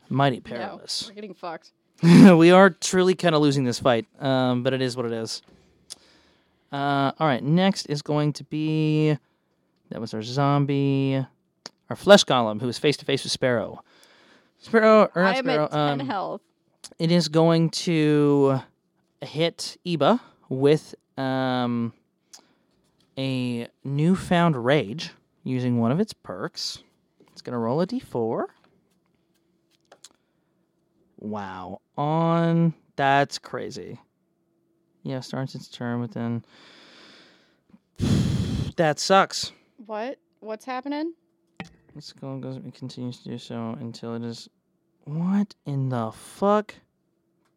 Speaker 2: Mighty perilous.
Speaker 3: No, we're getting fucked.
Speaker 2: we are truly kind of losing this fight, um, but it is what it is. Uh, all right, next is going to be that was our zombie, our flesh golem, who is face to face with Sparrow. Sparrow, or not
Speaker 3: I am
Speaker 2: Sparrow,
Speaker 3: at 10
Speaker 2: um,
Speaker 3: health.
Speaker 2: it is going to hit Iba with um, a newfound rage using one of its perks. It's going to roll a d4. Wow. On. That's crazy. Yeah, starts its turn within. That sucks.
Speaker 3: What? What's happening?
Speaker 2: The skull goes and continues to do so until it is. What in the fuck?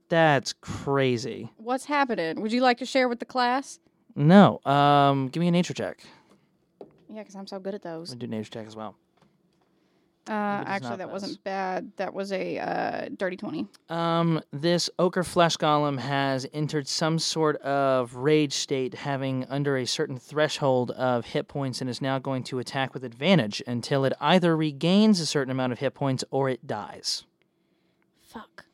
Speaker 2: That's crazy.
Speaker 3: What's happening? Would you like to share with the class?
Speaker 2: No. Um, give me a nature check.
Speaker 3: Yeah, because I'm so good at
Speaker 2: I'm
Speaker 3: those.
Speaker 2: gonna do nature check as well.
Speaker 3: Uh,
Speaker 2: does
Speaker 3: actually,
Speaker 2: not
Speaker 3: that
Speaker 2: pass.
Speaker 3: wasn't bad. That was a uh, dirty 20.
Speaker 2: Um, this ochre flesh golem has entered some sort of rage state, having under a certain threshold of hit points, and is now going to attack with advantage until it either regains a certain amount of hit points or it dies.
Speaker 3: Fuck.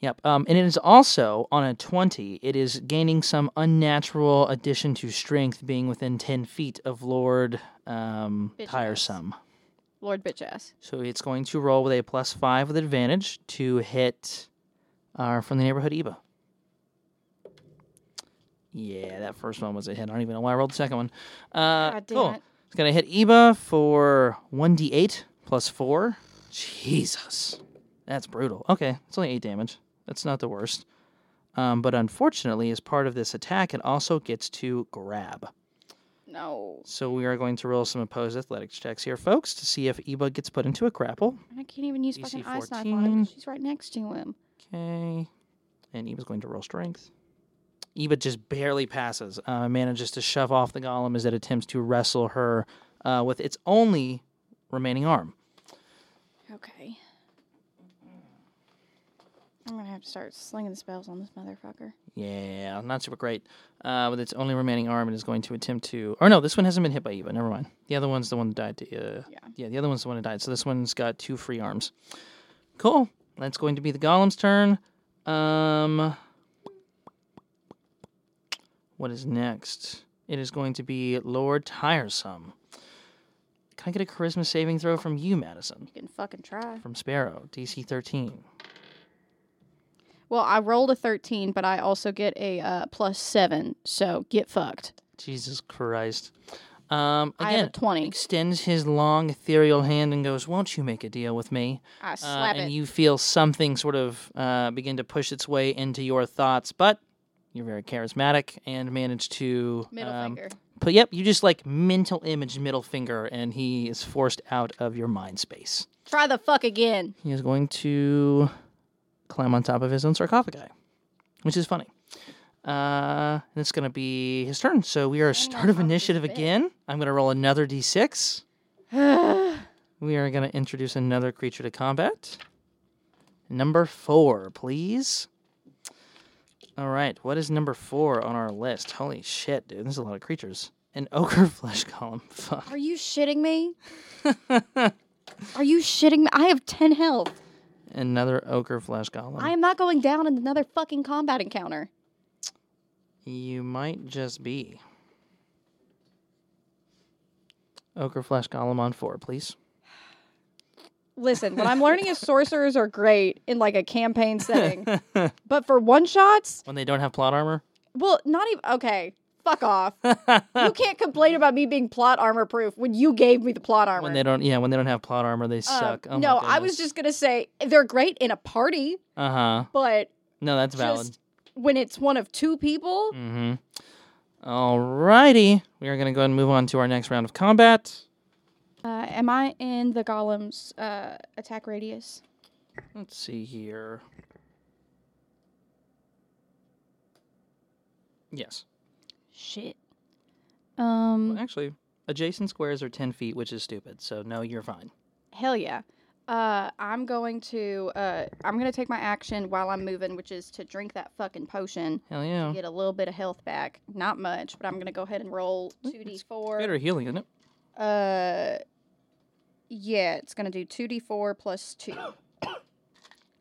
Speaker 2: Yep. Um, and it is also on a 20, it is gaining some unnatural addition to strength being within 10 feet of Lord um,
Speaker 3: Bitch ass.
Speaker 2: Tiresome.
Speaker 3: Lord bitch ass.
Speaker 2: So it's going to roll with a plus 5 with advantage to hit uh, from the neighborhood Eva. Yeah, that first one was a hit. I don't even know why I rolled the second one. Uh,
Speaker 3: God damn
Speaker 2: cool.
Speaker 3: it.
Speaker 2: It's going to hit Eva for 1d8 plus 4. Jesus. That's brutal. Okay, it's only 8 damage. That's not the worst. Um, but unfortunately, as part of this attack, it also gets to grab.
Speaker 3: No.
Speaker 2: So we are going to roll some opposed athletics checks here, folks, to see if Eva gets put into a grapple.
Speaker 3: And I can't even use
Speaker 2: DC
Speaker 3: fucking ice knife on him
Speaker 2: 14.
Speaker 3: 'cause she's right next to him.
Speaker 2: Okay. And Eva's going to roll strength. Eva just barely passes, uh, manages to shove off the golem as it attempts to wrestle her uh, with its only remaining arm.
Speaker 3: Okay. I'm gonna have to start slinging spells on this motherfucker.
Speaker 2: Yeah, not super great. Uh, with its only remaining arm, it is going to attempt to. Or no, this one hasn't been hit by Eva. Never mind. The other one's the one that died. To, uh,
Speaker 3: Yeah.
Speaker 2: yeah, the other one's the one that died. So this one's got two free arms. Cool. That's going to be the golem's turn. Um, what is next? It is going to be Lord Tiresome. Can I get a charisma saving throw from you, Madison?
Speaker 3: You can fucking try.
Speaker 2: From Sparrow, DC 13.
Speaker 3: Well, I rolled a 13, but I also get a uh, plus seven, so get fucked.
Speaker 2: Jesus Christ. Um,
Speaker 3: I have
Speaker 2: again,
Speaker 3: a 20.
Speaker 2: extends his long ethereal hand and goes, "Won't you make a deal with me?"
Speaker 3: I
Speaker 2: Uh,
Speaker 3: slap it.
Speaker 2: and you feel something sort of uh, begin to push its way into your thoughts, but you're very charismatic and manage to
Speaker 3: Middle
Speaker 2: um,
Speaker 3: finger.
Speaker 2: But yep, you just like mental image middle finger, and he is forced out of your mind space.
Speaker 3: Try the fuck again.
Speaker 2: He is going to climb on top of his own sarcophagi, which is funny. Uh, and it's going to be his turn. So we are start of
Speaker 3: fuck this
Speaker 2: initiative
Speaker 3: bitch.
Speaker 2: again. I'm going to roll another d6. We are going to introduce another creature to combat. Number four, please. All right, what is number four on our list? Holy shit, dude, there's a lot of creatures. An ochre flesh column. Fuck.
Speaker 3: Are you shitting me? Are you shitting me? I have 10 health.
Speaker 2: Another ochre flesh column.
Speaker 3: I am not going down in another fucking combat encounter.
Speaker 2: You might just be. Ochre flesh golem on four, please.
Speaker 3: Listen, what I'm learning is sorcerers are great in like a campaign setting, but for one shots,
Speaker 2: When they don't have plot armor.
Speaker 3: Well, not even okay. Fuck off. you can't complain about me being plot armor proof when you gave me the plot armor.
Speaker 2: When they don't, yeah, when they don't have plot armor, they
Speaker 3: Um,
Speaker 2: suck. Oh
Speaker 3: no, I was just gonna say they're great in a party,
Speaker 2: Uh huh.
Speaker 3: but
Speaker 2: No, that's valid.
Speaker 3: just when it's one of two people,
Speaker 2: Mm-hmm. Alrighty. We are going to go ahead and move on to our next round of combat.
Speaker 3: uh, am I in the golem's uh, attack radius?
Speaker 2: Let's see here. Yes.
Speaker 3: Shit. Um.
Speaker 2: Well, actually, adjacent squares are 10 feet, which is stupid. So, no, you're fine.
Speaker 3: Hell yeah. Uh, I'm going to uh, I'm gonna take my action while I'm moving, which is to drink that fucking potion,
Speaker 2: Hell yeah.
Speaker 3: get a little bit of health back. Not much, but I'm gonna go ahead and roll two d
Speaker 2: Better
Speaker 3: four.
Speaker 2: healing, isn't it?
Speaker 3: Uh, yeah, it's gonna do two d four plus two. Do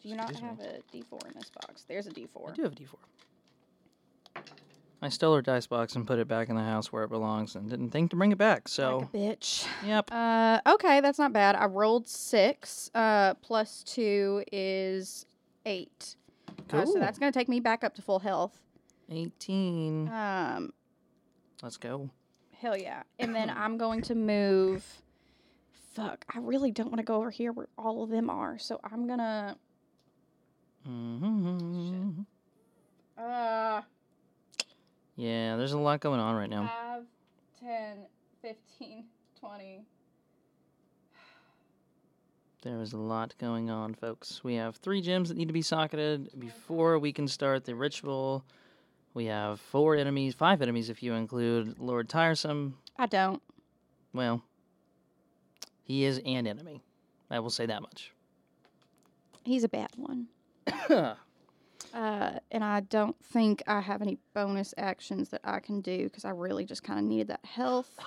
Speaker 3: you not
Speaker 2: Excuse me.
Speaker 3: have a d four in this box? There's a d four.
Speaker 2: I do have a d4. I stole her dice box and put it back in the house where it belongs and didn't think to bring it back. So,
Speaker 3: Like a bitch.
Speaker 2: yep.
Speaker 3: Uh, okay, that's not bad. I rolled six. Uh, plus two is eight. Uh, so
Speaker 2: Cool.
Speaker 3: that's gonna take me back up to full health.
Speaker 2: 18.
Speaker 3: Um,
Speaker 2: Let's go.
Speaker 3: hell yeah. And then I'm going to move. Fuck, I really don't want to go over here where all of them are. So I'm gonna.
Speaker 2: Mhm.
Speaker 3: Uh,
Speaker 2: Yeah, there's a lot going on right now.
Speaker 3: 5, 10, 15, 20.
Speaker 2: There is a lot going on, folks. We have three gems that need to be socketed before we can start the ritual. We have four enemies, five enemies if you include Lord Tiresome.
Speaker 3: I don't.
Speaker 2: Well, he is an enemy. I will say that much.
Speaker 3: He's a bad one. Uh, and I don't think I have any bonus actions that I can do because I really just kind of needed that health.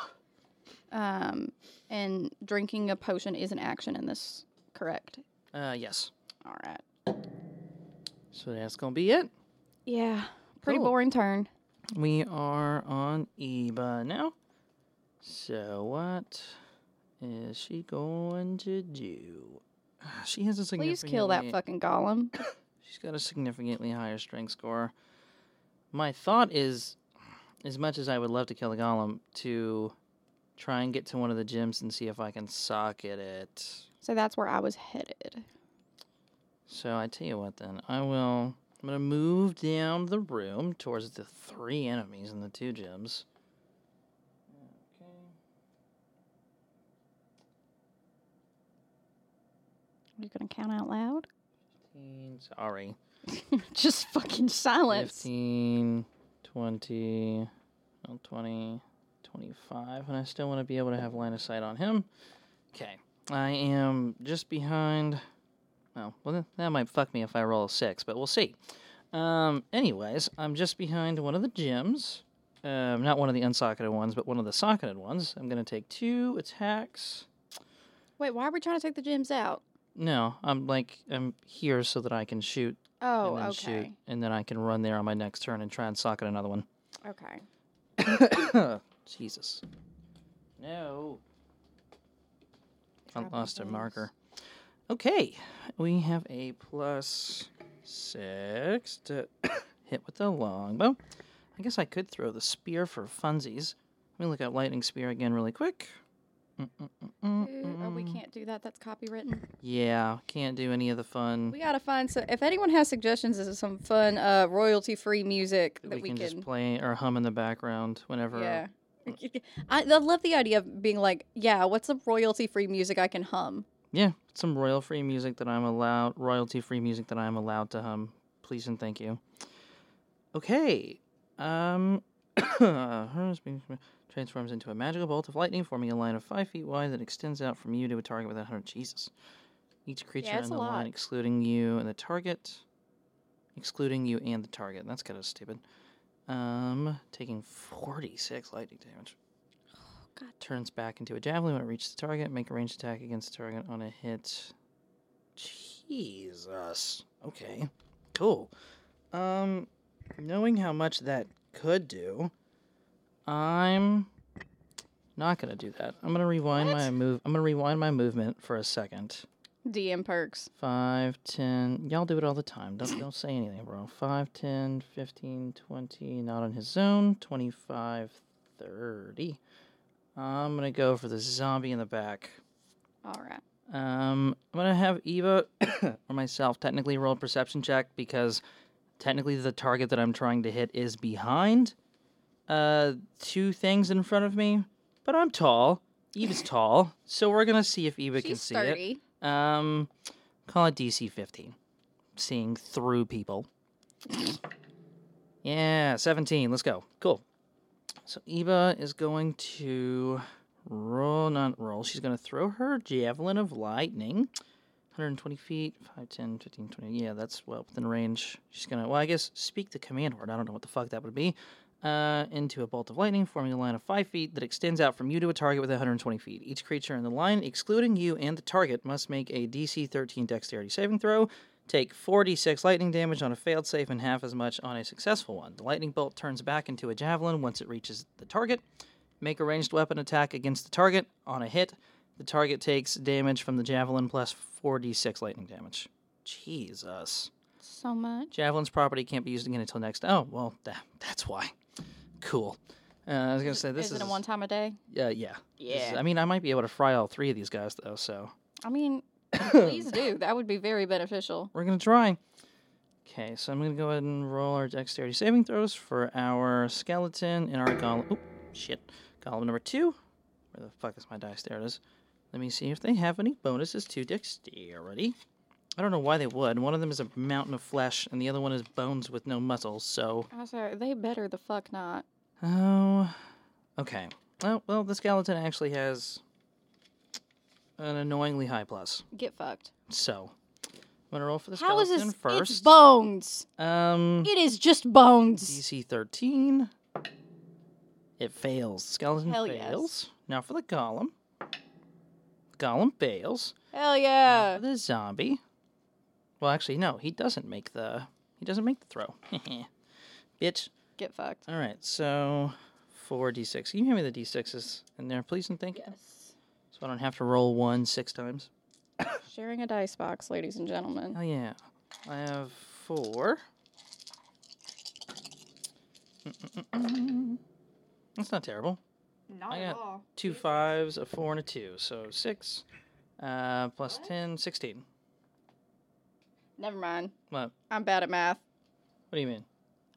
Speaker 3: Um, and drinking a potion is an action in this, correct?
Speaker 2: uh, yes.
Speaker 3: All right.
Speaker 2: So that's going to be it.
Speaker 3: Yeah. Pretty
Speaker 2: Cool.
Speaker 3: boring turn.
Speaker 2: We are on Eba now. So what is she going to do? She has a
Speaker 3: Please
Speaker 2: significant.
Speaker 3: kill that fucking golem.
Speaker 2: She's got a significantly higher strength score. My thought is, as much as I would love to kill the golem, to try and get to one of the gyms and see if I can socket it.
Speaker 3: So that's where I was headed.
Speaker 2: So I tell you what, then I will. I'm gonna move down the room towards the three enemies and the two gyms. Okay.
Speaker 3: Are you going to count out loud?
Speaker 2: 15, sorry.
Speaker 3: just fucking silence.
Speaker 2: 15, 20, no, 20, 25, and I still want to be able to have line of sight on him. Okay, I am just behind. Oh, well, th- that might fuck me if I roll a six, but we'll see. Um, anyways, I'm just behind one of the gems. Um, not one of the unsocketed ones, but one of the socketed ones. I'm gonna take two attacks.
Speaker 3: Wait, why are we trying to take the gems out?
Speaker 2: No, I'm like I'm here so that I can shoot
Speaker 3: Oh,
Speaker 2: and then
Speaker 3: okay.
Speaker 2: shoot, and then I can run there on my next turn and try and socket another one.
Speaker 3: Okay.
Speaker 2: Jesus. No. I
Speaker 3: Travel
Speaker 2: lost a
Speaker 3: things.
Speaker 2: marker. Okay, we have a plus six to hit with the longbow. I guess I could throw the spear for funsies. Let me look up lightning spear again really quick.
Speaker 3: Ooh, oh, we
Speaker 2: Mm-mm-mm-mm.
Speaker 3: can't do that. That's copywritten.
Speaker 2: Yeah, can't do any of the fun.
Speaker 3: We gotta find some. If anyone has suggestions of some fun, uh, royalty-free music that we,
Speaker 2: we can just play or hum in the background whenever.
Speaker 3: yeah. I, I love the idea of being like, yeah, what's some royalty-free music I can hum?
Speaker 2: Yeah, some royal free music that I'm allowed, royalty free music that I'm allowed to hum. Please and thank you. Okay. Um, Hermes being- transforms into a magical bolt of lightning, forming a line of five feet wide that extends out from you to a target within 100. Jesus. Each creature
Speaker 3: it's
Speaker 2: in
Speaker 3: a
Speaker 2: the
Speaker 3: lot.
Speaker 2: line, excluding you and the target, excluding you and the target. That's kind of stupid. Um, taking 46 lightning damage turns back into a javelin when it reaches the target. Make a ranged attack against the target on a hit. Jesus. Okay. Cool. Um, knowing how much that could do, I'm not gonna do that. I'm gonna rewind
Speaker 3: What?
Speaker 2: my move. I'm gonna rewind my movement for a second.
Speaker 3: DM perks.
Speaker 2: Five, ten. Y'all do it all the time. Don't don't say anything, bro. Five, ten, fifteen, twenty. Not on his zone. Twenty-five, thirty. I'm gonna go for the zombie in the back.
Speaker 3: All right.
Speaker 2: Um, I'm gonna have Eva or myself technically roll a perception check because technically the target that I'm trying to hit is behind uh two things in front of me, but I'm tall. Eva's tall, so we're gonna see if Eva can
Speaker 3: She's
Speaker 2: see it.
Speaker 3: sturdy.
Speaker 2: Um, call it DC 15. Seeing through people. yeah, 17. Let's go. Cool. So Eva is going to roll, not roll. She's going to throw her javelin of lightning. 120 feet, 5, 10, 15, 20. Yeah, that's well within range. She's going to, well, I guess speak the command word. I don't know what the fuck that would be. Uh, into a bolt of lightning, forming a line of 5 feet that extends out from you to a target within 120 feet. Each creature in the line, excluding you and the target, must make a DC 13 dexterity saving throw take 4d6 lightning damage on a failed save and half as much on a successful one. The lightning bolt turns back into a javelin once it reaches the target. Make a ranged weapon attack against the target. On a hit, the target takes damage from the javelin plus 4d6 lightning damage. Jesus.
Speaker 3: So much.
Speaker 2: Javelin's property can't be used again until next. Oh, well, tha- that's why. Cool. Uh, I was going to say, this is.
Speaker 3: it a one time a day?
Speaker 2: Yeah, yeah. This is-
Speaker 3: Yeah.
Speaker 2: I mean, I might be able to fry all three of these guys, though, so.
Speaker 3: I mean, please do. That would be very beneficial.
Speaker 2: We're gonna try. Okay, so I'm gonna go ahead and roll our dexterity saving throws for our skeleton and our golem. Oop, shit. Golem number two. Where the fuck is my dice? There it is. Let me see if they have any bonuses to dexterity. I don't know why they would. One of them is a mountain of flesh, and the other one is bones with no muscles. So,
Speaker 3: I was like, they better the fuck not.
Speaker 2: oh, okay. Oh well, the skeleton actually has an annoyingly high plus.
Speaker 3: Get fucked.
Speaker 2: So, I'm gonna roll for the
Speaker 3: How
Speaker 2: skeleton
Speaker 3: is this?
Speaker 2: first.
Speaker 3: It's bones.
Speaker 2: um,
Speaker 3: It is just bones.
Speaker 2: DC 13. It fails. Skeleton
Speaker 3: Hell yes.
Speaker 2: fails. Now for the golem. Golem fails.
Speaker 3: Hell
Speaker 2: Now
Speaker 3: yeah.
Speaker 2: for the zombie. Well, actually, no. He doesn't make the. He doesn't make the throw. Bitch.
Speaker 3: Get fucked.
Speaker 2: All right. So four d6. Can you hand me the d6s in there, please, and thank you,
Speaker 3: Yes.
Speaker 2: so I don't have to roll one six times.
Speaker 3: Sharing a dice box, ladies and gentlemen.
Speaker 2: Oh yeah, I have four. Mm-mm-mm-mm. That's not terrible.
Speaker 4: Not
Speaker 2: I
Speaker 4: at
Speaker 2: got-
Speaker 4: all.
Speaker 2: two fives, a four, and a two. So six uh, plus ten, sixteen.
Speaker 3: Never mind.
Speaker 2: What?
Speaker 3: I'm bad at math.
Speaker 2: What do you mean?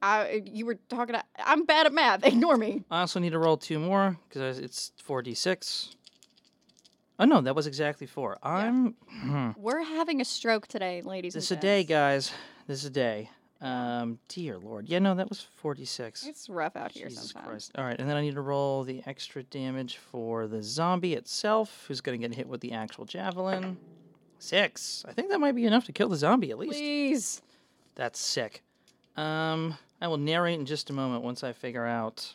Speaker 3: I you were talking. To, I'm bad at math. Ignore me.
Speaker 2: I also need to roll two more because it's 4d6. Oh, no, that was exactly four. I'm.
Speaker 3: We're having a stroke today, ladies.
Speaker 2: This is a
Speaker 3: and
Speaker 2: day,
Speaker 3: gents.
Speaker 2: guys. This is a day. Um, dear Lord. Yeah, no, that was 46.
Speaker 3: It's rough out here
Speaker 2: Jesus
Speaker 3: sometimes.
Speaker 2: Christ. All right, and then I need to roll the extra damage for the zombie itself, who's going to get hit with the actual javelin. Six. I think that might be enough to kill the zombie at least.
Speaker 3: Please.
Speaker 2: That's sick. Um, I will narrate in just a moment once I figure out,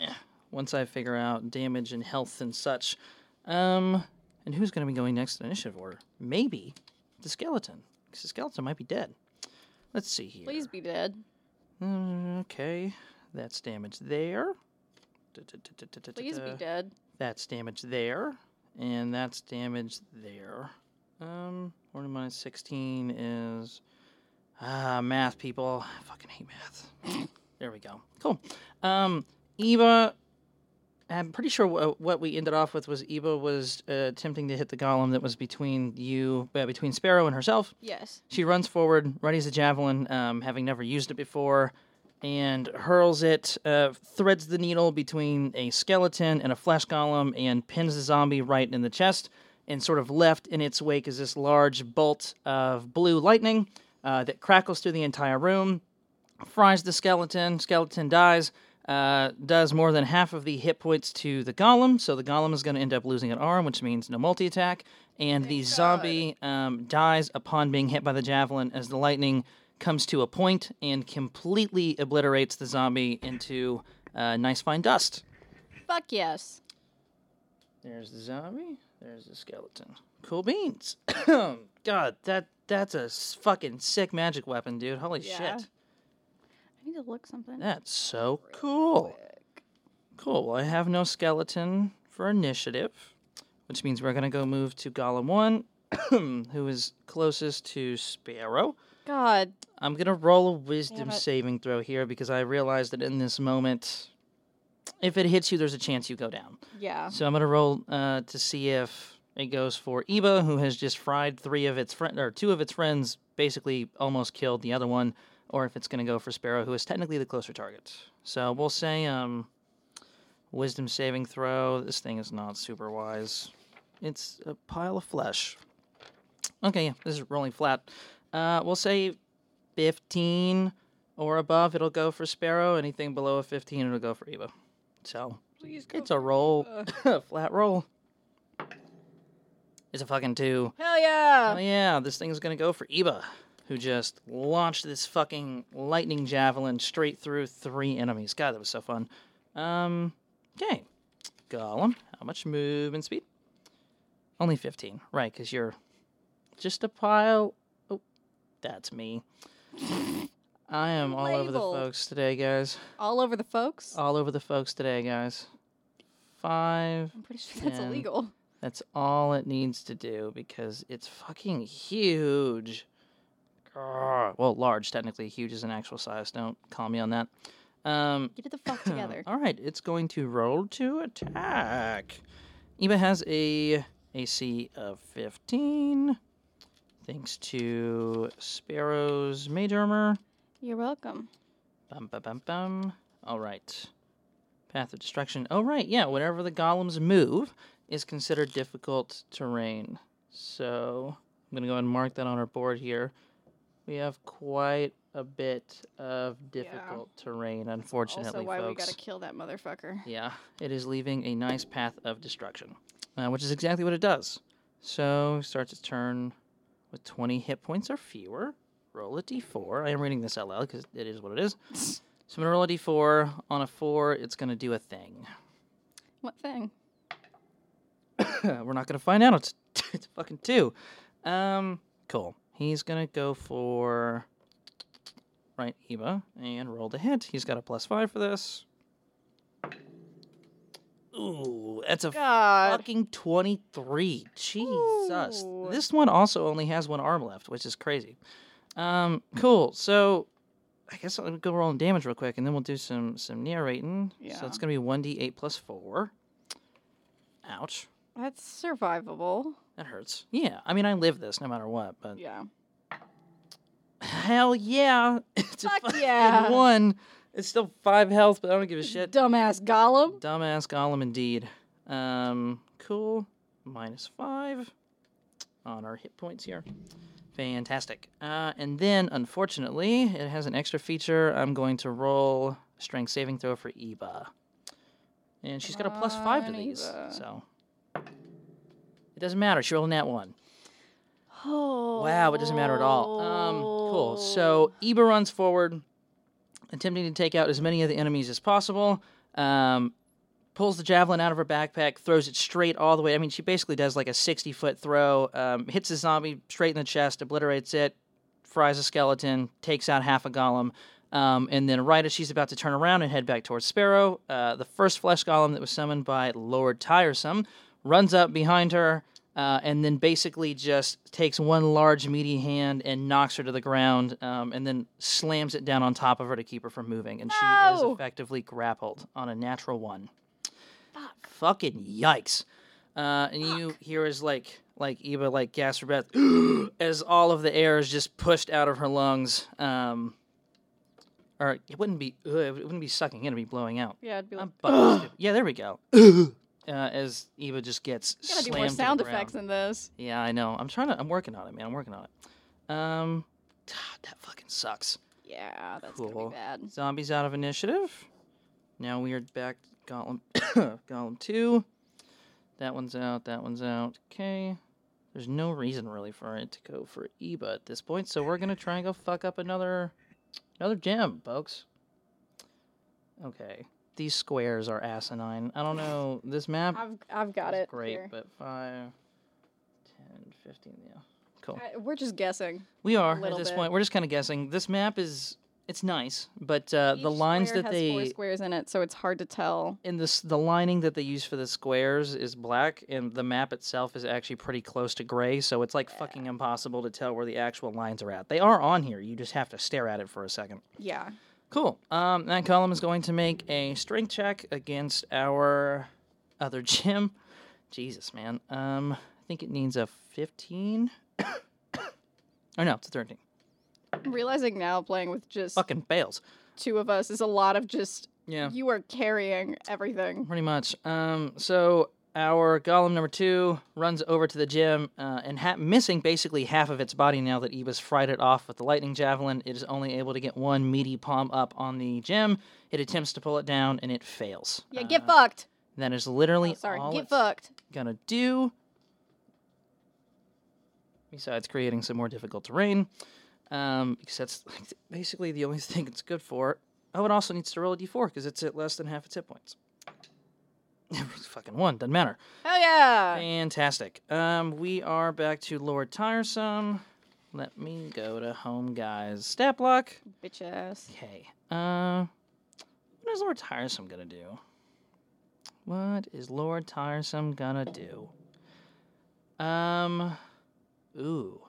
Speaker 2: eh, once I figure out damage and health and such. Um, and who's going to be going next in initiative order? Maybe the skeleton, because the skeleton might be dead. Let's see here.
Speaker 3: Please be dead.
Speaker 2: Mm, okay, that's damage there. Da-da-da-da-da-da-da.
Speaker 3: Please be dead.
Speaker 2: That's damage there, and that's damage there. Um, one of my 16 is. Ah, math, people. I fucking hate math. there we go. Cool. Um, Eva. I'm pretty sure wh- what we ended off with was Eva was uh, attempting to hit the golem that was between you, uh, between Sparrow and herself.
Speaker 3: Yes.
Speaker 2: She runs forward, readies a javelin, um, having never used it before, and hurls it, uh, threads the needle between a skeleton and a flesh golem, and pins the zombie right in the chest. And sort of left in its wake is this large bolt of blue lightning uh, that crackles through the entire room, fries the skeleton. Skeleton dies. Uh, does more than half of the hit points to the golem, so the golem is going to end up losing an arm, which means no multi attack. And the zombie um, dies upon being hit by the javelin as the lightning comes to a point and completely obliterates the zombie into uh, nice fine dust.
Speaker 3: Fuck yes.
Speaker 2: There's the zombie. There's the skeleton. Cool beans. God, that that's a s- fucking sick magic weapon, dude. Holy
Speaker 3: Yeah.
Speaker 2: shit.
Speaker 3: I need to look something.
Speaker 2: That's so cool. Cool. Well, I have no skeleton for initiative, which means we're going to go move to Golem 1, who is closest to Sparrow.
Speaker 3: God.
Speaker 2: I'm going to roll a
Speaker 3: Damn
Speaker 2: wisdom
Speaker 3: it.
Speaker 2: saving throw here because I realize that in this moment, if it hits you, there's a chance you go down.
Speaker 3: Yeah.
Speaker 2: So I'm going to roll uh, to see if it goes for Eba, who has just fried three of its friend or two of its friends, basically almost killed the other one, or if it's going to go for Sparrow, who is technically the closer target. So we'll say um, wisdom saving throw. This thing is not super wise. It's a pile of flesh. Okay, yeah, this is rolling flat. Uh, we'll say 15 or above, it'll go for Sparrow. Anything below a 15, it'll go for Eva. So
Speaker 3: Please Uh.
Speaker 2: it's a roll, a flat roll. It's a fucking two.
Speaker 3: Hell yeah.
Speaker 2: Oh yeah, this thing's gonna go for Iba, who just launched this fucking lightning javelin straight through three enemies. God, that was so fun. Um, okay, Gollum, how much movement speed? Only fifteen, right? Because you're just a pile. Oh, that's me. I am all over the
Speaker 3: Labeled.
Speaker 2: folks today, guys.
Speaker 3: All over the folks.
Speaker 2: All over the folks today, guys. Five.
Speaker 3: I'm pretty sure that's
Speaker 2: ten.
Speaker 3: illegal.
Speaker 2: That's all it needs to do because it's fucking huge. Grr. Well, large technically. Huge is an actual size. Don't call me on that. Um,
Speaker 3: Get it the fuck together.
Speaker 2: all right, it's going to roll to attack. Eba has a AC of 15, thanks to Sparrow's mage armor.
Speaker 3: You're welcome.
Speaker 2: Bum bum bum bum. All right. Path of destruction. Oh right, yeah. Whenever the golems move, is considered difficult terrain. So I'm gonna go ahead and mark that on our board here. We have quite a bit of difficult terrain, unfortunately,
Speaker 3: also, why we
Speaker 2: folks.
Speaker 3: gotta kill that motherfucker.
Speaker 2: Yeah, it is leaving a nice path of destruction, uh, which is exactly what it does. So starts its turn with 20 hit points or fewer. Roll a d4. I am reading this out loud because it is what it is. So I'm gonna roll a d4. On a four, it's gonna do a thing.
Speaker 3: What thing?
Speaker 2: We're not gonna find out. It's it's a fucking two. Um, cool. He's gonna go for right Eva and roll the hit. He's got a plus five for this. Ooh, that's a
Speaker 3: God.
Speaker 2: fucking 23. Jesus.
Speaker 3: Ooh.
Speaker 2: This one also only has one arm left, which is crazy. Um, cool. So I guess I'll go roll in damage real quick and then we'll do some some narrating.
Speaker 3: Yeah.
Speaker 2: So it's gonna be one D eight plus four. Ouch.
Speaker 3: That's survivable.
Speaker 2: That hurts. Yeah. I mean I live this no matter what, but
Speaker 3: Yeah.
Speaker 2: hell yeah. It's
Speaker 3: Fuck
Speaker 2: a fucking
Speaker 3: yeah.
Speaker 2: one. It's still five health, but I don't give a shit.
Speaker 3: Dumbass Gollum.
Speaker 2: Dumbass Gollum indeed. Um, cool. Minus five on our hit points here. Fantastic. Uh, and then, unfortunately, it has an extra feature. I'm going to roll strength saving throw for Eba. And she's got a plus five to
Speaker 3: on,
Speaker 2: these.
Speaker 3: Eva.
Speaker 2: So it doesn't matter. She rolled a nat one.
Speaker 3: Oh.
Speaker 2: Wow, it doesn't matter at all. Um, cool. So Eba runs forward, attempting to take out as many of the enemies as possible. Um, pulls the javelin out of her backpack, throws it straight all the way. I mean, she basically does like a sixty foot throw. Um, hits a zombie straight in the chest, obliterates it, fries a skeleton, takes out half a golem. Um, and then, right as she's about to turn around and head back towards Sparrow, uh, the first flesh golem that was summoned by Lord Tiresome runs up behind her uh, and then basically just takes one large, meaty hand and knocks her to the ground um, and then slams it down on top of her to keep her from moving. And she is
Speaker 3: No!
Speaker 2: effectively grappled on a natural one. Fucking yikes. Uh, and you hear is like like Eva like gasps for breath as all of the air is just pushed out of her lungs. Um, or it wouldn't be uh, it wouldn't be sucking in; it'd be blowing out.
Speaker 3: Yeah, I'd be like,
Speaker 2: I'm fucking stupid. Yeah, there we go. Uh, as Eva just gets
Speaker 3: gotta do
Speaker 2: slammed
Speaker 3: more
Speaker 2: to the
Speaker 3: sound
Speaker 2: ground.
Speaker 3: effects than this.
Speaker 2: Yeah, I know. I'm trying to. I'm working on it, man. I'm working on it. Um, that fucking sucks.
Speaker 3: Yeah, that's gonna
Speaker 2: Cool.
Speaker 3: be bad.
Speaker 2: Zombies out of initiative. Now we are back to Gollum Gollum 2. That one's out, that one's out. Okay. There's no reason really for it to go for Eba at this point, so we're gonna try and go fuck up another another gem, folks. Okay. These squares are asinine. I don't know. This map
Speaker 3: I've I've got
Speaker 2: is
Speaker 3: it.
Speaker 2: great,
Speaker 3: here.
Speaker 2: but 5, 10, 15, yeah. Cool.
Speaker 3: I- we're just guessing.
Speaker 2: We are at
Speaker 3: little
Speaker 2: this
Speaker 3: bit.
Speaker 2: point. We're just kind of guessing. This map is it's nice, but uh, the lines that they
Speaker 3: four squares in it, so it's hard to tell.
Speaker 2: in this the lining that they use for the squares is black, and the map itself is actually pretty close to gray. So it's like fucking impossible to tell where the actual lines are at. They are on here. You just have to stare at it for a second.
Speaker 3: Yeah.
Speaker 2: Cool. Um, that column is going to make a strength check against our other gym. Jesus, man. Um, I think it needs a fifteen. oh no, it's a thirteen.
Speaker 3: I'm realizing now playing with just
Speaker 2: Fucking fails.
Speaker 3: two of us is a lot of just
Speaker 2: Yeah.
Speaker 3: you are carrying everything.
Speaker 2: Pretty much. Um, so our golem number two runs over to the gym uh, and ha- missing basically half of its body now that Eva's fried it off with the lightning javelin. It is only able to get one meaty palm up on the gym. It attempts to pull it down and it fails.
Speaker 3: Yeah, get fucked.
Speaker 2: That is literally
Speaker 3: Oh, sorry,
Speaker 2: Uh, all
Speaker 3: get
Speaker 2: it's
Speaker 3: fucked.
Speaker 2: gonna do. Besides creating some more difficult terrain, um, because that's like, basically the only thing it's good for. Oh, it also needs to roll a d4 because it's at less than half its hit points. It's fucking one, doesn't matter.
Speaker 3: Hell yeah.
Speaker 2: Fantastic. Um, we are back to Lord Tiresome. Let me go to Home Guy's stat block.
Speaker 3: Bitch ass.
Speaker 2: Okay. Uh, what is Lord Tiresome gonna do? What is Lord Tiresome gonna do? Um, ooh,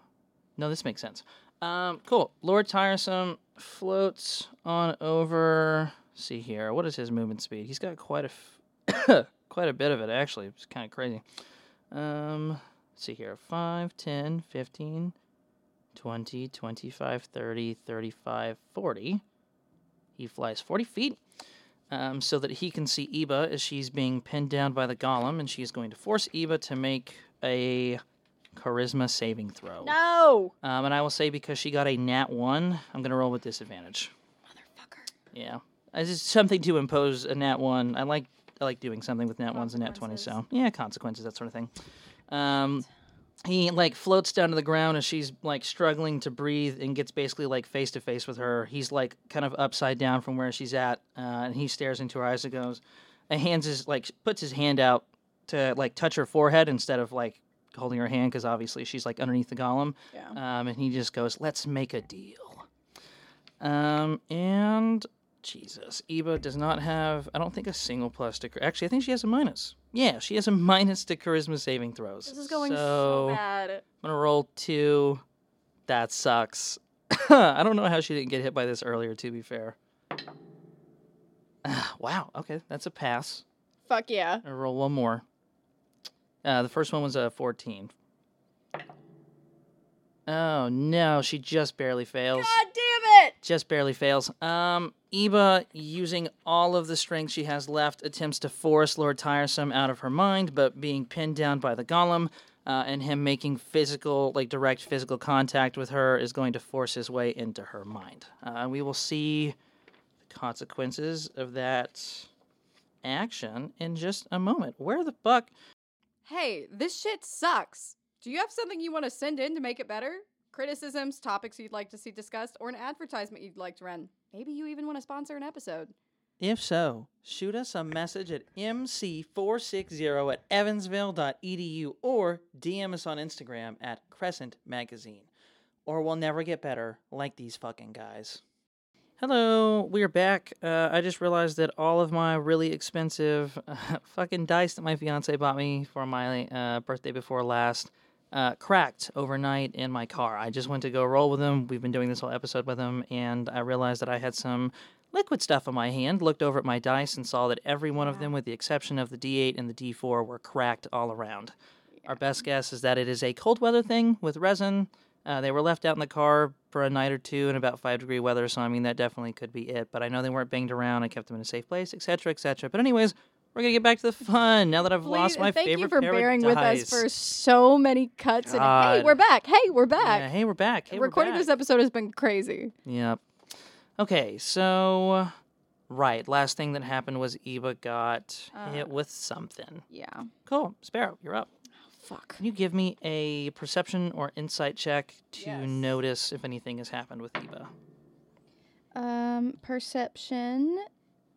Speaker 2: no, this makes sense. Um, cool. Lord Tiresome floats on over. See here, what is his movement speed? He's got quite a, f- quite a bit of it actually. It's kind of crazy. Um, let's see here, 5, 10, 15, 20, 25, 30, 35, 40. He flies 40 feet um, so that he can see Eba as she's being pinned down by the golem, and she is going to force Eba to make a charisma saving throw.
Speaker 3: No.
Speaker 2: Um, and I will say because she got a nat 1, I'm going to roll with disadvantage.
Speaker 3: Motherfucker.
Speaker 2: Yeah. It's just something to impose a nat 1. I like I like doing something with nat 1s and nat 20s, so yeah, consequences, that sort of thing. Um, he like floats down to the ground as she's like struggling to breathe and gets basically like face to face with her. He's like kind of upside down from where she's at, uh, and he stares into her eyes and goes, and hands his like puts his hand out to like touch her forehead instead of like holding her hand because obviously she's like underneath the golem.
Speaker 3: Yeah.
Speaker 2: Um, and he just goes, "Let's make a deal." Um, and Jesus, Eva does not have. I don't think a single plus to. char- Actually, I think she has a minus. Yeah, she has a minus to charisma saving throws.
Speaker 3: This is going so
Speaker 2: so
Speaker 3: bad.
Speaker 2: I'm gonna roll two. That sucks. I don't know how she didn't get hit by this earlier. To be fair. Ah, wow. Okay, that's a pass.
Speaker 3: Fuck yeah.
Speaker 2: I roll one more. Uh, the first one was a 14. Oh no, she just barely fails.
Speaker 3: God damn it.
Speaker 2: Just barely fails. Um, Eba, using all of the strength she has left, attempts to force Lord Tiresome out of her mind, but being pinned down by the golem uh, and him making physical, like direct physical contact with her, is going to force his way into her mind. Uh, we will see the consequences of that action in just a moment. Where the fuck?
Speaker 4: Hey, this shit sucks. Do you have something you want to send in to make it better? Criticisms, topics you'd like to see discussed, or an advertisement you'd like to run? Maybe you even want to sponsor an episode.
Speaker 2: If so, shoot us a message at mc460 at evansville.edu or DM us on Instagram at Crescent Magazine. Or we'll never get better like these fucking guys. Hello, we're back. Uh, I just realized that all of my really expensive fucking dice that my fiance bought me for my uh, birthday before last uh, cracked overnight in my car. I just went to go roll with them. We've been doing this whole episode with them, and I realized that I had some liquid stuff in my hand. Looked over at my dice and saw that every one of them, with the exception of the D8 and the D4, were cracked all around. Our best guess is that it is a cold weather thing with resin. Uh, they were left out in the car for a night or two in about five degree weather, so I mean that definitely could be it. But I know they weren't banged around. I kept them in a safe place, etc., etc. But anyways, we're gonna get back to the fun now that I've lost
Speaker 4: Please-
Speaker 2: my
Speaker 4: thank
Speaker 2: favorite
Speaker 4: you for
Speaker 2: pair of
Speaker 4: bearing with us
Speaker 2: dice.
Speaker 4: for so many cuts. And
Speaker 2: God.
Speaker 4: hey, we're back. Hey, we're
Speaker 2: Yeah,
Speaker 4: back.
Speaker 2: hey, we're back. Hey,
Speaker 4: Recording
Speaker 2: we're back.
Speaker 4: this episode has been crazy.
Speaker 2: Yep. Okay, so right, last thing that happened was Eva got
Speaker 4: Uh.
Speaker 2: hit with something.
Speaker 4: Yeah.
Speaker 2: Cool, Sparrow, you're up.
Speaker 4: Fuck.
Speaker 2: Can you give me a perception or insight check to
Speaker 4: Yes.
Speaker 2: notice if anything has happened with Eva?
Speaker 3: Um, perception,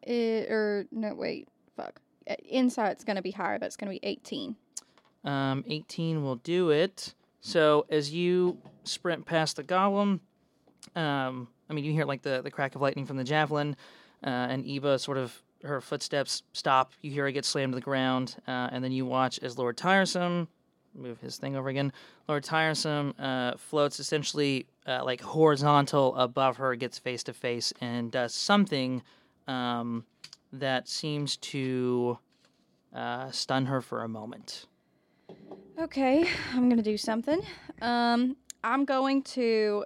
Speaker 3: i- or no, wait, fuck. Uh, Insight's gonna be higher. That's gonna be eighteen.
Speaker 2: Um, 18 will do it. So as you sprint past the golem, um, I mean, you hear like the, the crack of lightning from the javelin, uh, and Eva sort of her footsteps stop. You hear her get slammed to the ground, uh, and then you watch as Lord Tiresome move his thing over again. Lord Tiresome uh, floats essentially uh, like horizontal above her, gets face to face, and does something um, that seems to uh, stun her for a moment.
Speaker 3: Okay, I'm gonna do something. Um, I'm going to,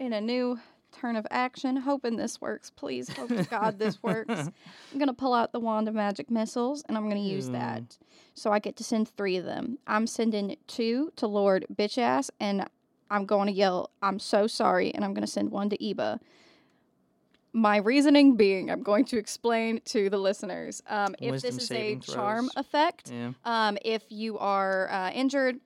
Speaker 3: in a new turn of action. Hoping this works. Please hope to God this works. I'm going to pull out the wand of magic missiles and I'm going to use
Speaker 2: Ew.
Speaker 3: that. So I get to send three of them. I'm sending two to Lord Bitch Ass and I'm going to yell, I'm so sorry. And I'm going to send one to Eba. My reasoning being, I'm going to explain to the listeners um, if
Speaker 2: Wisdom
Speaker 3: this is a
Speaker 2: saving
Speaker 3: charm
Speaker 2: throws.
Speaker 3: effect.
Speaker 2: Yeah.
Speaker 3: Um, if you are uh, injured,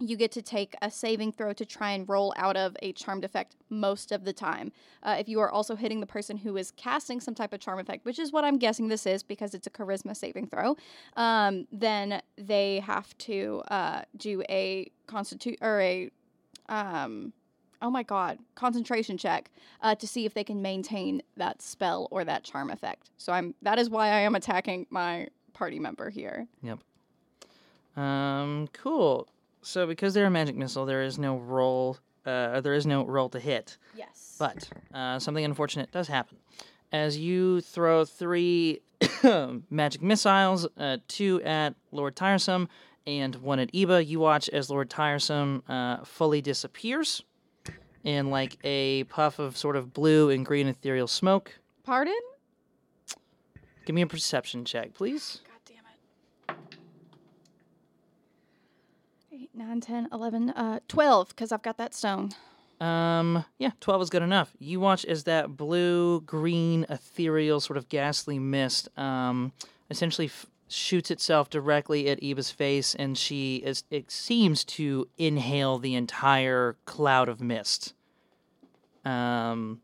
Speaker 3: you get to take a saving throw to try and roll out of a charmed effect most of the time. Uh, if you are also hitting the person who is casting some type of charm effect, which is what I'm guessing this is because it's a charisma saving throw, um, then they have to uh, do a constitute or a um, oh my god concentration check uh, to see if they can maintain that spell or that charm effect. So I'm that is why I am attacking my party member here.
Speaker 2: Um, cool. So because they're a magic missile, there is no roll. Uh, there is no roll to hit.
Speaker 3: Yes.
Speaker 2: But uh, something unfortunate does happen. As you throw three magic missiles, uh, two at Lord Tiresome and one at Eba, you watch as Lord Tiresome uh, fully disappears in like a puff of sort of blue and green ethereal smoke.
Speaker 3: Pardon?
Speaker 2: Give me a perception check, please.
Speaker 3: God damn it. 8, 9, 10, 11, uh, 12, because I've got that stone.
Speaker 2: Um, yeah, 12 is good enough. You watch as that blue, green, ethereal, sort of ghastly mist um, essentially f- shoots itself directly at Eva's face, and she is, it seems to inhale the entire cloud of mist. Um,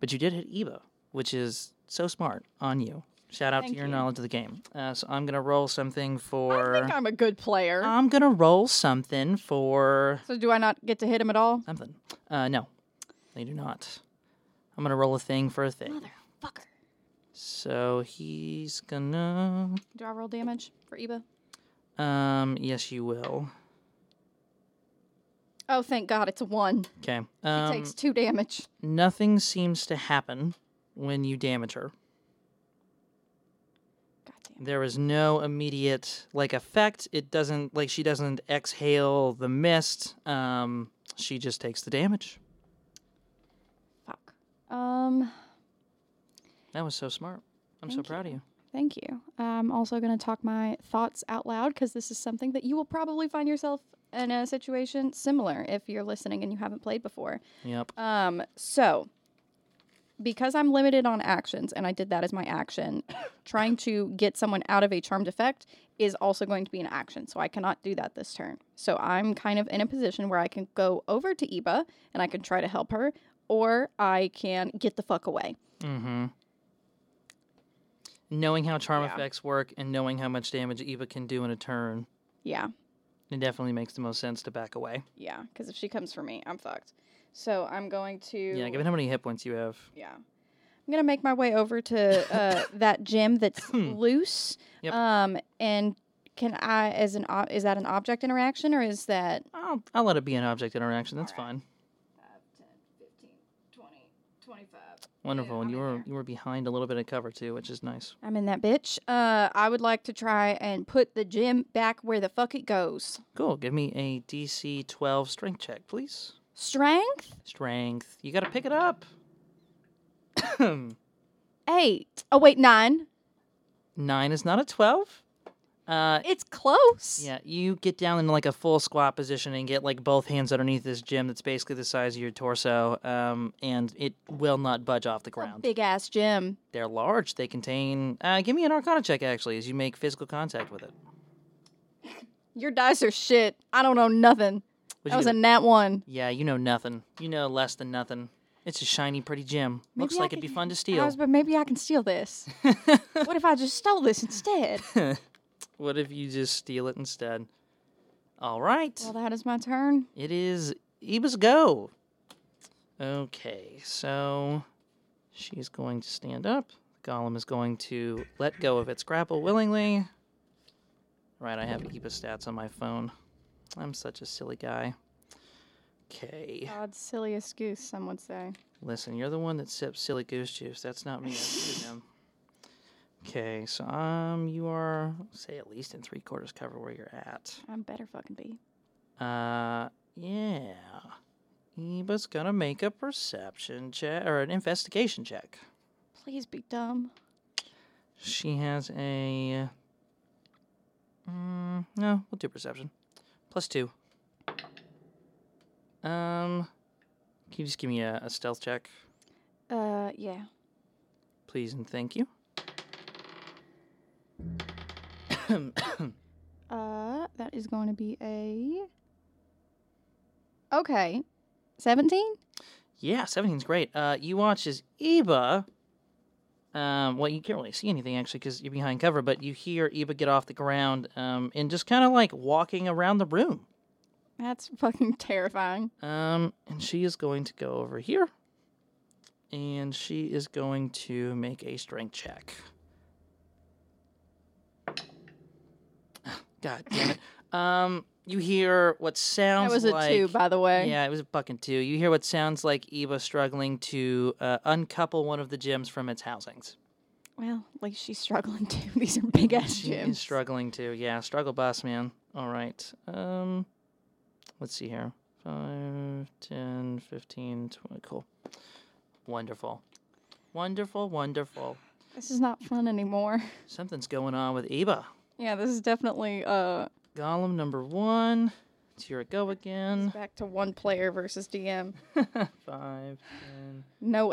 Speaker 2: but you did hit Eva, which is so smart on you. Shout out
Speaker 3: Thank
Speaker 2: to your
Speaker 3: you.
Speaker 2: knowledge of the game. Uh, so I'm going to roll something for.
Speaker 3: I think I'm a good player.
Speaker 2: I'm going to roll something for.
Speaker 3: Um, so do I not get to hit him at all?
Speaker 2: Something. Uh, no, they do not. I'm gonna roll a thing for a thing.
Speaker 3: Motherfucker.
Speaker 2: So he's gonna.
Speaker 3: Do I roll damage for Eba?
Speaker 2: Um, yes, you will.
Speaker 3: Oh, thank God, it's a 1.
Speaker 2: Okay.
Speaker 3: She
Speaker 2: Um,
Speaker 3: takes 2 damage.
Speaker 2: nothing seems to happen when you damage her.
Speaker 3: God damn it.
Speaker 2: There is no immediate like effect. It doesn't like she doesn't exhale the mist. Um, she just takes the damage.
Speaker 3: Fuck. Um,
Speaker 2: That was so smart. I'm so
Speaker 3: Thank
Speaker 2: proud of you.
Speaker 3: thank you. I'm also going to talk my thoughts out loud because this is something that you will probably find yourself in a situation similar if you're listening and you haven't played before.
Speaker 2: Yep.
Speaker 3: Um, so because I'm limited on actions and I did that as my action, trying to get someone out of a charmed effect is also going to be an action. So I cannot do that this turn. So I'm kind of in a position where I can go over to Eba and I can try to help her or I can get the fuck away.
Speaker 2: Mm-hmm. Knowing how charm
Speaker 3: Yeah.
Speaker 2: effects work and knowing how much damage Eva can do in a turn,
Speaker 3: Yeah.
Speaker 2: it definitely makes the most sense to back away.
Speaker 3: Yeah, cuz if she comes for me, I'm fucked. So I'm going to
Speaker 2: Yeah, given how many hit points you have.
Speaker 3: Yeah. I'm gonna make my way over to uh, that gym that's loose.
Speaker 2: Hmm. Yep.
Speaker 3: Um, and can I, as an, ob- is that an object interaction or is that?
Speaker 2: I'll, I'll let it be an object interaction. That's
Speaker 3: Alright.
Speaker 2: fine.
Speaker 4: 5, 10, 15, 20, 25.
Speaker 2: Wonderful. and
Speaker 4: I'm
Speaker 2: you
Speaker 4: in
Speaker 2: were
Speaker 4: there.
Speaker 2: you were behind a little bit of cover too, which is nice.
Speaker 3: I'm in that bitch. Uh, I would like to try and put the gym back where the fuck it goes.
Speaker 2: Cool. Give me a DC 12 strength check, please.
Speaker 3: Strength
Speaker 2: Strength. You got to pick it up.
Speaker 3: eight. Oh wait, nine.
Speaker 2: Nine is not a 12. Uh,
Speaker 3: It's close.
Speaker 2: Yeah, you get down in like a full squat position and get like both hands underneath this gym that's basically the size of your torso, um, and it will not budge off the ground.
Speaker 3: Big ass gym.
Speaker 2: They're large. They contain. Uh, give me an Arcana check actually, as you make physical contact with it.
Speaker 3: Your dice are shit. I don't know nothing.
Speaker 2: What'd
Speaker 3: that
Speaker 2: you
Speaker 3: was
Speaker 2: get?
Speaker 3: a nat one.
Speaker 2: yeah, you know nothing. You know less than nothing. It's a shiny, pretty gym.
Speaker 3: Maybe
Speaker 2: Looks
Speaker 3: I
Speaker 2: like it'd be
Speaker 3: could-
Speaker 2: fun to
Speaker 3: I
Speaker 2: steal.
Speaker 3: was, but maybe I can steal this. what if I just stole this instead?
Speaker 2: what if you just steal it instead? All right.
Speaker 3: Well, that is my turn.
Speaker 2: It is Eba's go. Okay, so she's going to stand up. Gollum is going to let go of its grapple willingly. Right, I have Eba's stats on my phone. I'm such a silly guy. Okay.
Speaker 3: God's silliest goose, some would say.
Speaker 2: Listen, you're the one that sips silly goose juice. That's not me. That's you, them. Okay, so um, you are say at least in three quarters cover where you're at.
Speaker 3: I'm better fucking be.
Speaker 2: Uh, yeah. Eba's gonna make a perception check or an investigation check.
Speaker 3: Please be dumb.
Speaker 2: She has a. Mm, no, we'll do perception. Plus two. Um, can you just give me a, a stealth check,
Speaker 3: Uh, yeah.
Speaker 2: please and thank you?
Speaker 3: Uh, that is going to be a. Okay, seventeen.
Speaker 2: Yeah, 17's great. Uh, you watch as Eba. Um, well, you can't really see anything actually because you're behind cover, but you hear Eba get off the ground um, and just kind of like walking around the room.
Speaker 3: That's fucking terrifying.
Speaker 2: Um, and she is going to go over here. And she is going to make a strength check. God damn it. Um, you hear what sounds
Speaker 3: That was a
Speaker 2: like
Speaker 3: two, by the way.
Speaker 2: yeah, it was a fucking two. You hear what sounds like Eva struggling to uh, uncouple one of the gems from its housings.
Speaker 3: Well, at least she's struggling too. These are big ass
Speaker 2: She is
Speaker 3: gyms.
Speaker 2: struggling to. Yeah, struggle boss, man. All right. Um, let's see here. 5, 10, 15, 20. Cool. Wonderful. Wonderful, wonderful.
Speaker 3: this is not fun anymore.
Speaker 2: Something's going on with Eva.
Speaker 3: Yeah, this is definitely uh
Speaker 2: Golem number one. It's your go again.
Speaker 3: back to one player versus DM.
Speaker 2: 5, 10,
Speaker 3: No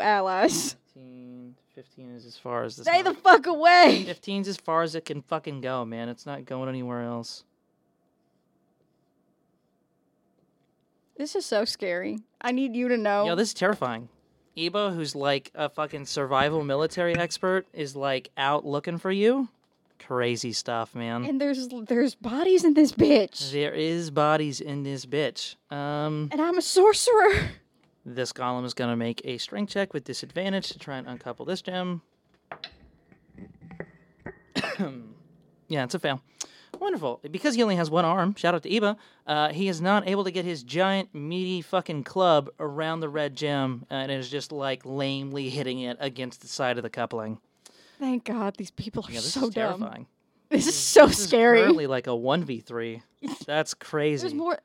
Speaker 3: allies.
Speaker 2: 15. 15 is as far as this.
Speaker 3: Stay
Speaker 2: knock-
Speaker 3: the fuck away.
Speaker 2: 15's as far as it can fucking go, man. It's not going anywhere else.
Speaker 3: This is so scary. I need you to know.
Speaker 2: Yo, this is terrifying. Ebo, who's like a fucking survival military expert, is like out looking for you. Crazy stuff, man.
Speaker 3: and there's there's bodies in this bitch.
Speaker 2: There is bodies in this bitch. Um,
Speaker 3: And I'm a sorcerer.
Speaker 2: this golem is gonna make a strength check with disadvantage to try and uncouple this gem. yeah, it's a fail. Wonderful. Because he only has one arm, shout out to Eba, uh, he is not able to get his giant, meaty fucking club around the red gem uh, and is just like lamely hitting it against the side of the coupling.
Speaker 3: Thank God these people are
Speaker 2: Yeah, this
Speaker 3: so
Speaker 2: is
Speaker 3: dumb.
Speaker 2: terrifying.
Speaker 3: This is so
Speaker 2: This is
Speaker 3: scary.
Speaker 2: currently like a 1v3. That's crazy.
Speaker 3: there's more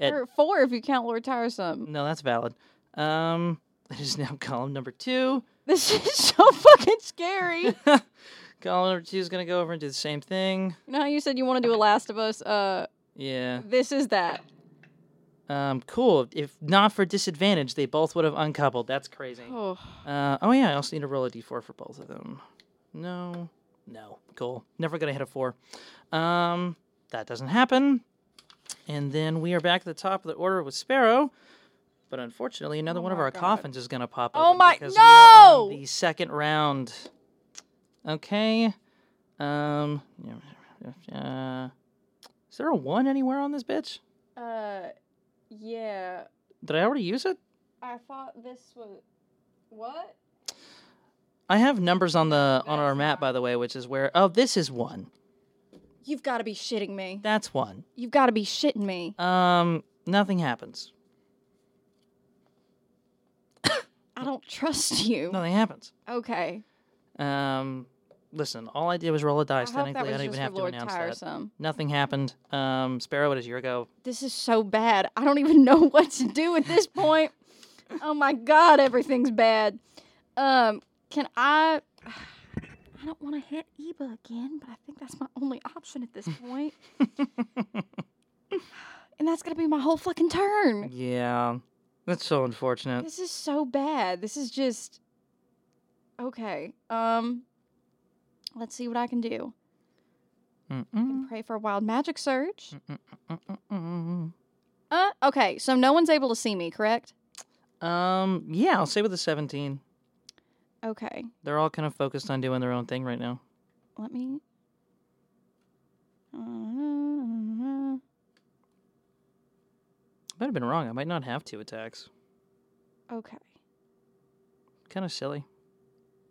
Speaker 2: Ed-
Speaker 3: or four if you count Lord Tiresome.
Speaker 2: No, that's valid. Um, it is now column number two.
Speaker 3: This is so fucking scary. you
Speaker 2: Column number two is going to go over and do the same thing.
Speaker 3: know how you said you want to do a Last of Us? Uh,
Speaker 2: Yeah.
Speaker 3: this is that.
Speaker 2: Um, cool. If not for disadvantage, they both would have uncoupled. That's crazy.
Speaker 3: Oh,
Speaker 2: Uh, oh, yeah. I also need to roll a d4 for both of them. No. No. Cool. Never going to hit a four. Um, that doesn't happen. And then we are back at the top of the order with Sparrow. But unfortunately, another one of our coffins is going to pop
Speaker 3: Oh
Speaker 2: open
Speaker 3: my-
Speaker 2: because we are on
Speaker 3: No!
Speaker 2: the second round. Okay. Um, uh, is there a one anywhere on this bitch?
Speaker 3: uh, yeah.
Speaker 2: Did I already use it?
Speaker 3: I thought this was what?
Speaker 2: I have numbers on the on our
Speaker 4: That's
Speaker 2: map, by the way, which is where. Oh, this is one.
Speaker 3: You've got to be shitting me.
Speaker 2: That's one.
Speaker 3: You've got to be shitting me.
Speaker 2: Um, nothing happens.
Speaker 3: I don't trust you.
Speaker 2: Nothing happens.
Speaker 3: Okay.
Speaker 2: Um, listen, all I did was roll a dice.
Speaker 3: I hope that
Speaker 2: Technically, I
Speaker 3: was
Speaker 2: don't
Speaker 3: just
Speaker 2: even
Speaker 3: for
Speaker 2: have to
Speaker 3: Lord
Speaker 2: announce that.
Speaker 3: Tiresome.
Speaker 2: Nothing happened. Um, Sparrow, it is your go.
Speaker 3: This is so bad. I don't even know what to do at this point. oh my god, everything's bad. Um, can I? I don't want to hit Eba again, but I think that's my only option at this point. and that's gonna be my whole fucking turn.
Speaker 2: Yeah, that's so unfortunate.
Speaker 3: This is so bad. This is just okay. Um, let's see what I can do.
Speaker 2: Mm-mm,
Speaker 3: Pray for a wild magic surge.
Speaker 2: mm-mm.
Speaker 3: Uh, okay. So no one's able to see me, correct?
Speaker 2: Um, yeah, I'll say with a seventeen.
Speaker 3: Okay.
Speaker 2: They're all kind of focused on doing their own thing right now.
Speaker 3: let me.
Speaker 2: Might have been wrong. I might not have two attacks.
Speaker 3: Okay.
Speaker 2: Kind of silly.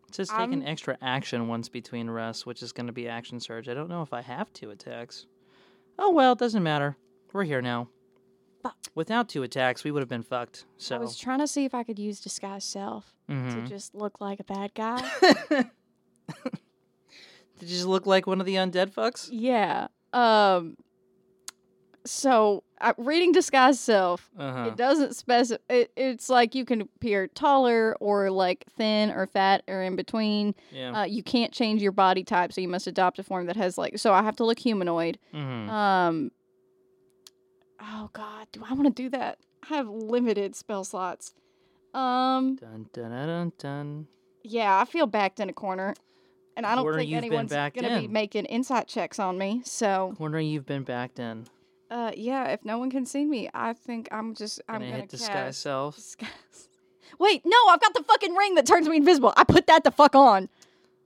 Speaker 2: It says take an
Speaker 3: I'm-
Speaker 2: extra action once between rests, which is going to be action surge. I don't know if I have two attacks. Oh well, it doesn't matter. We're here now.
Speaker 3: Fuck.
Speaker 2: Without two attacks, we would have been fucked. So,
Speaker 3: I was trying to see if I could use disguise self
Speaker 2: mhm.
Speaker 3: to just look like a bad guy.
Speaker 2: did you just look like one of the undead fucks?
Speaker 3: yeah. Um. So uh, reading disguise self.
Speaker 2: Uh-huh.
Speaker 3: It doesn't specify. It, it's like you can appear taller or like thin or fat or in between.
Speaker 2: Yeah.
Speaker 3: Uh, you can't change your body type, so you must adopt a form that has like. So I have to look humanoid.
Speaker 2: hmm
Speaker 3: Um. Oh God, do I want to do that? I have limited spell slots. Um.
Speaker 2: Dun, dun, dun, dun, dun.
Speaker 3: Yeah, I feel backed in a corner, and I don't
Speaker 2: Corner
Speaker 3: think
Speaker 2: you've been
Speaker 3: anyone's gonna
Speaker 2: backed
Speaker 3: be
Speaker 2: in.
Speaker 3: making insight checks on me. So,
Speaker 2: Corner you've been backed in.
Speaker 3: uh, yeah, if no one can see me, I think I'm just I'm
Speaker 2: Gonna
Speaker 3: gonna,
Speaker 2: hit disguise
Speaker 3: cast
Speaker 2: self.
Speaker 3: disguise. Wait, no, I've got the fucking ring that turns me invisible. I put that the fuck on.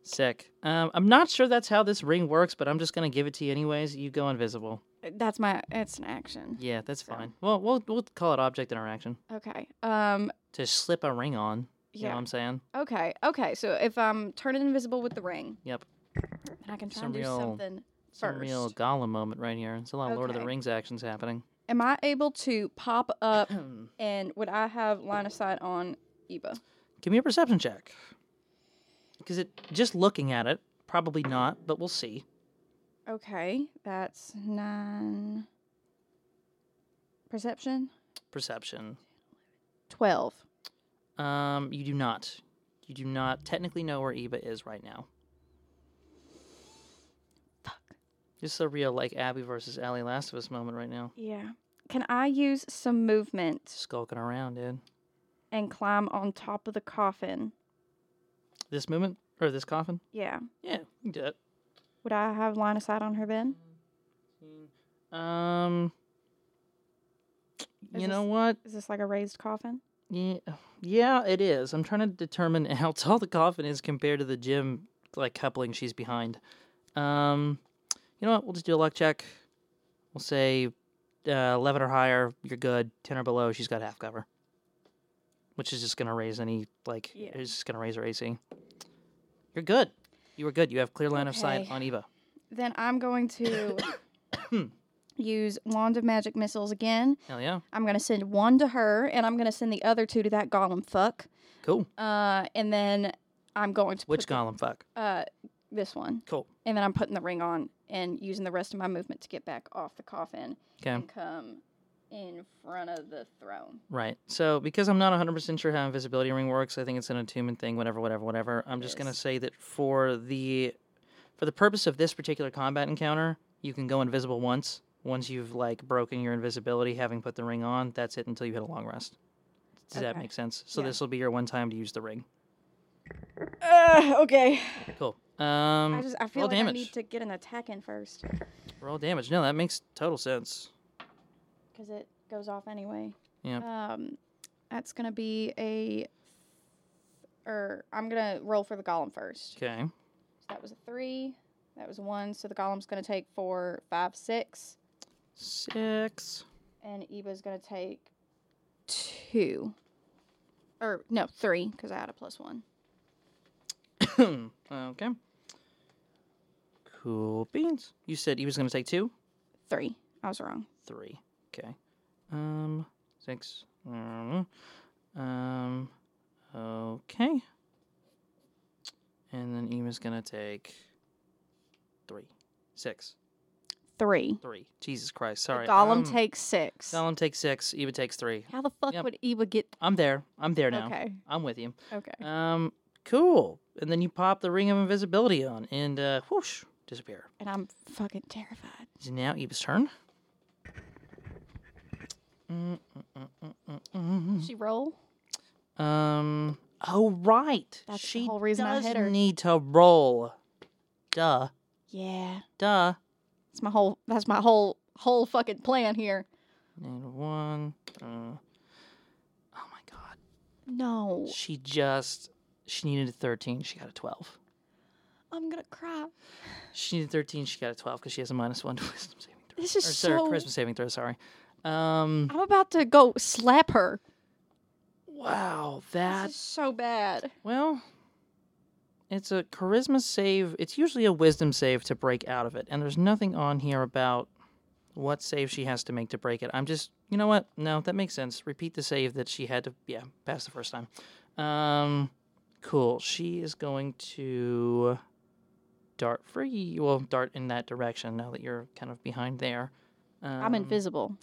Speaker 2: Sick. Um, I'm not sure that's how this ring works, but I'm just gonna give it to you anyways. You go invisible.
Speaker 3: That's my. It's an action.
Speaker 2: Yeah, that's
Speaker 3: So-
Speaker 2: fine. Well, we'll we'll call it object interaction.
Speaker 3: Okay. Um.
Speaker 2: To slip a ring on. You know
Speaker 3: Yeah.
Speaker 2: what I'm saying?
Speaker 3: Okay. Okay. So if I'm turning invisible with the ring,
Speaker 2: Yep.
Speaker 3: then I can try
Speaker 2: Some
Speaker 3: and do
Speaker 2: real-
Speaker 3: something
Speaker 2: Some real
Speaker 3: First.
Speaker 2: Gollum moment right here. It's a lot of Lord of the
Speaker 3: Okay.
Speaker 2: Rings actions happening.
Speaker 3: Am I able to pop up and would I have line of sight on Eva?
Speaker 2: Give me a perception check. Because it just looking at it, probably not, but we'll see.
Speaker 3: Okay, that's nine. Perception?
Speaker 2: Perception.
Speaker 3: 12.
Speaker 2: Um, you do not. You do not technically know where Eva is right now.
Speaker 3: Fuck.
Speaker 2: This is a real like Abby versus Ally Last of Us moment right now.
Speaker 3: Yeah. Can I use some movement
Speaker 2: Skulking around, dude.
Speaker 3: and climb on top of the coffin?
Speaker 2: This moment or this coffin?
Speaker 3: Yeah.
Speaker 2: Yeah, you can do it.
Speaker 3: Would I have line of sight on her then?
Speaker 2: Um,
Speaker 3: Is
Speaker 2: you know
Speaker 3: this-
Speaker 2: what?
Speaker 3: Is this like a raised coffin?
Speaker 2: Yeah, yeah, it is. I'm trying to determine how tall the coffin is compared to the gym like coupling she's behind. Um, you know what? We'll just do a luck check. We'll say uh, eleven or higher, you're good. Ten or below, she's got half cover, which is just gonna raise any like
Speaker 3: Yeah.
Speaker 2: it's just gonna raise her AC. You're good. You were good. You have clear line of sight
Speaker 3: Okay.
Speaker 2: on Eva.
Speaker 3: Then I'm going to use Wand of Magic Missiles again.
Speaker 2: Hell yeah,
Speaker 3: I'm going to send one to her and I'm going to send the other two to that golem fuck.
Speaker 2: cool.
Speaker 3: Uh, and then I'm going to
Speaker 2: Which
Speaker 3: put
Speaker 2: golem? Fuck,
Speaker 3: the, uh this one,
Speaker 2: cool.
Speaker 3: and then I'm putting the ring on and using the rest of my movement to get back off the coffin
Speaker 2: Okay.
Speaker 3: and come in front of the throne.
Speaker 2: Right. So because I'm not 100% sure how invisibility ring works, I think it's an attunement thing, whatever, whatever, whatever. I'm just going to
Speaker 3: Yes.
Speaker 2: say that for the for the purpose of this particular combat encounter, you can go invisible once. Once you've like broken your invisibility having put the ring on, that's it until you hit a long rest. Does that
Speaker 3: Okay.
Speaker 2: make sense? So
Speaker 3: Yeah.
Speaker 2: this will be your one time to use the ring.
Speaker 3: Uh, okay.
Speaker 2: Cool. Um
Speaker 3: I just I feel
Speaker 2: roll
Speaker 3: like
Speaker 2: damage.
Speaker 3: I need to get an attack in first
Speaker 2: Roll damage. No, that makes total sense.
Speaker 3: because it goes off anyway.
Speaker 2: Yeah.
Speaker 3: Um, that's gonna be a. Or I'm gonna roll for the golem first.
Speaker 2: Okay.
Speaker 3: So that was a three. That was a one. So the golem's gonna take four, five, six,
Speaker 2: 6.
Speaker 3: and Eva's gonna take two. Or no, three because I had a plus one.
Speaker 2: okay. Cool beans. You said he was going to take 2.
Speaker 3: Three. I was wrong.
Speaker 2: three. Okay. Um, six. mm, Um, okay. And then Eva's gonna take three, six,
Speaker 3: Three.
Speaker 2: three. Jesus Christ! Sorry.
Speaker 3: the golem
Speaker 2: um,
Speaker 3: takes six.
Speaker 2: Gollum takes six. Eva takes three.
Speaker 3: How the fuck
Speaker 2: Yep.
Speaker 3: would Eva get?
Speaker 2: I'm there. I'm there now.
Speaker 3: Okay.
Speaker 2: I'm with you.
Speaker 3: Okay.
Speaker 2: Um, cool. And then you pop the ring of invisibility on, and uh, whoosh, disappear.
Speaker 3: and I'm fucking terrified.
Speaker 2: Is it now Eva's turn? Mm, mm, mm, mm, mm, mm.
Speaker 3: She roll.
Speaker 2: Um. Oh right.
Speaker 3: That's the
Speaker 2: she
Speaker 3: whole reason I
Speaker 2: does
Speaker 3: hit her.
Speaker 2: need to roll. Duh.
Speaker 3: Yeah.
Speaker 2: Duh.
Speaker 3: That's my whole. That's my whole whole fucking plan here.
Speaker 2: And one. Uh, oh my God.
Speaker 3: No,
Speaker 2: She just. She needed a thirteen. She got a twelve.
Speaker 3: I'm gonna cry.
Speaker 2: She needed thirteen. She got a twelve because she has a minus one to wisdom saving throw.
Speaker 3: This is
Speaker 2: or sorry,
Speaker 3: so.
Speaker 2: Christmas saving throw. Sorry. Um.
Speaker 3: I'm about to go slap her.
Speaker 2: Wow.
Speaker 3: That's
Speaker 2: That.
Speaker 3: so bad.
Speaker 2: Well. It's a charisma save. It's usually a wisdom save to break out of it, and there's nothing on here about what save she has to make to break it. I'm just, you know what? No, that makes sense. Repeat the save that she had to, yeah, pass the first time. Um, cool. She is going to dart for you. Well, dart in that direction now that you're kind of behind there. Um,
Speaker 3: I'm invisible.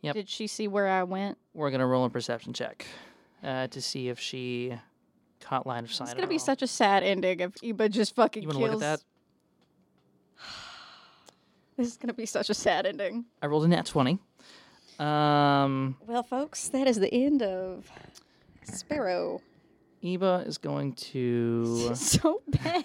Speaker 2: Yep.
Speaker 3: Did she see where I went?
Speaker 2: We're gonna roll a perception check uh, to see if she caught line of sight.
Speaker 3: It's
Speaker 2: at
Speaker 3: gonna be
Speaker 2: all.
Speaker 3: such a sad ending if Eba just fucking
Speaker 2: You
Speaker 3: kills.
Speaker 2: wanna look at that?
Speaker 3: This is gonna be such a sad ending.
Speaker 2: I rolled a nat twenty. Um,
Speaker 3: Well, folks, that is the end of Sparrow.
Speaker 2: Eva is going to.
Speaker 3: so bad.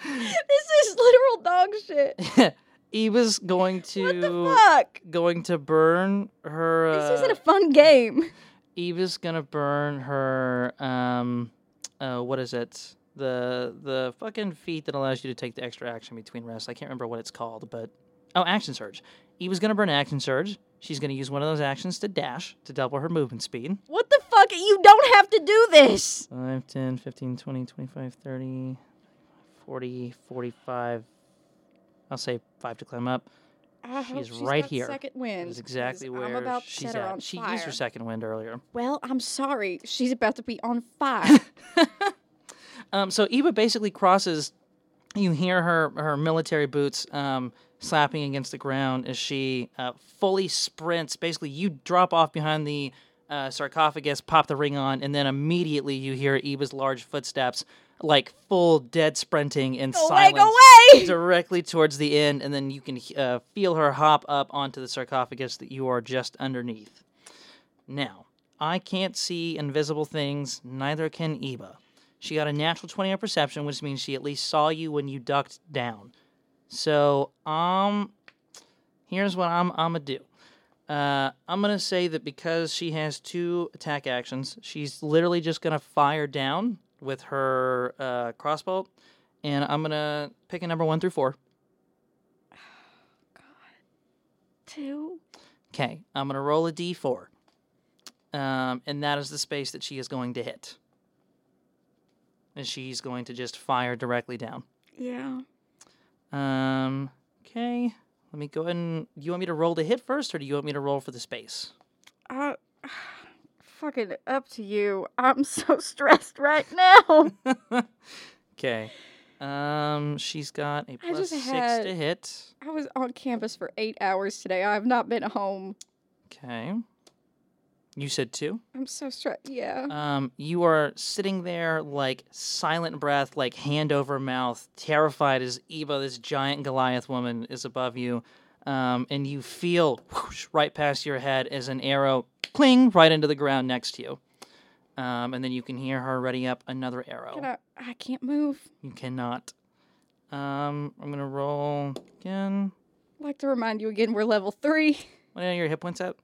Speaker 3: this is literal dog shit.
Speaker 2: Eva's going to
Speaker 3: What the fuck?
Speaker 2: going to burn her. Uh,
Speaker 3: This isn't a fun game.
Speaker 2: Eva's gonna burn her. Um, uh, what is it? The the fucking feat that allows you to take the extra action between rests. I can't remember what it's called, but oh, action surge. Eva's gonna burn action surge. She's gonna use one of those actions to dash to double her movement speed.
Speaker 3: What the fuck? You don't have to do this.
Speaker 2: 5, 10, 15, 20, 25, 30, 40, 45. I'll say five to climb up.
Speaker 3: I
Speaker 2: She's right here.
Speaker 3: Second win.
Speaker 2: That is exactly
Speaker 4: 'cause I'm
Speaker 2: where
Speaker 4: about to
Speaker 2: she's
Speaker 4: set her
Speaker 2: at.
Speaker 4: on
Speaker 2: she used her
Speaker 4: fire.
Speaker 2: second wind earlier.
Speaker 3: Well, I'm sorry. She's about to be on fire.
Speaker 2: Um, so Eva basically crosses. You hear her her military boots um, slapping against the ground as she uh, fully sprints. Basically, you drop off behind the uh, sarcophagus, pop the ring on, and then immediately you hear Eva's large footsteps, like full dead sprinting in
Speaker 3: Go away,
Speaker 2: silence,
Speaker 3: go away!
Speaker 2: directly towards the end. And then you can uh, feel her hop up onto the sarcophagus that you are just underneath. Now, I can't see invisible things, neither can Eba. She got a natural 20 on perception, which means she at least saw you when you ducked down. So, um, here's what I'm, I'm gonna do. Uh, I'm gonna say that because she has two attack actions, she's literally just gonna fire down with her uh, crossbow, and I'm gonna pick a number one through four.
Speaker 3: Two.
Speaker 2: Okay, I'm gonna roll a d4, um, and that is the space that she is going to hit, and she's going to just fire directly down.
Speaker 3: Yeah.
Speaker 2: Um, okay, let me go ahead and. Do you want me to roll to hit first, or do you want me to roll for the space?
Speaker 3: Uh, fucking up to you. I'm so stressed right now.
Speaker 2: Okay. Um, she's got a plus
Speaker 4: just
Speaker 2: six
Speaker 4: had-
Speaker 2: to hit.
Speaker 4: I was on campus for eight hours today. I have not been home.
Speaker 2: Okay. You said two.
Speaker 4: I'm so stressed. Yeah.
Speaker 2: Um, you are sitting there like silent breath, like hand over mouth, terrified as Eva, this giant Goliath woman, is above you. Um, and you feel whoosh, right past your head as an arrow cling right into the ground next to you. Um, and then you can hear her ready up another arrow.
Speaker 4: Can I, I can't move.
Speaker 2: You cannot. Um, I'm gonna roll again.
Speaker 4: I'd like to remind you again, we're level three.
Speaker 2: What are your hit points at?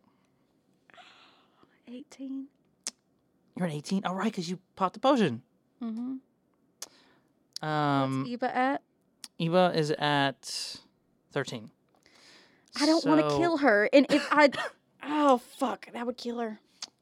Speaker 3: 18.
Speaker 2: You're an 18. All right, because you popped a potion.
Speaker 3: Mm-hmm.
Speaker 2: Um, Mm.
Speaker 3: What's Eva at?
Speaker 2: Eva is at 13.
Speaker 3: I don't want to
Speaker 2: So-
Speaker 3: kill her. And if I. oh, fuck. That would kill her.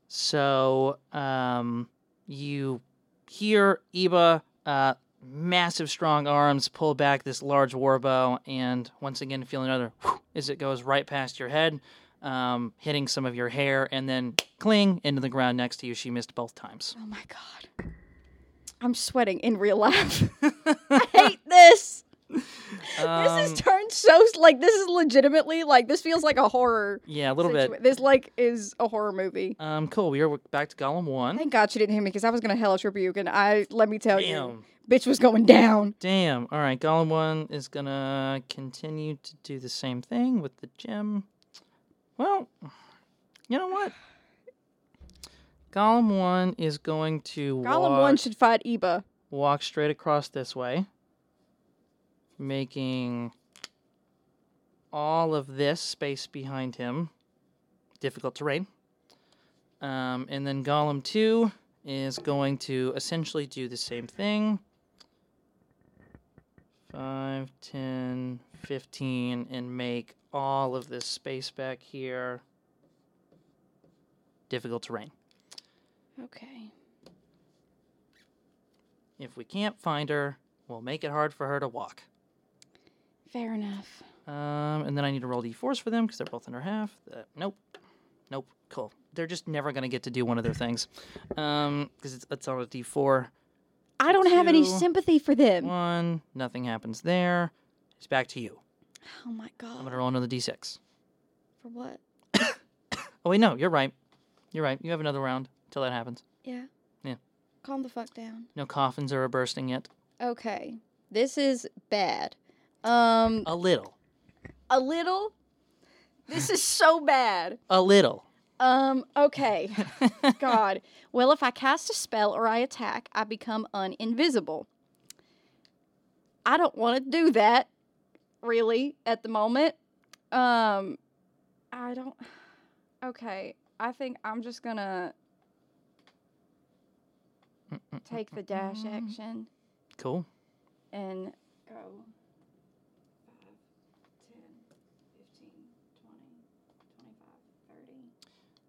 Speaker 2: So um, you hear Eba, uh, massive strong arms pull back this large warbow, and once again feel another whew as it goes right past your head, um, hitting some of your hair, and then cling into the ground next to you. She missed both times.
Speaker 3: Oh, my God. I'm sweating in real life. I hate this.
Speaker 4: This has
Speaker 2: Um,
Speaker 4: turned so like this is legitimately like this feels like a horror.
Speaker 2: yeah, a little bit.
Speaker 4: situa- This like is a horror movie.
Speaker 2: Um, cool. We are back to column one.
Speaker 4: Thank God she didn't hit me because I was gonna hellish rebuke, and I let me tell you,
Speaker 2: Damn.
Speaker 4: bitch was going down.
Speaker 2: Damn. All right, Golem One is gonna continue to do the same thing with the gem. Well, you know what? Golem One is going to
Speaker 4: Gollum
Speaker 2: walk,
Speaker 4: one should fight Eba.
Speaker 2: walk straight across this way, making all of this space behind him difficult terrain. Um, and then Golem Two is going to essentially do the same thing. 5, 10, 15, and make all of this space back here difficult terrain.
Speaker 3: Okay.
Speaker 2: If we can't find her, we'll make it hard for her to walk.
Speaker 3: Fair enough.
Speaker 2: Um, and then I need to roll d4s for them because they're both under half. Uh, nope. Nope. Cool. They're just never going to get to do one of their things because it's, it's on a d4.
Speaker 3: I don't have any
Speaker 2: Two.
Speaker 3: sympathy for them.
Speaker 2: One. Nothing happens there. It's back to you.
Speaker 3: Oh, my
Speaker 2: I'm
Speaker 3: God.
Speaker 2: going to roll another d6.
Speaker 3: For what?
Speaker 2: Oh wait, no, you're right. You're right. You have another round till that happens.
Speaker 3: Yeah.
Speaker 2: Yeah.
Speaker 3: Calm the fuck down.
Speaker 2: No coffins are a bursting yet.
Speaker 3: Okay. This is bad. Um
Speaker 2: A little.
Speaker 3: a little.
Speaker 4: This is so bad.
Speaker 2: A little.
Speaker 3: Um okay. God. Well, if I cast a spell or I attack, I become uninvisible. I don't want to do that really at the moment. Um
Speaker 4: I don't. Okay. I think I'm just gonna
Speaker 3: take the dash action
Speaker 2: Cool.
Speaker 3: and
Speaker 4: go.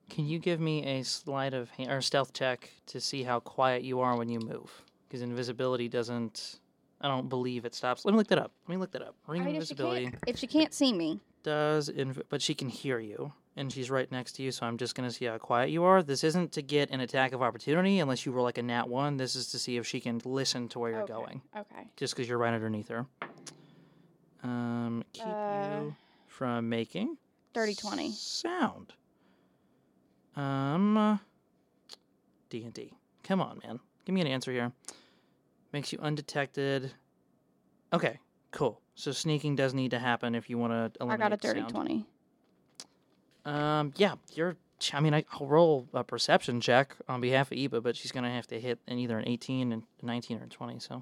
Speaker 2: Can you give me a sleight of hand or stealth check to see how quiet you are when you move? Because invisibility doesn't. I don't believe it stops. Let me look that up. Let me look that up. Ring
Speaker 3: I
Speaker 2: of
Speaker 3: mean, if she,
Speaker 2: invisibility
Speaker 3: can't, if she can't see me,
Speaker 2: does, inv- but she can hear you, and she's right next to you. So I'm just gonna see how quiet you are. This isn't to get an attack of opportunity unless you roll like a nat one. This is to see if she can listen to where you're
Speaker 3: Okay.
Speaker 2: going,
Speaker 3: okay.
Speaker 2: just because you're right underneath her. Um, keep
Speaker 3: Uh,
Speaker 2: you from making
Speaker 3: Dirty 20.
Speaker 2: Sound. Um. D and D. Come on, man. Give me an answer here. Makes you undetected. Okay. Cool. So sneaking does need to happen if you want to.
Speaker 3: I got a dirty
Speaker 2: sound.
Speaker 3: 20.
Speaker 2: Um. Yeah. You're. I mean, I- I'll roll a perception check on behalf of Eba, but she's gonna have to hit an either an eighteen and a nineteen or a twenty. So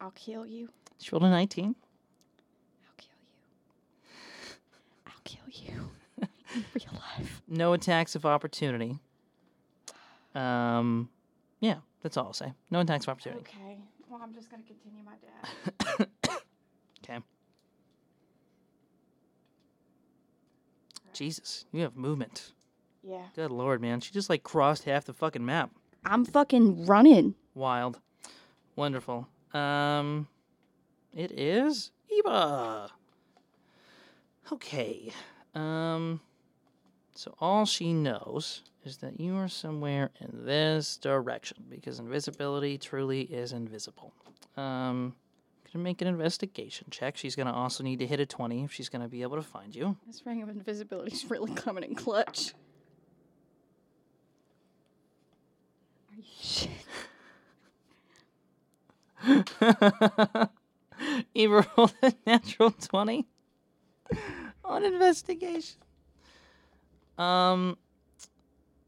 Speaker 3: I'll kill you.
Speaker 2: she rolled a nineteen.
Speaker 3: I'll kill you. I'll kill you in real life.
Speaker 2: No attacks of opportunity. Um. Yeah. That's all I'll say. No attacks of opportunity.
Speaker 3: Okay. Well, I'm just going to continue my dad.
Speaker 2: Jesus, you have movement.
Speaker 3: Yeah.
Speaker 2: Good lord, man. She just like crossed half the fucking map.
Speaker 3: I'm fucking running.
Speaker 2: Wild. Wonderful. Um it is Eba. Okay. Um so all she knows is that you are somewhere in this direction because invisibility truly is invisible. Um gonna make an investigation check. She's gonna also need to hit a 20 if she's gonna be able to find you.
Speaker 3: This ring of invisibility is really coming in clutch. Are you shit?
Speaker 2: Eva rolled a natural 20 on investigation. Um,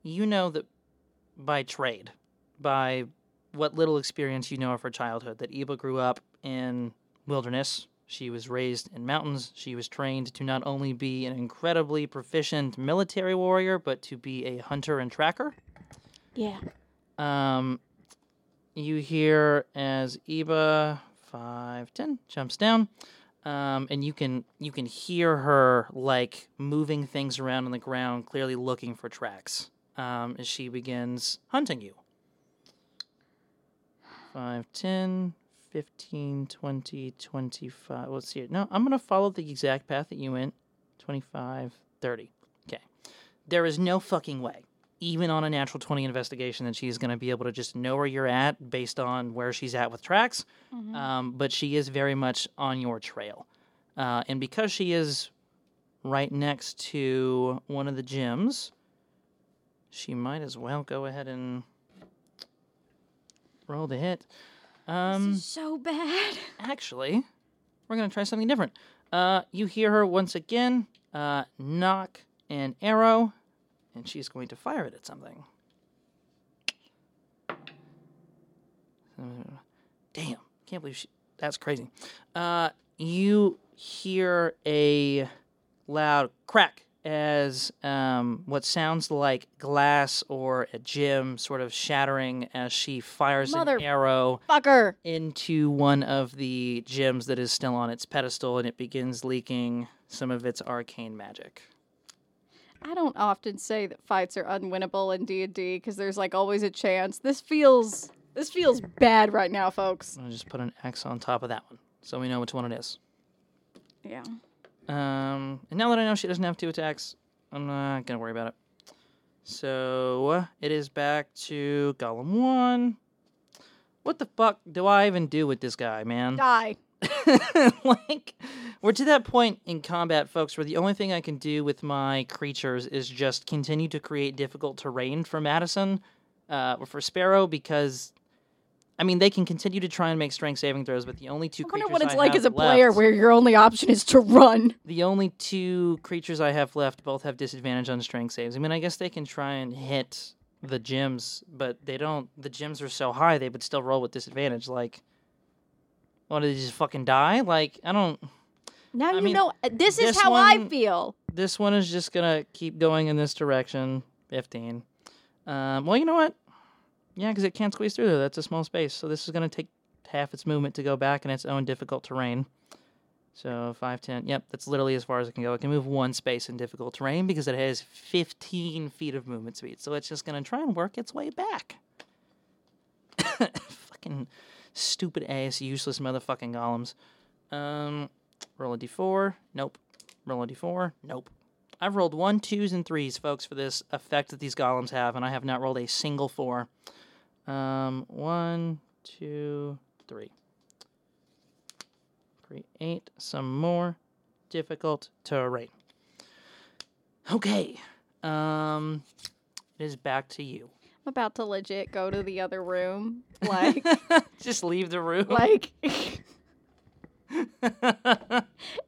Speaker 2: you know that by trade, by what little experience you know of her childhood, that Eva grew up in wilderness. She was raised in mountains. She was trained to not only be an incredibly proficient military warrior, but to be a hunter and tracker.
Speaker 3: Yeah.
Speaker 2: Um, you hear as Eba five ten jumps down, um, and you can you can hear her like moving things around on the ground, clearly looking for tracks. Um, as she begins hunting you. 5, 10, 15, 20, 25. Let's see. No, I'm going to follow the exact path that you went 25, 30. Okay. There is no fucking way even on a natural 20 investigation that she's going to be able to just know where you're at based on where she's at with tracks um, but she is very much on your trail uh, and because she is right next to one of the gyms she might as well go ahead and roll the hit um,
Speaker 3: so bad.
Speaker 2: actually, we're going to try something different. Uh, you hear her once again uh, knock an arrow, and she's going to fire it at something. Damn, can't believe she. That's crazy. Uh, you hear a loud crack as um, what sounds like glass or a gem sort of shattering as she fires
Speaker 3: Mother-
Speaker 2: an arrow
Speaker 3: Fucker.
Speaker 2: into one of the gems that is still on its pedestal and it begins leaking some of its arcane magic.
Speaker 4: I don't often say that fights are unwinnable in D and D because there's like always a chance. This feels this feels bad right now,
Speaker 3: Mm.
Speaker 4: folks.
Speaker 2: I'll just put an X on top of that one so we know which one it is.
Speaker 4: Yeah.
Speaker 2: Um, and now that I know she doesn't have two attacks, I'm not going to worry about it. So it is back to column one. What the fuck do I even do with this guy, man?
Speaker 4: Die.
Speaker 2: like, we're to that point in combat, folks, where the only thing I can do with my creatures is just continue to create difficult terrain for Madison uh, or for Sparrow because, I mean, they can continue to try and make strength saving throws, but the only two
Speaker 4: I
Speaker 2: creatures
Speaker 4: wonder what it's
Speaker 2: I
Speaker 4: like
Speaker 2: have
Speaker 4: as a player
Speaker 2: left-
Speaker 4: where your only option is to run.
Speaker 2: the only two creatures I have left both have disadvantage on strength saves. I mean, I guess they can try and hit the gems, but they don't. The gems are so high they would still roll with disadvantage. Like, what did they just fucking die? Like, I don't.
Speaker 3: Now you
Speaker 2: mean,
Speaker 3: know uh, this,
Speaker 2: this
Speaker 3: is how I
Speaker 2: one-
Speaker 3: feel.
Speaker 2: This one is just gonna keep going in this direction. Fifteen. Um, well, you know what? Yeah, because it can't squeeze through there. That's a small space. So this is gonna take half its movement to go back in its own difficult terrain. So five, ten. Yep, that's literally as far as it can go. It can move one space in difficult terrain because it has 15 feet of movement speed. So it's just going to try and work its way back. Fucking stupid ass, useless motherfucking golems. Um, roll a d4. Nope. Roll a d4. Nope. I've rolled one, twos, and threes, folks, for this effect that these golems have, and I have not rolled a single four. Um, one, two, three create some more difficult terrain. Okay. Um it is back to you.
Speaker 3: I'm about to legit go to the other room. Like,
Speaker 2: Just leave the room.
Speaker 3: like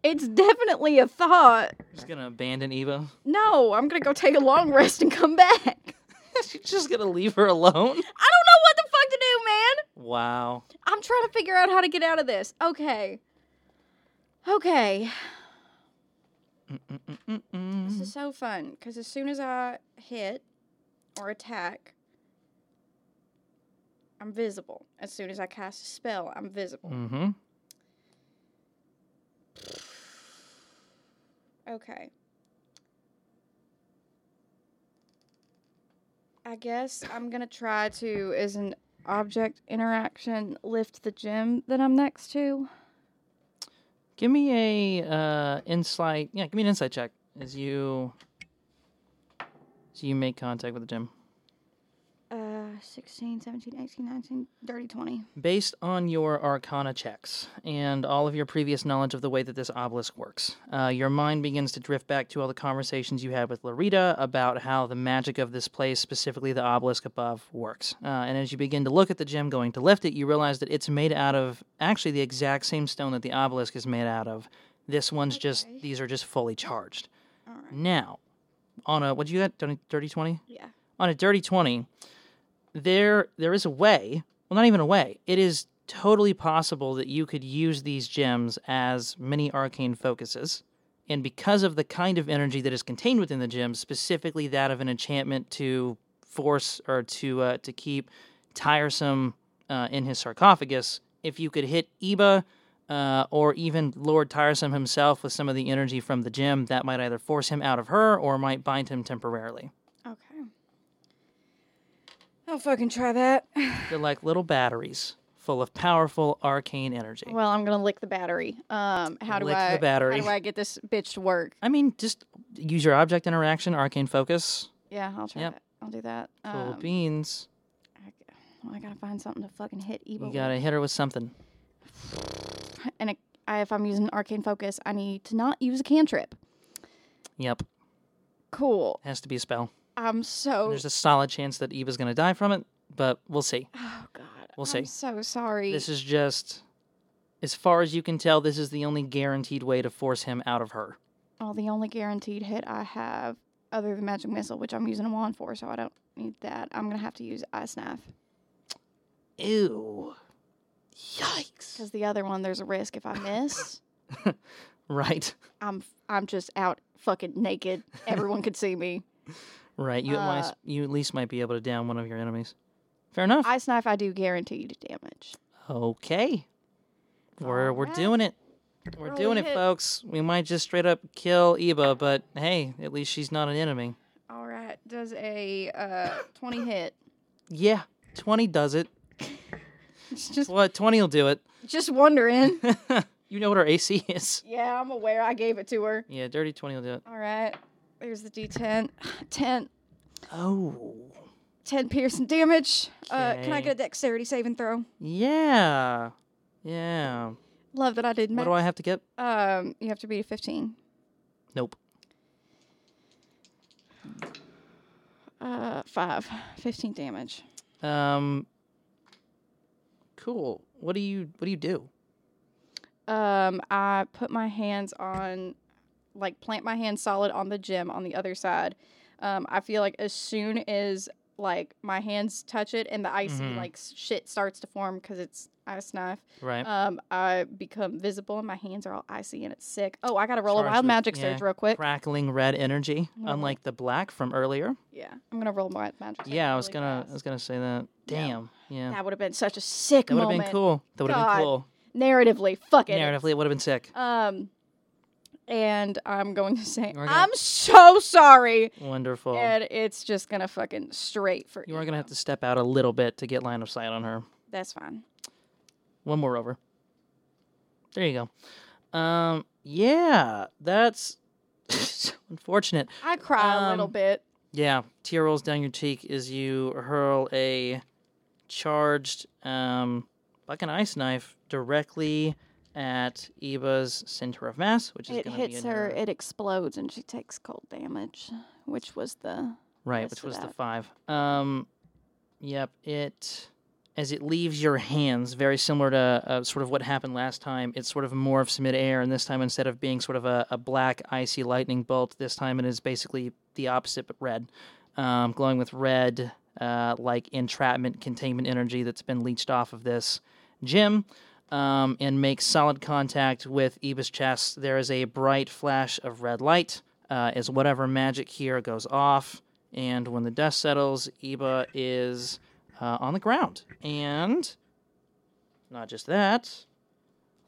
Speaker 3: it's definitely a thought.
Speaker 2: Just gonna abandon Eva.
Speaker 3: No, I'm gonna go take a long rest and come back.
Speaker 2: She's just gonna leave her alone.
Speaker 3: I don't know what the fuck to do, man.
Speaker 2: Wow.
Speaker 3: I'm trying to figure out how to get out of this. Okay. Okay. This
Speaker 2: Mm-mm-mm-mm-mm.
Speaker 3: is so fun because as soon as I hit or attack, I'm visible. As soon as I cast a spell, I'm visible.
Speaker 2: Mm-hmm.
Speaker 3: Okay. I guess I'm gonna try to, as an object interaction, lift the gem that I'm next to.
Speaker 2: Give me a uh insight yeah, give me an insight check as you as you make contact with the gym.
Speaker 3: Uh, 16, 17, 18, 19, 30, 20.
Speaker 2: based on your arcana checks and all of your previous knowledge of the way that this obelisk works uh, your mind begins to drift back to all the conversations you had with larita about how the magic of this place specifically the obelisk above works uh, and as you begin to look at the gem going to lift it you realize that it's made out of actually the exact same stone that the obelisk is made out of this one's just
Speaker 3: Okay.
Speaker 2: these are just fully charged
Speaker 3: All right.
Speaker 2: now on a what you got dirty 20
Speaker 3: Yeah.
Speaker 2: on a dirty 20 there there is a way well not even a way it is totally possible that you could use these gems as many arcane focuses and because of the kind of energy that is contained within the gems specifically that of an enchantment to force or to uh, to keep tiresome uh, in his sarcophagus if you could hit Iba uh, or even Lord Tiresome himself with some of the energy from the gem, that might either force him out of her or might bind him temporarily.
Speaker 3: Okay. I'll fucking try that.
Speaker 2: They're like little batteries full of powerful arcane energy.
Speaker 3: Well, I'm gonna lick the battery. Um, how do
Speaker 2: Lick the
Speaker 3: I?
Speaker 2: battery.
Speaker 3: How do I get this bitch to work?
Speaker 2: I mean, just use your object interaction, arcane focus.
Speaker 3: Yeah, I'll try
Speaker 2: Yep.
Speaker 3: that. I'll do that.
Speaker 2: Cool
Speaker 3: Um,
Speaker 2: beans.
Speaker 3: I, well, I gotta find something to fucking hit evil.
Speaker 2: You
Speaker 3: with.
Speaker 2: gotta hit her with something.
Speaker 3: And it, I, if I'm using arcane focus, I need to not use a cantrip.
Speaker 2: Yep,
Speaker 3: Cool.
Speaker 2: has to be a spell.
Speaker 3: I'm so.
Speaker 2: There's a solid chance that Eva's gonna die from it, but we'll see.
Speaker 3: oh God.
Speaker 2: We'll see.
Speaker 3: I'm so sorry.
Speaker 2: This is just, as far as you can tell, this is the only guaranteed way to force him out of her.
Speaker 3: well, the only guaranteed hit I have, other than magic missile, which I'm using a wand for, so I don't need that. I'm gonna have to use ice knife
Speaker 2: Ew. Yikes.
Speaker 3: because the other one, there's a risk if I miss.
Speaker 2: Right,
Speaker 3: I'm I'm just out fucking naked. Everyone could see me.
Speaker 2: right. You at least
Speaker 3: Uh,
Speaker 2: you at least might be able to down one of your enemies. Fair enough.
Speaker 3: Ice knife I do guaranteed damage.
Speaker 2: Okay. We're we're
Speaker 3: Alright.
Speaker 2: doing it. We're
Speaker 3: Roll
Speaker 2: doing
Speaker 3: a
Speaker 2: it,
Speaker 3: hit.
Speaker 2: folks. We might just straight up kill Eba, but hey, at least she's not an enemy.
Speaker 3: All right, does a uh, twenty hit?
Speaker 2: Yeah, 20 does it.
Speaker 3: Just
Speaker 2: What? 20 will do it.
Speaker 3: just wondering.
Speaker 2: you know what our AC is.
Speaker 3: yeah, I'm aware. I gave it to her.
Speaker 2: Yeah, dirty 20 will do it.
Speaker 3: All right, there's the D10, 10,
Speaker 2: Oh.
Speaker 3: 10 piercing damage. Uh, can I
Speaker 2: Okay.
Speaker 3: get a dexterity saving throw?
Speaker 2: Yeah. Yeah.
Speaker 3: Love that I did
Speaker 2: What
Speaker 3: math.
Speaker 2: do I have to get?
Speaker 3: um, you have to be 15.
Speaker 2: Nope.
Speaker 3: Uh, five. 15 damage.
Speaker 2: Um. Cool. What do you What do you do?
Speaker 3: Um, I put my hands on, like, plant my hands solid on the gem on the other side. Um, I feel like as soon as like my hands touch it and the icy
Speaker 2: Mhm.
Speaker 3: like s- shit starts to form because it's ice knife.
Speaker 2: Right.
Speaker 3: Um, I become visible and my hands are all icy and it's sick. Oh, I gotta roll
Speaker 2: Charged
Speaker 3: a wild
Speaker 2: with-
Speaker 3: magic
Speaker 2: yeah,
Speaker 3: surge real quick.
Speaker 2: Crackling red energy,
Speaker 3: Well-
Speaker 2: unlike the black from earlier.
Speaker 3: Yeah, I'm gonna roll my magic. surge
Speaker 2: Yeah, I was
Speaker 3: really
Speaker 2: gonna I
Speaker 3: fast.
Speaker 2: was gonna say that. Damn. Yeah.
Speaker 3: That would have been such a sick
Speaker 2: That would have
Speaker 3: moment.
Speaker 2: been cool. That would have been
Speaker 3: God,
Speaker 2: cool.
Speaker 3: Narratively, fuck it.
Speaker 2: Narratively, it would have been sick.
Speaker 3: Um, and I'm going to say,
Speaker 2: You are gonna-
Speaker 3: I'm so sorry.
Speaker 2: Wonderful.
Speaker 3: And it's just gonna fucking straight for
Speaker 2: You are gonna have to step out a little bit to get line of sight on her.
Speaker 3: That's fine.
Speaker 2: One more over. There you go. Um. Yeah. That's unfortunate.
Speaker 3: I cry a little
Speaker 2: Um,
Speaker 3: bit.
Speaker 2: Yeah, tear rolls down your cheek as you hurl a charged um, bucket ice knife directly at Eva's center of mass, which is
Speaker 3: It
Speaker 2: gonna
Speaker 3: hits
Speaker 2: be in
Speaker 3: her.
Speaker 2: your-
Speaker 3: It explodes and she takes cold damage, which was the
Speaker 2: right,
Speaker 3: Yes,
Speaker 2: which
Speaker 3: to
Speaker 2: was the
Speaker 3: that.
Speaker 2: five. Um, yep, it as it leaves your hands, very similar to uh, sort of what happened last time. It sort of morphs midair, and this time instead of being sort of a, a black icy lightning bolt, this time it is basically the opposite, but red, um, glowing with red, uh, like entrapment, containment energy that's been leached off of this gem. Um, and makes solid contact with Eva's chest. There is a bright flash of red light uh, as whatever magic here goes off. And when the dust settles, Eba is uh, on the ground. And not just that,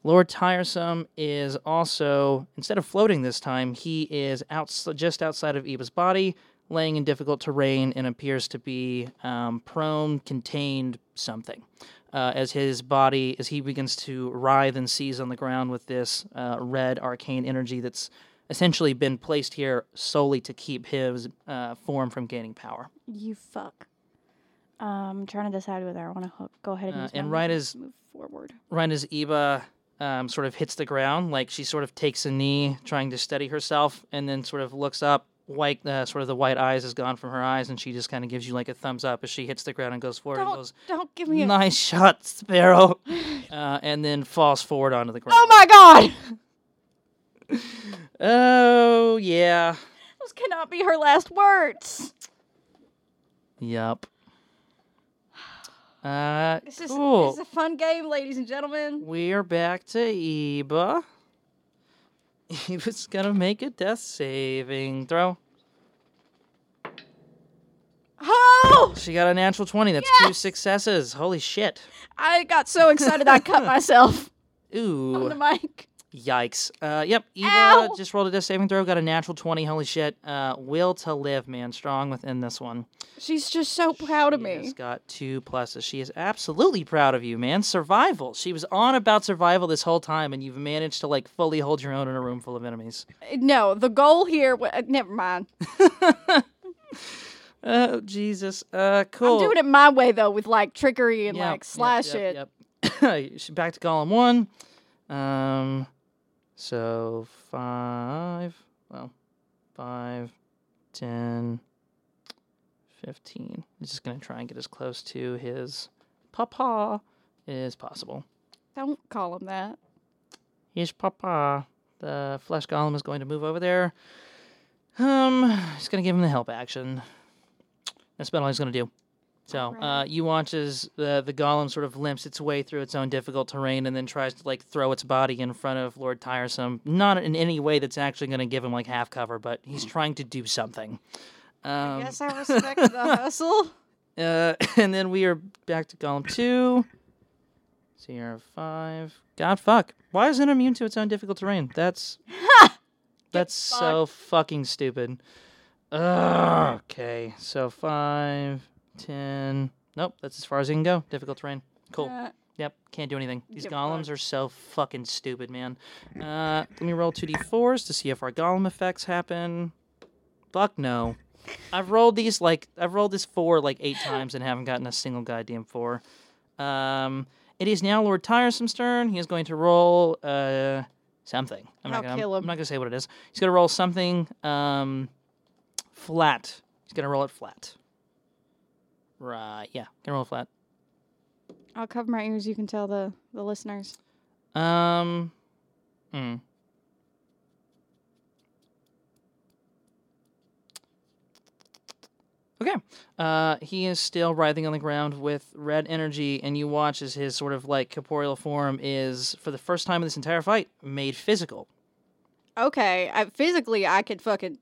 Speaker 2: Lord Tiresome is also, instead of floating this time, he is outs- just outside of Eva's body, laying in difficult terrain, and appears to be um, prone, contained, something. Uh, as his body, as he begins to writhe and seize on the ground with this uh, red arcane energy that's essentially been placed here solely to keep his uh, form from gaining power.
Speaker 3: you fuck. Um, I'm trying to decide whether I want to hook. Go ahead and
Speaker 2: Uh,
Speaker 3: use my
Speaker 2: and right
Speaker 3: movement
Speaker 2: as-
Speaker 3: to move forward.
Speaker 2: Right as Eva um, sort of hits the ground, like she sort of takes a knee, trying to steady herself, and then sort of looks up. White, uh, sort of the white eyes is gone from her eyes, and she just kind of gives you like a thumbs up as she hits the ground and goes forward and
Speaker 3: Don't
Speaker 2: goes,
Speaker 3: don't give me. A,
Speaker 2: "Nice shot, Sparrow," uh, and then falls forward onto the ground.
Speaker 3: oh my god!
Speaker 2: Oh yeah.
Speaker 3: Those cannot be her last words.
Speaker 2: Yep. Uh,
Speaker 4: This is,
Speaker 2: cool.
Speaker 4: this is a fun game, ladies and gentlemen.
Speaker 2: We're back to Eba. Eba's gonna make a death saving throw.
Speaker 3: Oh!
Speaker 2: She got a natural 20. That's two successes. Holy shit.
Speaker 3: I got so excited I cut myself on the
Speaker 2: Ooh.
Speaker 3: mic.
Speaker 2: Yikes. Uh, yep. Eva
Speaker 3: Oh, Ow!
Speaker 2: just rolled a death saving throw, got a natural 20. Holy shit. Uh, will to live, man. Strong within this one.
Speaker 3: She's just so proud of
Speaker 2: She has
Speaker 3: me.
Speaker 2: got two pluses. She is absolutely proud of you, man. Survival. She was on about survival this whole time, and you've managed to, like, fully hold your own in a room full of enemies.
Speaker 3: Uh, No, the goal here. wa- uh, never mind.
Speaker 2: Oh, Jesus. Uh, cool.
Speaker 3: I'm doing it my way though, with like trickery and
Speaker 2: Yeah,
Speaker 3: like slash
Speaker 2: yep,
Speaker 3: it.
Speaker 2: yep, yep. Sh- Back to column one. Um, so five, well, five, ten, fifteen. He's just gonna try and get as close to his papa as possible.
Speaker 3: Don't call him that.
Speaker 2: His papa. The flesh golem is going to move over there. Um, he's gonna give him the help action. That's about all he's gonna do. So uh,
Speaker 3: Alright.
Speaker 2: you watch as the the golem sort of limps its way through its own difficult terrain and then tries to like throw its body in front of Lord Tiresome. Not in any way that's actually going to give him like half cover, but he's trying to do something. Um,
Speaker 4: Yes, I respect the hustle.
Speaker 2: uh, and then we are back to column two. Sierra five. God fuck. Why is it immune to its own difficult terrain? That's that's so fucking stupid. Ugh, okay, so five, ten. Nope, that's as far as he can go. Difficult terrain. Cool.
Speaker 3: Uh,
Speaker 2: Yep, can't do anything. These
Speaker 4: Give
Speaker 2: golems are so fucking stupid, man. Uh, let me roll 2d4s to see if our golem effects happen. Fuck no. I've rolled these like I've rolled this four like eight times and haven't gotten a single goddamn four. Um, It is now Lord Tiresome's turn. He is going to roll uh, something. I'm
Speaker 3: I'll
Speaker 2: not gonna,
Speaker 3: kill him.
Speaker 2: I'm not gonna say what it is. He's gonna roll something um, flat. He's gonna roll it flat. Right. Yeah. Gonna roll it flat.
Speaker 3: I'll cover my ears. You can tell the the listeners.
Speaker 2: Um. Hmm. Okay. Uh, he is still writhing on the ground with red energy, and you watch as his sort of like corporeal form is, for the first time in this entire fight, made physical.
Speaker 4: Okay, I, physically I could fucking.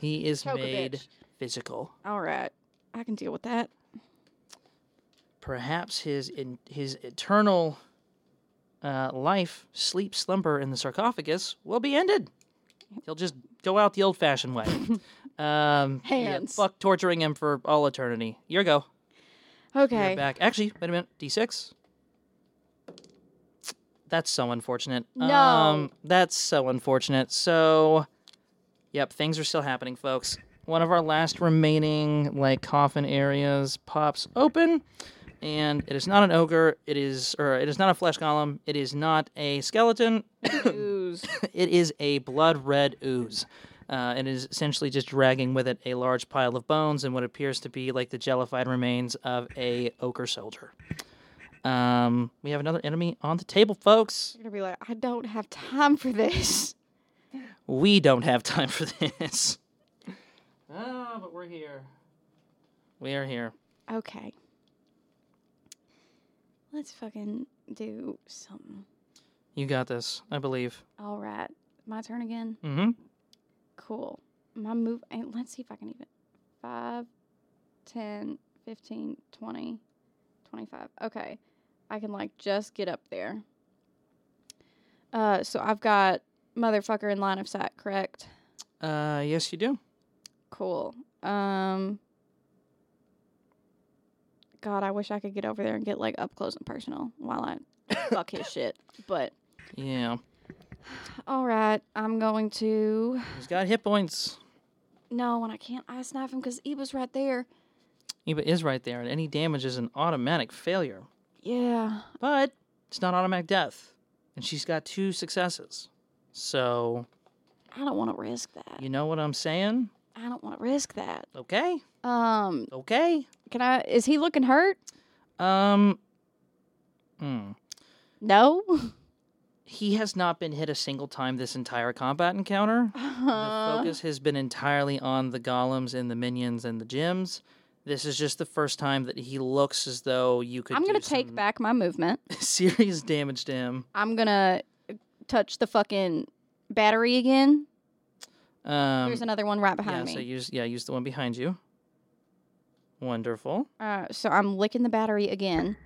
Speaker 2: He is
Speaker 4: Choke a
Speaker 2: made
Speaker 4: bitch.
Speaker 2: physical.
Speaker 4: All right.
Speaker 3: I can deal with that.
Speaker 2: Perhaps his in, his eternal uh, life, sleep, slumber in the sarcophagus will be ended. He'll just go out the old-fashioned way. um, yeah,
Speaker 3: Hands.
Speaker 2: fuck torturing him for all eternity. Your go. You're
Speaker 3: Okay.
Speaker 2: back. Actually, wait a minute. D6. That's so unfortunate.
Speaker 3: No.
Speaker 2: Um, that's so unfortunate. So, yep, things are still happening, folks. One of our last remaining like coffin areas pops open, and it is not an ogre. It is, or it is not a flesh golem. It is not a skeleton.
Speaker 4: Ooze.
Speaker 2: it is a blood red ooze. Uh, it is essentially just dragging with it a large pile of bones and what appears to be like the jellified remains of a ochre soldier. Um, we have another enemy on the table, folks.
Speaker 3: You're gonna be like, I don't have time for this.
Speaker 2: We don't have time for this. Ah, but we're here. We are here.
Speaker 3: Okay. Let's fucking do something.
Speaker 2: You got this, I believe.
Speaker 3: All right. My turn again.
Speaker 2: Mm-hmm.
Speaker 3: Cool. My move. And let's see if I can even. 5, 10, 15, 20, 25. Okay. I can, like, just get up there. Uh, so I've got motherfucker in line of sight, correct?
Speaker 2: Uh, yes, you do.
Speaker 3: Cool. Um, God, I wish I could get over there and get, like, up close and personal while I fuck his shit. But,
Speaker 2: Yeah.
Speaker 3: all right. I'm going to.
Speaker 2: He's got hit points.
Speaker 3: No, and I can't ice knife him because he was right there.
Speaker 2: Eva is right there, and any damage is an automatic failure.
Speaker 3: Yeah.
Speaker 2: but it's not automatic death. And she's got two successes. So,
Speaker 3: I don't want to risk that.
Speaker 2: you know what I'm saying?
Speaker 3: I don't want to risk that.
Speaker 2: Okay.
Speaker 3: Um,
Speaker 2: Okay.
Speaker 3: can I? Is he looking hurt?
Speaker 2: Um hmm.
Speaker 3: No.
Speaker 2: He has not been hit a single time this entire combat encounter. the focus has been entirely on the golems and the minions and the gems. This is just the first time that he looks as though you could
Speaker 3: I'm
Speaker 2: do
Speaker 3: gonna take
Speaker 2: some
Speaker 3: back my movement.
Speaker 2: serious damage to him.
Speaker 3: I'm gonna uh, touch the fucking battery again.
Speaker 2: Um
Speaker 3: There's another one right
Speaker 2: yeah,
Speaker 3: behind
Speaker 2: so
Speaker 3: me.
Speaker 2: use yeah, use the one behind you. Wonderful.
Speaker 3: uh, so I'm licking the battery again,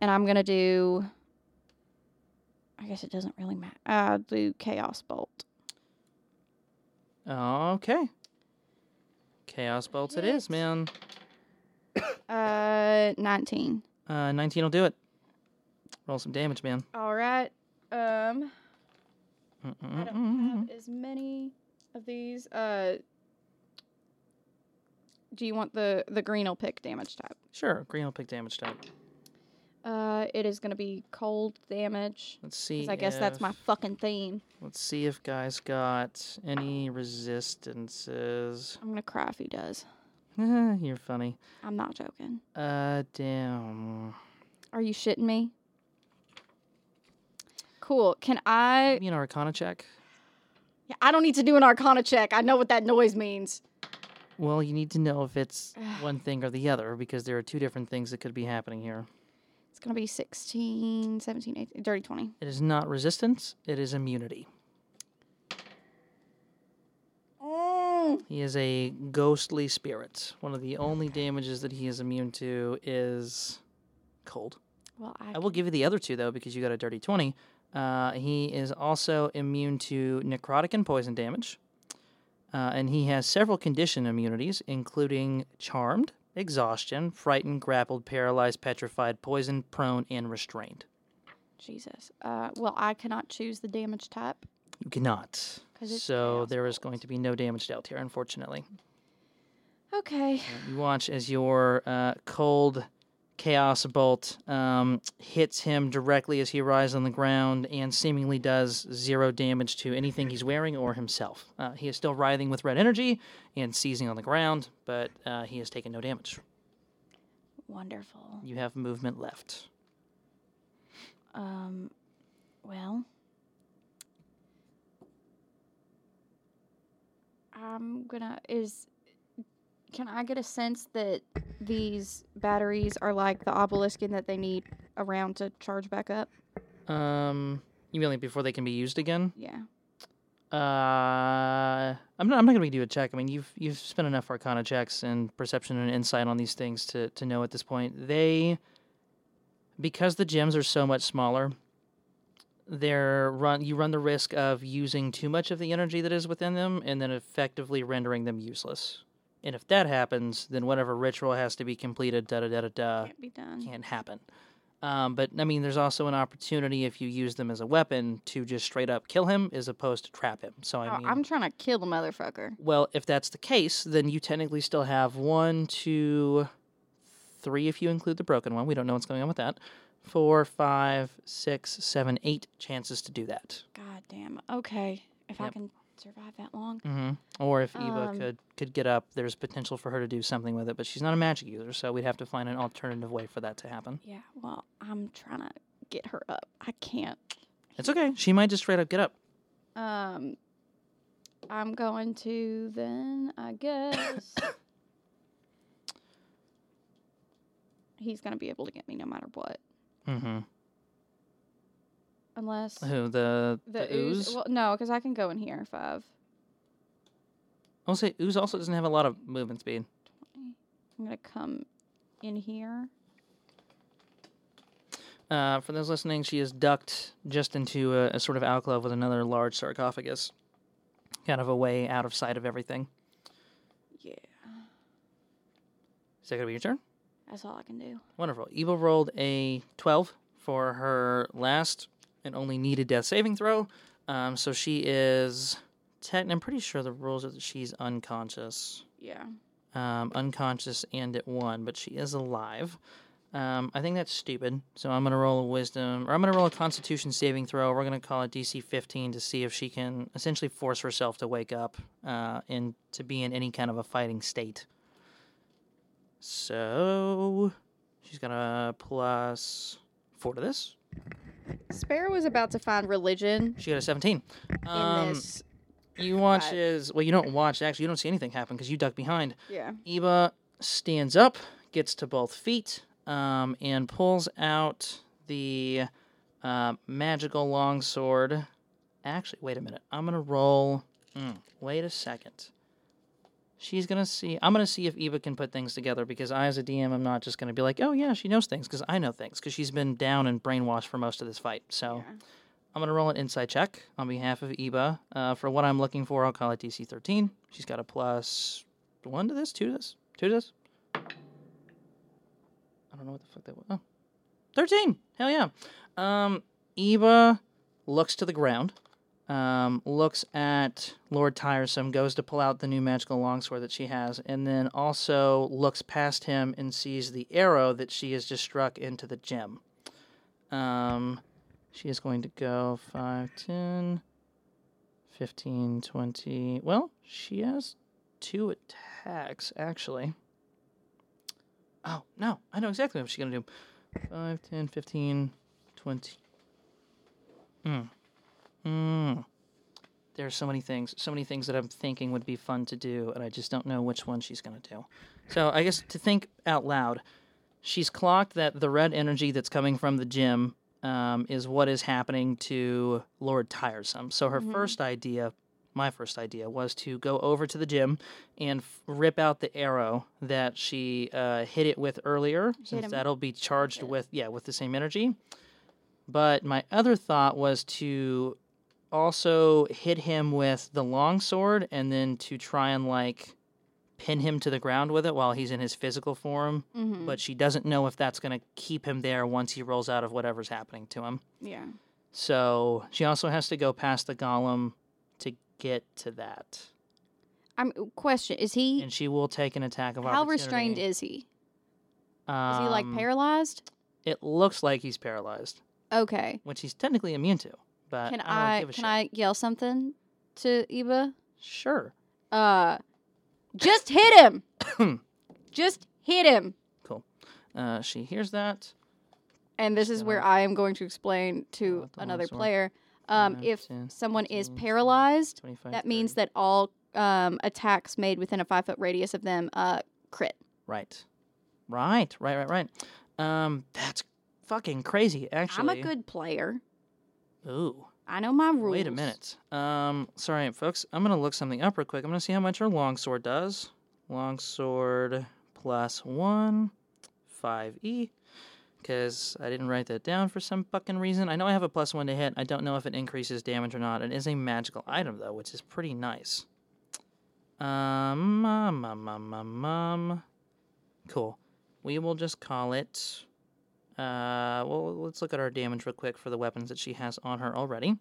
Speaker 3: and I'm gonna do. I guess it doesn't really matter. I'll do chaos bolt.
Speaker 2: Okay. Chaos bolts it is,
Speaker 3: Yes.
Speaker 2: man.
Speaker 3: Uh, nineteen.
Speaker 2: Uh, 19 will do it. Roll some damage, man.
Speaker 3: All right. Um. I don't
Speaker 2: Mm-mm-mm.
Speaker 3: have as many of these. Uh, do you want the the green? I'll pick damage type.
Speaker 2: Sure, green will pick damage type.
Speaker 3: Uh, it is gonna be cold damage.
Speaker 2: Let's see.
Speaker 3: 'cause I guess that's my
Speaker 2: if-
Speaker 3: fucking theme.
Speaker 2: Let's see if guys got any resistances.
Speaker 3: I'm gonna cry if he does.
Speaker 2: You're funny.
Speaker 3: I'm not joking.
Speaker 2: Uh, damn.
Speaker 3: Are you shitting me? Cool. Can I?
Speaker 2: Give me an Arcana check.
Speaker 4: Yeah, I don't need to do an Arcana check. I know what that noise means.
Speaker 2: Well, you need to know if it's one thing or the other because there are two different things that could be happening here.
Speaker 3: It's gonna be 16, 17, 18, dirty 20.
Speaker 2: It is not resistance. It is immunity. He is a ghostly spirit. One of the only damages that he is immune to is cold.
Speaker 3: Well, I,
Speaker 2: I will give you the other two though, because you got a dirty twenty. Uh, he is also immune to necrotic and poison damage, uh, and he has several condition immunities, including charmed, exhaustion, frightened, grappled, paralyzed, petrified, poisoned, prone, and restrained.
Speaker 3: Jesus. Uh, well, I cannot choose the damage type.
Speaker 2: You cannot.
Speaker 3: 'Cause it's
Speaker 2: So
Speaker 3: chaos
Speaker 2: there is
Speaker 3: bolts.
Speaker 2: going to be no damage dealt here, unfortunately.
Speaker 3: Okay.
Speaker 2: You watch as your uh, cold Chaos Bolt um, hits him directly as he lies on the ground and seemingly does zero damage to anything he's wearing or himself. Uh, he is still writhing with red energy and seizing on the ground, but uh, he has taken no damage.
Speaker 3: Wonderful.
Speaker 2: You have movement left.
Speaker 3: Um, well, I'm gonna is. Can I get a sense that these batteries are like the obelisk in that they need around to charge back up?
Speaker 2: Um, you mean like before they can be used again?
Speaker 3: Yeah.
Speaker 2: Uh, I'm not. I'm not gonna do a check. I mean, you've you've spent enough Arcana checks and perception and insight on these things to to know at this point they, because the gems are so much smaller, they're run. You run the risk of using too much of the energy that is within them, and then effectively rendering them useless. And if that happens, then whatever ritual has to be completed, da da da da da,
Speaker 3: Can't be done.
Speaker 2: can't happen. Um, but I mean, there's also an opportunity if you use them as a weapon to just straight up kill him as opposed to trap him. So I
Speaker 3: Oh,
Speaker 2: mean,
Speaker 3: I'm trying to kill the motherfucker.
Speaker 2: well, if that's the case, then you technically still have one, two, three if you include the broken one. We don't know what's going on with that. Four, five, six, seven, eight chances to do that.
Speaker 3: God damn. Okay. If I
Speaker 2: Yep.
Speaker 3: can survive that long.
Speaker 2: hmm Or if Eva
Speaker 3: Um,
Speaker 2: could could get up, there's potential for her to do something with it, but she's not a magic user, so we'd have to find an alternative way for that to happen.
Speaker 3: Yeah. Well, I'm trying to get her up. I can't.
Speaker 2: It's okay. She might just straight up get up.
Speaker 3: Um, I'm going to then, I guess. He's going to be able to get me no matter what.
Speaker 2: Mm-hmm.
Speaker 3: Unless
Speaker 2: Who the the, ooze?
Speaker 3: Well, no, because I can go in here. Five,
Speaker 2: I'll say ooze also doesn't have a lot of movement speed.
Speaker 3: twenty. I'm going to come in here.
Speaker 2: Uh, for those listening, she is ducked just into a, a sort of alcove with another large sarcophagus, kind of away out of sight of everything.
Speaker 3: Yeah.
Speaker 2: Is that gonna be your turn?
Speaker 3: That's all I can do.
Speaker 2: Wonderful. Eva rolled a 12 for her last and only needed death saving throw. Um, so she is. Tech, I'm pretty sure the rules are that she's unconscious.
Speaker 3: Yeah.
Speaker 2: um, unconscious and at one, but she is alive. Um, I think that's stupid. So I'm gonna roll a wisdom, or I'm gonna roll a Constitution saving throw. We're gonna call it DC 15 to see if she can essentially force herself to wake up uh, and to be in any kind of a fighting state. So she's got a plus four to this.
Speaker 3: Sparrow was about to find religion
Speaker 2: She got a 17.
Speaker 3: in
Speaker 2: Um,
Speaker 3: this.
Speaker 2: you watch
Speaker 3: but-
Speaker 2: as well. You don't watch. Actually, you don't see anything happen because you duck behind.
Speaker 3: Yeah.
Speaker 2: Eva stands up, gets to both feet, um, and pulls out the uh, magical longsword. Actually, wait a minute. I'm gonna roll. Mm, wait a second. She's gonna see. I'm gonna see if Eva can put things together because I, as a DM, I'm not just gonna be like, "Oh yeah, she knows things," because I know things because she's been down and brainwashed for most of this fight. So
Speaker 3: Yeah.
Speaker 2: I'm gonna roll an insight check on behalf of Eva uh, for what I'm looking for. I'll call it DC 13. She's got a plus one to this, two to this, two to this. I don't know what the fuck that was. Oh. 13. Hell yeah. Um, Eva looks to the ground, um, looks at Lord Tiresome, goes to pull out the new magical longsword that she has, and then also looks past him and sees the arrow that she has just struck into the gem. Um, she is going to go 5, 10, 15, 20. Well, she has two attacks, actually. Oh, no. I know exactly what she's going to do. 5, 10, 15, 20. Mm. Mm. There are so many things, so many things that I'm thinking would be fun to do, and I just don't know which one she's going to do. So I guess to think out loud, she's clocked that the red energy that's coming from the gym um, is what is happening to Lord Tiresome. So
Speaker 3: Mm-hmm.
Speaker 2: her first idea, my first idea, was to go over to the gym and f- rip out the arrow that she uh, hit it with earlier, since
Speaker 3: him.
Speaker 2: that'll be charged
Speaker 3: Yeah.
Speaker 2: with yeah with the same energy. But my other thought was to also hit him with the long sword and then to try and like pin him to the ground with it while he's in his physical form
Speaker 3: Mm-hmm.
Speaker 2: but she doesn't know if that's going to keep him there once he rolls out of whatever's happening to him.
Speaker 3: yeah.
Speaker 2: So she also has to go past the golem to get to that,
Speaker 3: I'm question. Is he
Speaker 2: and she will take an attack of
Speaker 3: how
Speaker 2: opportunity.
Speaker 3: restrained is he? Is he like
Speaker 2: Um,
Speaker 3: paralyzed?
Speaker 2: It looks like he's paralyzed,
Speaker 3: Okay.
Speaker 2: which he's technically immune to. But I,
Speaker 3: Can
Speaker 2: don't
Speaker 3: I,
Speaker 2: give a
Speaker 3: can
Speaker 2: shit.
Speaker 3: I yell something to Eva?
Speaker 2: Sure.
Speaker 3: Uh, just hit him. just hit him.
Speaker 2: Uh, she hears that.
Speaker 3: And this is where
Speaker 2: Understand.
Speaker 3: I am going to explain to
Speaker 2: What the
Speaker 3: another
Speaker 2: lights were.
Speaker 3: player. Um,
Speaker 2: Five,
Speaker 3: if
Speaker 2: 10,
Speaker 3: someone is
Speaker 2: 15,
Speaker 3: paralyzed,
Speaker 2: 25,
Speaker 3: that
Speaker 2: 30.
Speaker 3: means that all um, attacks made within a five foot radius of them uh, crit.
Speaker 2: Right. Right. Right. Right. Right. Um, that's fucking crazy. Actually,
Speaker 3: I'm a good player.
Speaker 2: Ooh.
Speaker 3: I know my rules.
Speaker 2: Wait a minute. Um, sorry, folks. I'm gonna look something up real quick. I'm gonna see how much our longsword does. Longsword plus one, five e, because I didn't write that down for some fucking reason. I know I have a plus one to hit. I don't know if it increases damage or not. It is a magical item though, which is pretty nice. Um, um, um, um, um, um. cool. We will just call it. Uh, well, let's look at our damage real quick for the weapons that she has on her already.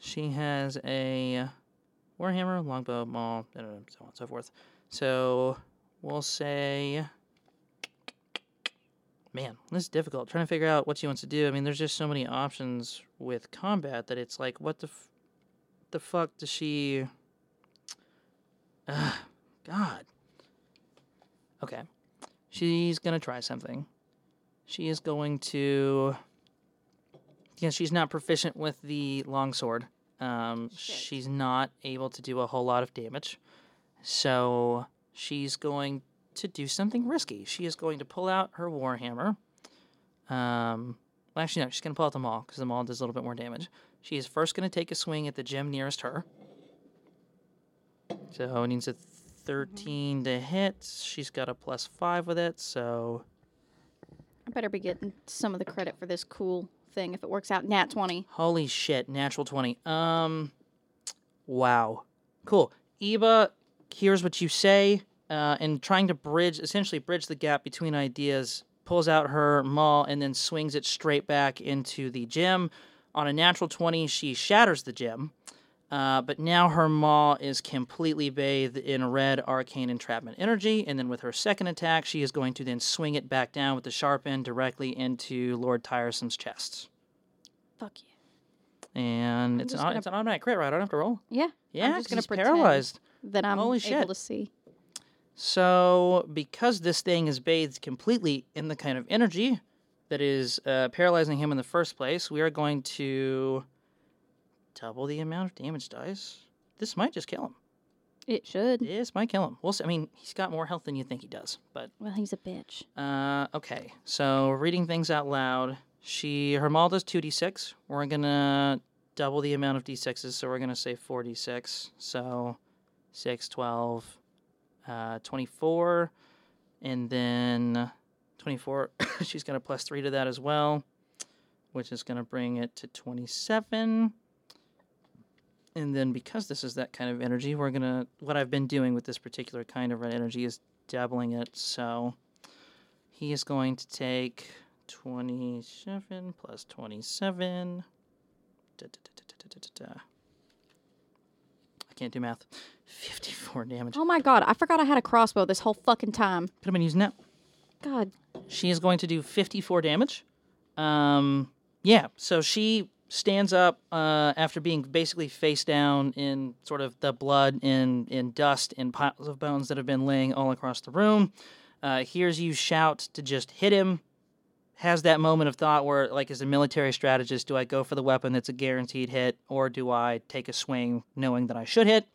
Speaker 2: She has a Warhammer, Longbow, Maul, da, da, da, so on and so forth. So we'll say, man, this is difficult. Trying to figure out what she wants to do. I mean, there's just so many options with combat that it's like, what the, f- the fuck does she? Ugh, God. Okay, she's gonna try something. She is going to. Yeah, she's not proficient with the longsword. Um,
Speaker 4: Shit.
Speaker 2: she's not able to do a whole lot of damage. So she's going to do something risky. She is going to pull out her warhammer. Um, well, actually, no, she's going to pull out the maul because the maul does a little bit more damage. She is first going to take a swing at the gem nearest her. So it needs a 13 to hit. She's got a plus 5 with it, so
Speaker 3: I better be getting some of the credit for this cool thing if it works out. Nat 20.
Speaker 2: Holy shit, natural 20. Um wow. Cool. Eba hears what you say uh, and trying to bridge essentially bridge the gap between ideas, pulls out her maul and then swings it straight back into the gem. On a natural 20, she shatters the gem. Uh, but now her maul is completely bathed in red arcane entrapment energy, and then with her second attack, she is going to then swing it back down with the sharp end directly into Lord Tiresome's chest.
Speaker 3: Fuck you.
Speaker 2: And it's an,
Speaker 3: just
Speaker 2: au-
Speaker 3: gonna-
Speaker 2: it's an automatic crit, right? I don't have to roll.
Speaker 3: Yeah.
Speaker 2: Yeah,
Speaker 3: just
Speaker 2: 'cause
Speaker 3: gonna
Speaker 2: he's
Speaker 3: pretend.
Speaker 2: paralyzed.
Speaker 3: That I'm
Speaker 2: Holy
Speaker 3: able
Speaker 2: shit.
Speaker 3: to see.
Speaker 2: So, because this thing is bathed completely in the kind of energy that is uh, paralyzing him in the first place, we are going to double the amount of damage dice. This might just kill him.
Speaker 3: It should.
Speaker 2: This might kill him. We'll see. I mean, he's got more health than you think he does, but
Speaker 3: Well, he's a bitch.
Speaker 2: Uh, okay. So reading things out loud. She her mall does two d six. We're gonna double the amount of d sixes, so we're gonna say four d six. So 6, 12, uh, 24, and then twenty four. she's got a plus three to that as well, which is gonna bring it to twenty seven. And then because this is that kind of energy, we're gonna what I've been doing with this particular kind of red energy is doubling it. So. He is going to take 27 plus 27. Da, da, da, da, da, da, da, da. I can't do math. 54 damage.
Speaker 3: Oh my god, I forgot I had a crossbow this whole fucking time.
Speaker 2: Could have been using that.
Speaker 3: God.
Speaker 2: She is going to do 54 damage. Um, yeah, so she stands up uh, after being basically face down in sort of the blood and, and dust and piles of bones that have been laying all across the room. Uh, hears you shout to just hit him. Has that moment of thought where, like, as a military strategist, do I go for the weapon that's a guaranteed hit or do I take a swing knowing that I should hit?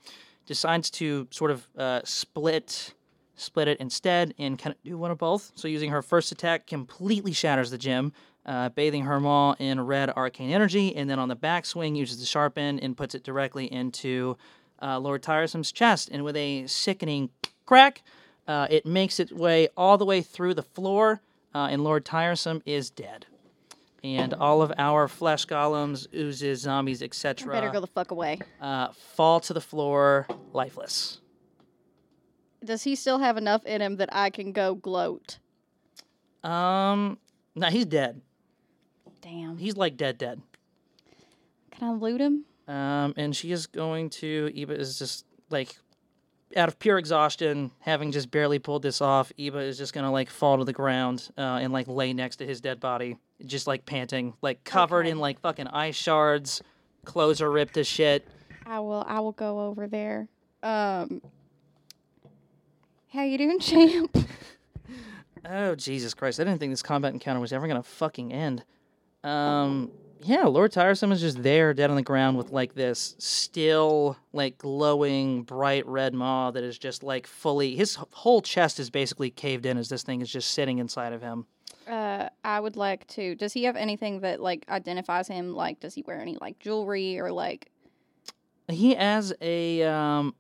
Speaker 2: Decides to sort of uh, split split it instead and kind of do one of both. So using her first attack completely shatters the gem, uh, bathing her maul in red arcane energy, and then on the backswing uses the sharp end and puts it directly into uh, Lord Tiresome's chest. And with a sickening crack, uh, it makes its way all the way through the floor, uh, and Lord Tiresome is dead. And all of our flesh golems, oozes, zombies,
Speaker 3: I better go
Speaker 2: etc.,
Speaker 3: the fuck away.
Speaker 2: uh, fall to the floor lifeless.
Speaker 3: Does he still have enough in him that I can go gloat?
Speaker 2: Um, no, he's dead.
Speaker 3: Damn.
Speaker 2: He's like dead, dead.
Speaker 3: Can I loot him?
Speaker 2: Um, and she is going to. Eva is just like out of pure exhaustion, having just barely pulled this off, Eva is just gonna like fall to the ground uh, and like lay next to his dead body, just like panting, like covered
Speaker 4: Okay.
Speaker 2: in like fucking ice shards. Clothes are ripped to shit.
Speaker 3: I will. I will go over there. Um, how you doing, champ?
Speaker 2: Oh Jesus Christ! I didn't think this combat encounter was ever gonna fucking end. Um, yeah, Lord Tiresome is just there, dead on the ground, with like this still, like glowing, bright red maw that is just like fully. His whole chest is basically caved in as this thing is just sitting inside of him.
Speaker 3: Uh, I would like to. Does he have anything that like identifies him? Like, does he wear any like jewelry or like?
Speaker 2: He has a, um,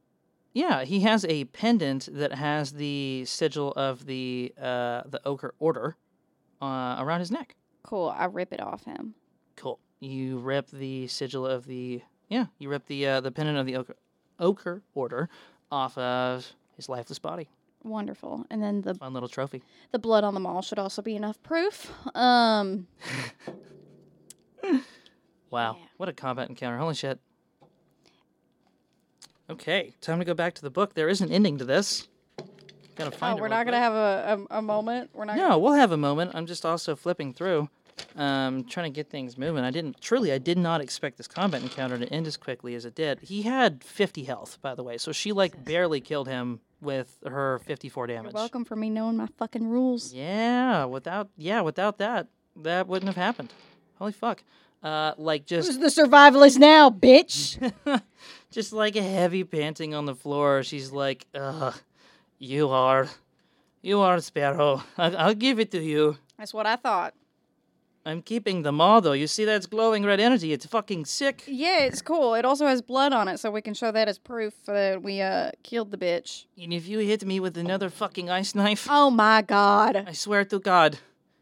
Speaker 2: yeah, he has a pendant that has the sigil of the uh, the Ochre Order uh, around his neck.
Speaker 3: Cool. I rip it off him.
Speaker 2: Cool. You rip the sigil of the yeah. You rip the uh, the pendant of the ochre, ochre order off of his lifeless body.
Speaker 3: Wonderful. And then the
Speaker 2: Fun little trophy.
Speaker 3: the blood on the mall should also be enough proof. Um,
Speaker 2: Wow,
Speaker 3: Yeah.
Speaker 2: what a combat encounter! Holy shit. Okay, time to go back to the book. There is an ending to this. Gotta
Speaker 4: Oh,
Speaker 2: find. it
Speaker 4: we're
Speaker 2: real
Speaker 4: not gonna
Speaker 2: quick.
Speaker 4: have a, a, a moment. We're not. gonna-
Speaker 2: No, we'll have a moment. I'm just also flipping through, um, trying to get things moving. I didn't truly. I did not expect this combat encounter to end as quickly as it did. He had 50 health, by the way, so she like barely killed him with her 54
Speaker 3: you're
Speaker 2: damage.
Speaker 3: welcome for me knowing my fucking rules.
Speaker 2: Yeah, without yeah, without that, that wouldn't have happened. Holy fuck! Uh, like just
Speaker 3: the survivalist now, bitch?
Speaker 2: just like a heavy panting on the floor. She's like, "Ugh, you are, you are Sparrow. I- I'll give it to you."
Speaker 3: That's what I thought.
Speaker 2: I'm keeping the maw though. You see that's glowing red energy. It's fucking sick.
Speaker 4: Yeah, it's cool. It also has blood on it, so we can show that as proof that we uh killed the bitch.
Speaker 2: And if you hit me with another fucking ice knife,
Speaker 3: Oh my god.
Speaker 2: I swear to God.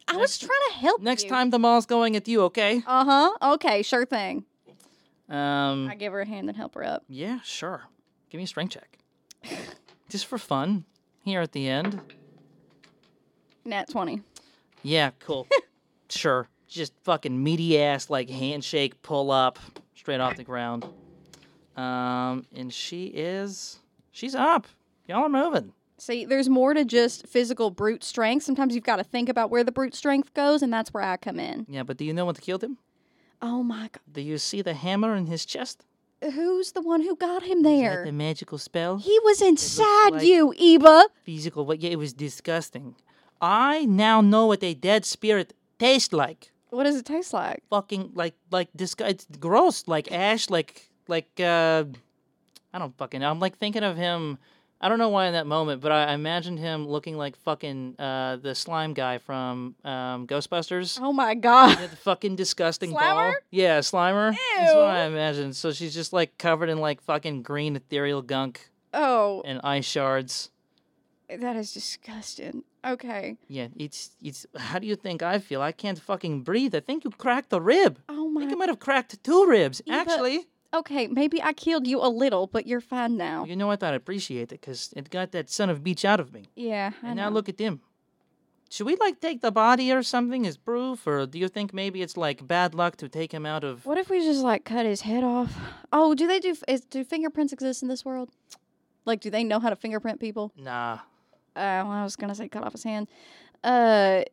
Speaker 3: I was trying to help
Speaker 2: Next
Speaker 3: you.
Speaker 2: time the mall's going at you, okay?
Speaker 3: Uh huh. Okay, sure thing.
Speaker 2: Um
Speaker 3: I give her a hand and help her up.
Speaker 2: Yeah, sure. Give me a strength check. Just for fun. Here at the end.
Speaker 3: Nat 20.
Speaker 2: Yeah, cool. sure. Just fucking meaty ass like handshake pull up straight off the ground. Um and she is she's up. Y'all are moving.
Speaker 3: See, there's more to just physical brute strength. Sometimes you've got to think about where the brute strength goes, and that's where I come in.
Speaker 2: Yeah, but do you know what killed him?
Speaker 3: Oh my
Speaker 2: Do you see the hammer in his chest?
Speaker 3: god. Who's the one who got him
Speaker 2: Is that
Speaker 3: there?
Speaker 2: the magical spell?
Speaker 3: He was inside
Speaker 2: like-
Speaker 3: you, Eva.
Speaker 2: Physical, but yeah, it was disgusting. I now know what a dead spirit tastes like.
Speaker 4: What does it taste like?
Speaker 2: Fucking like like disgust. It's gross. Like ash. Like like uh, I don't fucking know. I'm like thinking of him. I don't know why in that moment, but I, I imagined him looking like fucking uh the slime guy from um Ghostbusters.
Speaker 4: Oh my god.
Speaker 2: Yeah, the fucking disgusting
Speaker 4: Slimer?
Speaker 2: ball. Yeah, Slimer. That's
Speaker 4: Ew.
Speaker 2: what I imagine. So she's just like covered in like fucking green ethereal gunk
Speaker 4: Oh,
Speaker 2: and ice shards.
Speaker 4: that is disgusting. Okay.
Speaker 2: Yeah, it's it's. How do you think I feel? I can't fucking breathe. I think you cracked a rib.
Speaker 3: Oh
Speaker 2: I think I
Speaker 3: my.
Speaker 2: might have cracked two ribs.
Speaker 3: Yeah, but-
Speaker 2: Actually,
Speaker 3: Okay, maybe I killed you a little, but you're fine now.
Speaker 2: you know I thought I appreciate it because it got that son of a beach out of me.
Speaker 3: Yeah, I
Speaker 2: And now
Speaker 3: know.
Speaker 2: look at him. Should we like take the body or something as proof, or do you think maybe it's like bad luck to take him out of?
Speaker 3: What if we just like cut his head off? Oh, do they do? f- Is, do fingerprints exist in this world? Like, do they know how to fingerprint people?
Speaker 2: Nah.
Speaker 3: Uh, well, I was gonna say cut off his hand. Uh,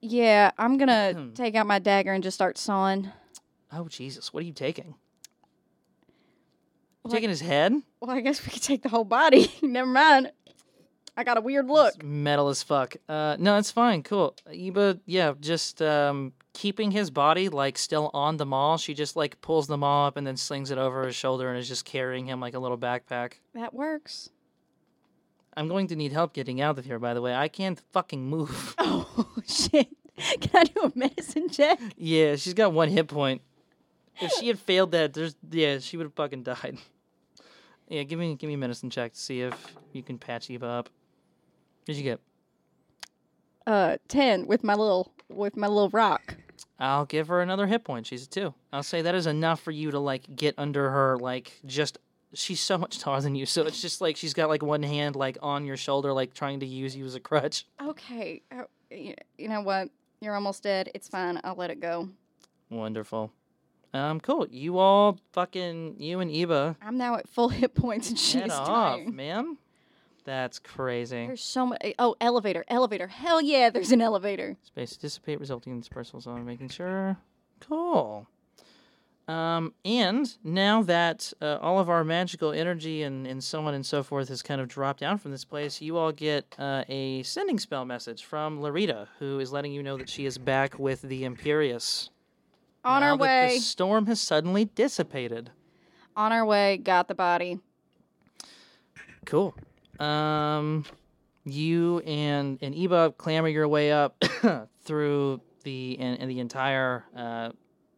Speaker 3: yeah, I'm
Speaker 2: Hmm.
Speaker 3: gonna take out my dagger and just start sawing.
Speaker 2: Oh Jesus, what are you taking? You
Speaker 3: Like-
Speaker 2: taking his head?
Speaker 3: Well, I guess we could take the whole body. Never mind. I got a weird look.
Speaker 2: It's metal as fuck. Uh, no, it's fine. Cool. Eba, yeah, just um, keeping his body like still on the mall. She just like pulls the mall up and then slings it over his shoulder and is just carrying him like a little backpack.
Speaker 3: That works.
Speaker 2: I'm going to need help getting out of here. By the way, I can't fucking move.
Speaker 3: Oh shit! Can I do a medicine check?
Speaker 2: yeah, she's got one hit point. If she had failed that, there's yeah, she would have fucking died. Yeah, give me give me a medicine check to see if you can patch Eva up. What'd you get?
Speaker 3: Uh, ten with my little with my little rock.
Speaker 2: I'll give her another hit point. She's a two. I'll say that is enough for you to like get under her. Like just she's so much taller than you, so it's just like she's got like one hand like on your shoulder, like trying to use you as a crutch.
Speaker 3: Okay. Oh, y- you know what? You're almost dead. It's fine. I'll let it go.
Speaker 2: Wonderful. Um, cool. You all fucking you and Eva
Speaker 3: I'm now at full hit points and she's
Speaker 2: head off,
Speaker 3: dying.
Speaker 2: man. That's crazy.
Speaker 3: There's so much. Oh, elevator, elevator. Hell yeah, there's an elevator.
Speaker 2: Space to dissipate, resulting in dispersal. So I'm making sure. Cool. Um, and now that uh, all of our magical energy and, and so on and so forth has kind of dropped down from this place, you all get uh, a sending spell message from Larita, who is letting you know that she is back with the Imperius.
Speaker 4: On
Speaker 2: now
Speaker 4: our
Speaker 2: that
Speaker 4: way.
Speaker 2: The storm has suddenly dissipated.
Speaker 3: On our way, got the body.
Speaker 2: Cool. Um, you and and Eba clamber your way up through the and, and the entire uh,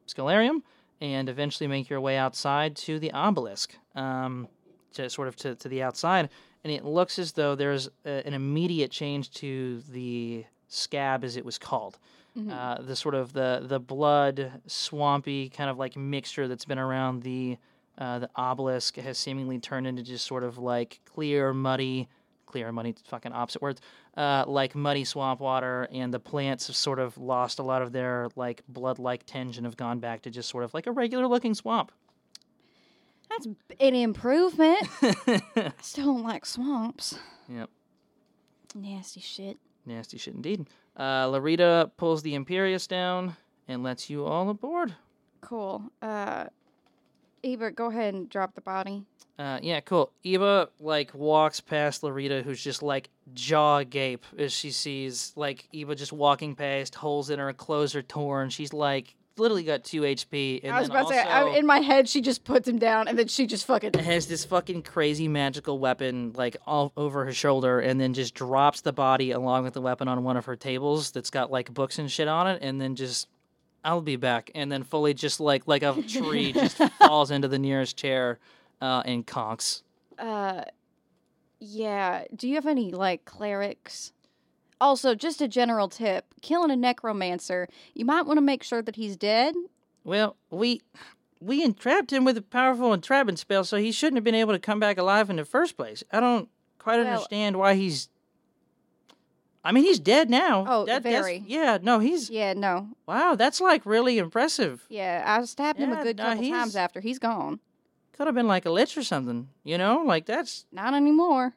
Speaker 2: Scalarium, and eventually make your way outside to the obelisk. Um, to sort of to, to the outside, and it looks as though there's a, an immediate change to the scab, as it was called. Uh, the sort of the the blood swampy kind of like mixture that's been around the uh, the obelisk has seemingly turned into just sort of like clear, muddy, clear, muddy, fucking opposite words, uh, like muddy swamp water. And the plants have sort of lost a lot of their like blood like tinge and have gone back to just sort of like a regular looking swamp.
Speaker 3: That's b- an improvement. I still don't like swamps.
Speaker 2: Yep.
Speaker 3: Nasty shit.
Speaker 2: Nasty shit indeed. Uh, Larita pulls the Imperius down and lets you all aboard.
Speaker 3: Cool. Uh, Ebert, go ahead and drop the body.
Speaker 2: Uh, yeah, cool. Eva like walks past Larita, who's just like jaw agape as she sees like Eva just walking past, holes in her clothes are torn. She's like literally got two HP, and
Speaker 4: I was
Speaker 2: then
Speaker 4: about
Speaker 2: also
Speaker 4: to say, I, in my head, she just puts him down and then she just fucking.
Speaker 2: has this fucking crazy magical weapon like all over her shoulder, and then just drops the body along with the weapon on one of her tables that's got like books and shit on it, and then just. I'll be back, and then fully just like like a tree just falls into the nearest chair uh, and conks.
Speaker 3: Uh, yeah. Do you have any like clerics? Also, just a general tip: killing a necromancer, you might want to make sure that he's dead.
Speaker 2: Well, we we entrapped him with a powerful entrapment spell, so he shouldn't have been able to come back alive in the first place. I don't quite
Speaker 3: Well-
Speaker 2: understand why he's. I mean, he's dead now.
Speaker 3: Oh,
Speaker 2: that's-
Speaker 3: very.
Speaker 2: Yeah, no, he's
Speaker 3: Yeah, no.
Speaker 2: wow. That's like really impressive.
Speaker 3: Yeah, I stabbed him
Speaker 2: Yeah,
Speaker 3: a good
Speaker 2: no,
Speaker 3: couple
Speaker 2: he's-
Speaker 3: times after he's gone.
Speaker 2: Could have been like a lich or something, you know? Like that's
Speaker 3: Not anymore.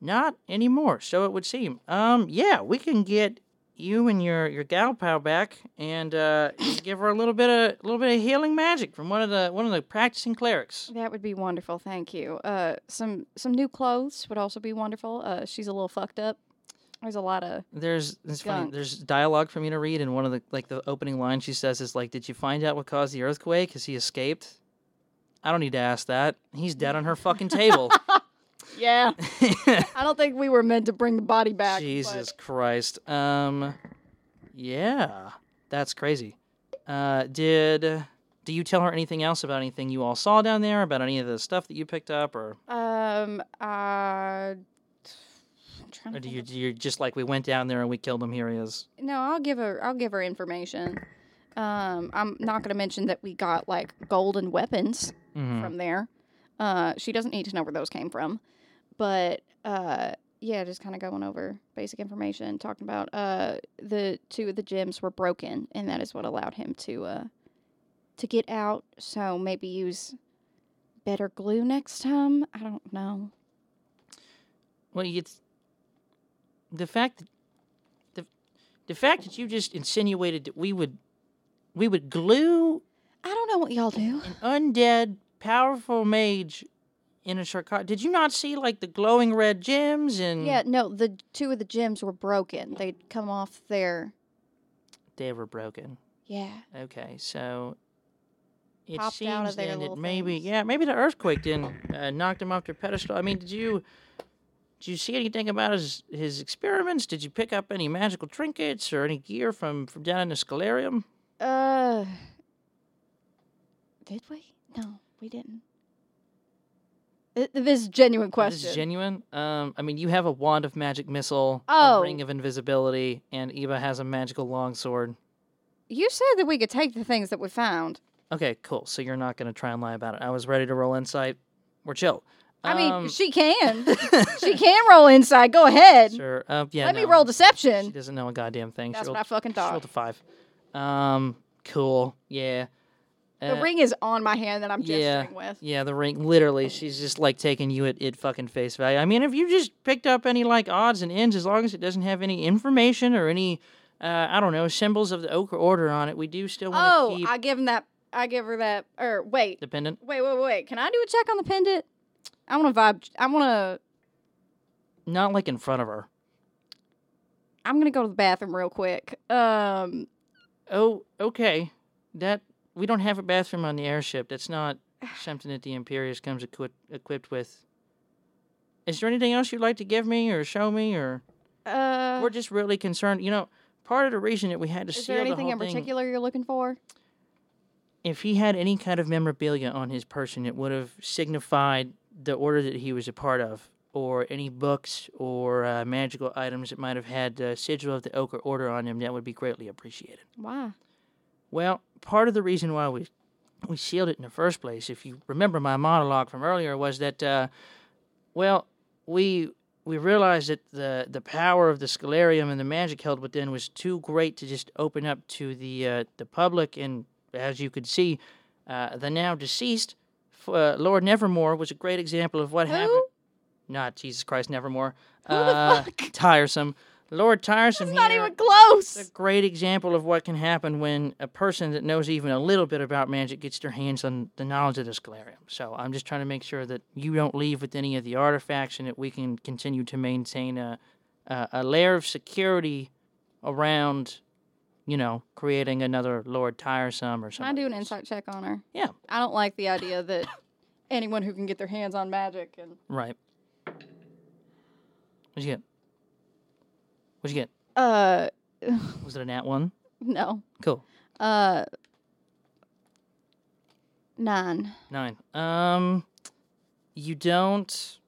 Speaker 2: not anymore. So it would seem. Um, yeah, we can get you and your your gal pal back and uh, give her a little bit of a little bit of healing magic from one of the one of the practicing clerics.
Speaker 3: That would be wonderful. Thank you. Uh, some some new clothes would also be wonderful. Uh, she's a little fucked up. There's a lot of
Speaker 2: There's it's funny.
Speaker 3: Gunk.
Speaker 2: There's dialogue for me to read, and one of the like the opening line she says is like, "Did you find out what caused the earthquake? Has he escaped?" I don't need to ask that. He's dead on her fucking table.
Speaker 4: Yeah. I don't think we were meant to bring the body back. but-
Speaker 2: Jesus Christ. Um, yeah, that's crazy. Uh, did do you tell her anything else about anything you all saw down there? About any of the stuff that you picked up, or,
Speaker 3: um uh. I'm trying
Speaker 2: or
Speaker 3: to
Speaker 2: do
Speaker 3: think
Speaker 2: you you're just like we went down there and we killed him? Here he is.
Speaker 3: of- no, I'll give her. I'll give her information. Um, I'm not gonna mention that we got like golden weapons
Speaker 2: Mhm.
Speaker 3: from there. Uh, she doesn't need to know where those came from, but uh, yeah, just kind of going over basic information, talking about uh, the two of the gems were broken, and that is what allowed him to uh, to get out. So maybe use better glue next time. I don't know.
Speaker 2: Well, it's the fact that the the fact that you just insinuated that we would we would glue
Speaker 3: I don't know what y'all do.
Speaker 2: an undead powerful mage in a sarcophagus. Did you not see like the glowing red gems and
Speaker 3: Yeah, no, the two of the gems were broken. They'd come off their
Speaker 2: they were broken?
Speaker 3: yeah.
Speaker 2: Okay, so it
Speaker 3: Popped
Speaker 2: seems
Speaker 3: out of their
Speaker 2: then that
Speaker 3: little
Speaker 2: maybe
Speaker 3: things.
Speaker 2: yeah maybe the earthquake didn't uh, knocked him off their pedestal. I mean, did you did you see anything about his his experiments? Did you pick up any magical trinkets or any gear from from down in the Scalarium?
Speaker 3: Uh, did we? No, we didn't. Th- This is a genuine question.
Speaker 2: This is genuine. Um, I mean, you have a wand of magic missile,
Speaker 3: Oh.
Speaker 2: a ring of invisibility, and Eva has a magical longsword.
Speaker 3: you said that we could take the things that we found.
Speaker 2: Okay, cool. So you're not gonna try and lie about it. I was ready to roll insight. We're chill.
Speaker 3: I
Speaker 2: Um,
Speaker 3: mean, she can. she can roll inside. Go ahead.
Speaker 2: sure. Uh, yeah.
Speaker 3: Let me
Speaker 2: no.
Speaker 3: roll
Speaker 2: She
Speaker 3: deception.
Speaker 2: doesn't know a goddamn thing.
Speaker 3: That's
Speaker 2: she rolled,
Speaker 3: what I fucking
Speaker 2: she rolled
Speaker 3: thought.
Speaker 2: a five. Um, cool. Yeah. Uh,
Speaker 3: the ring is on my hand that I'm gesturing
Speaker 2: yeah.
Speaker 3: with.
Speaker 2: Yeah, the ring. Literally, she's just like taking you at it fucking face value. I mean, if you just picked up any like odds and ends, as long as it doesn't have any information or any, uh, I don't know, symbols of the Ochre Order on it, we do still want to
Speaker 3: Oh,
Speaker 2: keep
Speaker 3: I give him that. I give her that. Or wait,
Speaker 2: dependent.
Speaker 3: wait, wait, wait. Can I do a check on the pendant? I want to vibe. I want to.
Speaker 2: Not like in front of her.
Speaker 3: I'm gonna go to the bathroom real quick. Um,
Speaker 2: Oh, okay. That we don't have a bathroom on the airship. That's not something that the Imperius comes equi- equipped with. Is there anything else you'd like to give me or show me or?
Speaker 3: uh,
Speaker 2: We're just really concerned. You know, part of the reason that we had to
Speaker 3: is
Speaker 2: seal
Speaker 3: there
Speaker 2: the
Speaker 3: anything
Speaker 2: whole
Speaker 3: in
Speaker 2: thing,
Speaker 3: particular you're looking for?
Speaker 2: if he had any kind of memorabilia on his person, it would have signified the order that he was a part of, or any books or uh, magical items that might have had the sigil of the Ochre Order on them. That would be greatly appreciated.
Speaker 3: Why?
Speaker 2: Well, part of the reason why we we sealed it in the first place, if you remember my monologue from earlier, was that uh, well, we we realized that the the power of the scalarium and the magic held within was too great to just open up to the uh, the public, and as you could see, uh, the now deceased f- uh, Lord Nevermore was a great example of what happened.
Speaker 3: Who?
Speaker 2: Not Jesus Christ, Nevermore.
Speaker 3: Who
Speaker 2: uh,
Speaker 3: the fuck?
Speaker 2: Tiresome. Lord Tiresome.
Speaker 3: It's not
Speaker 2: here-
Speaker 3: even
Speaker 2: it's
Speaker 3: close.
Speaker 2: a great example of what can happen when a person that knows even a little bit about magic gets their hands on the knowledge of the scalarium. So I'm just trying to make sure that you don't leave with any of the artifacts and that we can continue to maintain a, a, a layer of security around, you know, creating another Lord Tiresome or
Speaker 3: Can
Speaker 2: something.
Speaker 3: I do an insight check on her?
Speaker 2: Yeah,
Speaker 3: I don't like the idea that anyone who can get their hands on magic and
Speaker 2: right. What'd you get? What'd you get?
Speaker 3: uh,
Speaker 2: Was it a nat one?
Speaker 3: no,
Speaker 2: Cool.
Speaker 3: uh, nine.
Speaker 2: Nine. Um, you don't.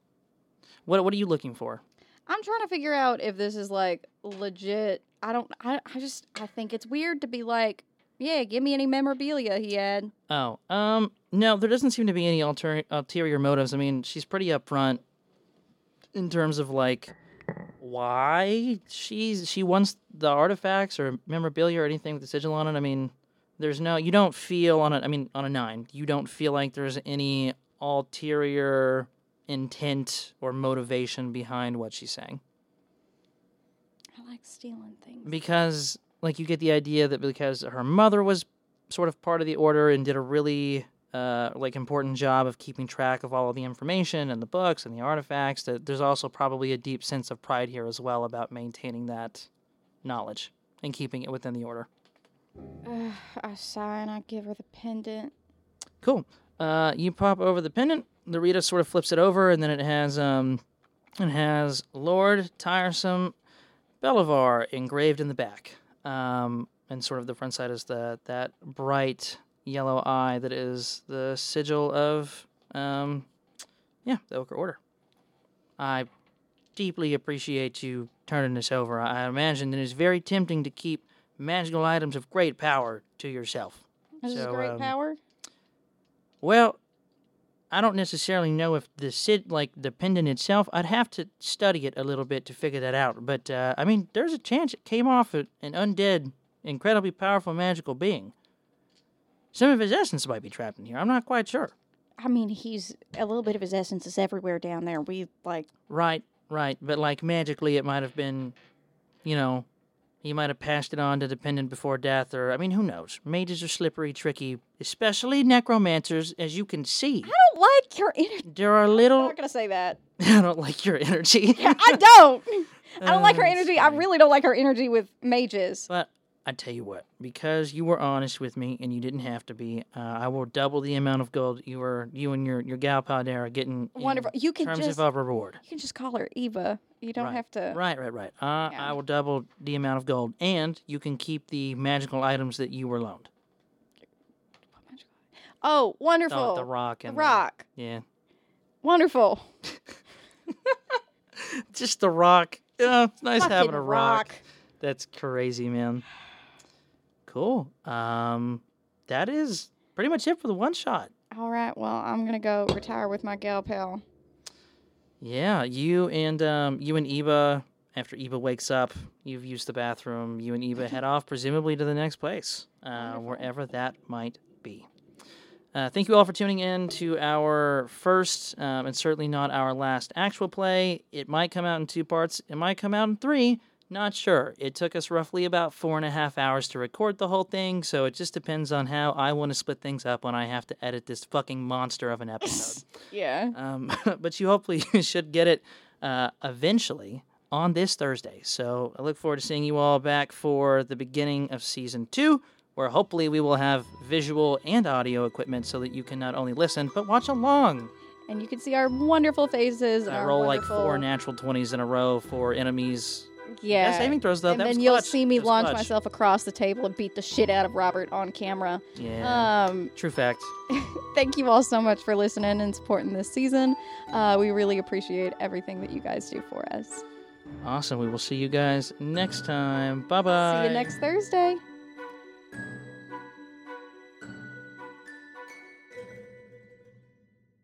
Speaker 2: What What are you looking for?
Speaker 3: I'm trying to figure out if this is like legit. I don't. I, I just. I think it's weird to be like, yeah, give me any memorabilia he had.
Speaker 2: Oh, um, no, there doesn't seem to be any alter- ulterior motives. I mean, she's pretty upfront in terms of like why she's she wants the artifacts or memorabilia or anything with the sigil on it. I mean, there's no you don't feel on it. I mean, on a nine, you don't feel like there's any ulterior intent or motivation behind what she's saying.
Speaker 3: I like stealing things.
Speaker 2: because like you get the idea that because her mother was sort of part of the order and did a really uh, like important job of keeping track of all of the information and the books and the artifacts that there's also probably a deep sense of pride here as well about maintaining that knowledge and keeping it within the order
Speaker 3: Ugh, I sigh and I give her the pendant.
Speaker 2: cool uh, you pop over the pendant the rita sort of flips it over and then it has um it has lord tiresome Belivar engraved in the back. Um, and sort of the front side is the that bright yellow eye that is the sigil of um, yeah, the Ochre Order. I deeply appreciate you turning this over. I imagine that it's very tempting to keep magical items of great power to yourself.
Speaker 3: This is
Speaker 2: So,
Speaker 3: great
Speaker 2: um,
Speaker 3: power.
Speaker 2: Well, I don't necessarily know if the sit like the pendant itself. I'd have to study it a little bit to figure that out. But uh, I mean, there's a chance it came off a, an undead, incredibly powerful magical being. Some of his essence might be trapped in here. I'm not quite sure.
Speaker 3: I mean, he's a little bit of his essence is everywhere down there. We like.
Speaker 2: Right, right. But like magically, it might have been, you know, he might have passed it on to the pendant before death, or I mean, who knows? Mages are slippery, tricky, especially necromancers, as you can see.
Speaker 3: I don't like your energy.
Speaker 2: There are
Speaker 3: I'm
Speaker 2: little.
Speaker 3: not gonna say that.
Speaker 2: I don't like your energy.
Speaker 3: I don't. I don't like her
Speaker 2: Uh,
Speaker 3: energy. I
Speaker 2: sorry.
Speaker 3: really don't like her energy with mages.
Speaker 2: But I tell you what, because you were honest with me and you didn't have to be, uh, I will double the amount of gold you were you and your your gal pal there are getting. in
Speaker 3: Wonderful. You can
Speaker 2: terms
Speaker 3: just
Speaker 2: of a reward.
Speaker 3: you can just call her Eva. You don't have to.
Speaker 2: Right, right, right. Uh,
Speaker 3: Yeah.
Speaker 2: I will double the amount of gold, and you can keep the magical items that you were loaned.
Speaker 3: Oh, wonderful.
Speaker 2: Oh, the rock
Speaker 3: The
Speaker 2: and
Speaker 3: rock.
Speaker 2: yeah,
Speaker 3: Wonderful.
Speaker 2: just the rock. Yeah, it's nice
Speaker 3: Fucking
Speaker 2: having a rock. That's crazy, man. Cool. Um, that is pretty much it for the one shot.
Speaker 3: All right. Well, I'm going to go retire with my gal pal.
Speaker 2: Yeah, you and um, you and Eva. After Eva wakes up, you've used the bathroom. You and Eva head off, presumably to the next place, uh,
Speaker 3: Wonderful.
Speaker 2: wherever that might be. Uh, thank you all for tuning in to our first um, and certainly not our last actual play. It might come out in two parts, it might come out in three. Not sure. It took us roughly about four and a half hours to record the whole thing, so it just depends on how I want to split things up when I have to edit this fucking monster of an episode.
Speaker 3: Yeah.
Speaker 2: Um, but you hopefully should get it uh, eventually on this Thursday. So I look forward to seeing you all back for the beginning of season two, where hopefully we will have visual and audio equipment so that you can not only listen but watch along.
Speaker 3: And you can see our wonderful faces. And
Speaker 2: I
Speaker 3: our
Speaker 2: roll like
Speaker 3: wonderful-
Speaker 2: four natural twenties in a row for enemies.
Speaker 3: Yeah.
Speaker 2: That's saving throws though.
Speaker 3: and
Speaker 2: that
Speaker 3: then
Speaker 2: was
Speaker 3: you'll
Speaker 2: clutch.
Speaker 3: see me
Speaker 2: That was
Speaker 3: launch
Speaker 2: clutch.
Speaker 3: myself across the table and beat the shit out of Robert on camera.
Speaker 2: Yeah.
Speaker 3: Um,
Speaker 2: True fact.
Speaker 3: thank you all so much for listening and supporting this season. Uh, we really appreciate everything that you guys do for us.
Speaker 2: Awesome. We will see you guys next time. Bye bye.
Speaker 3: See you next Thursday.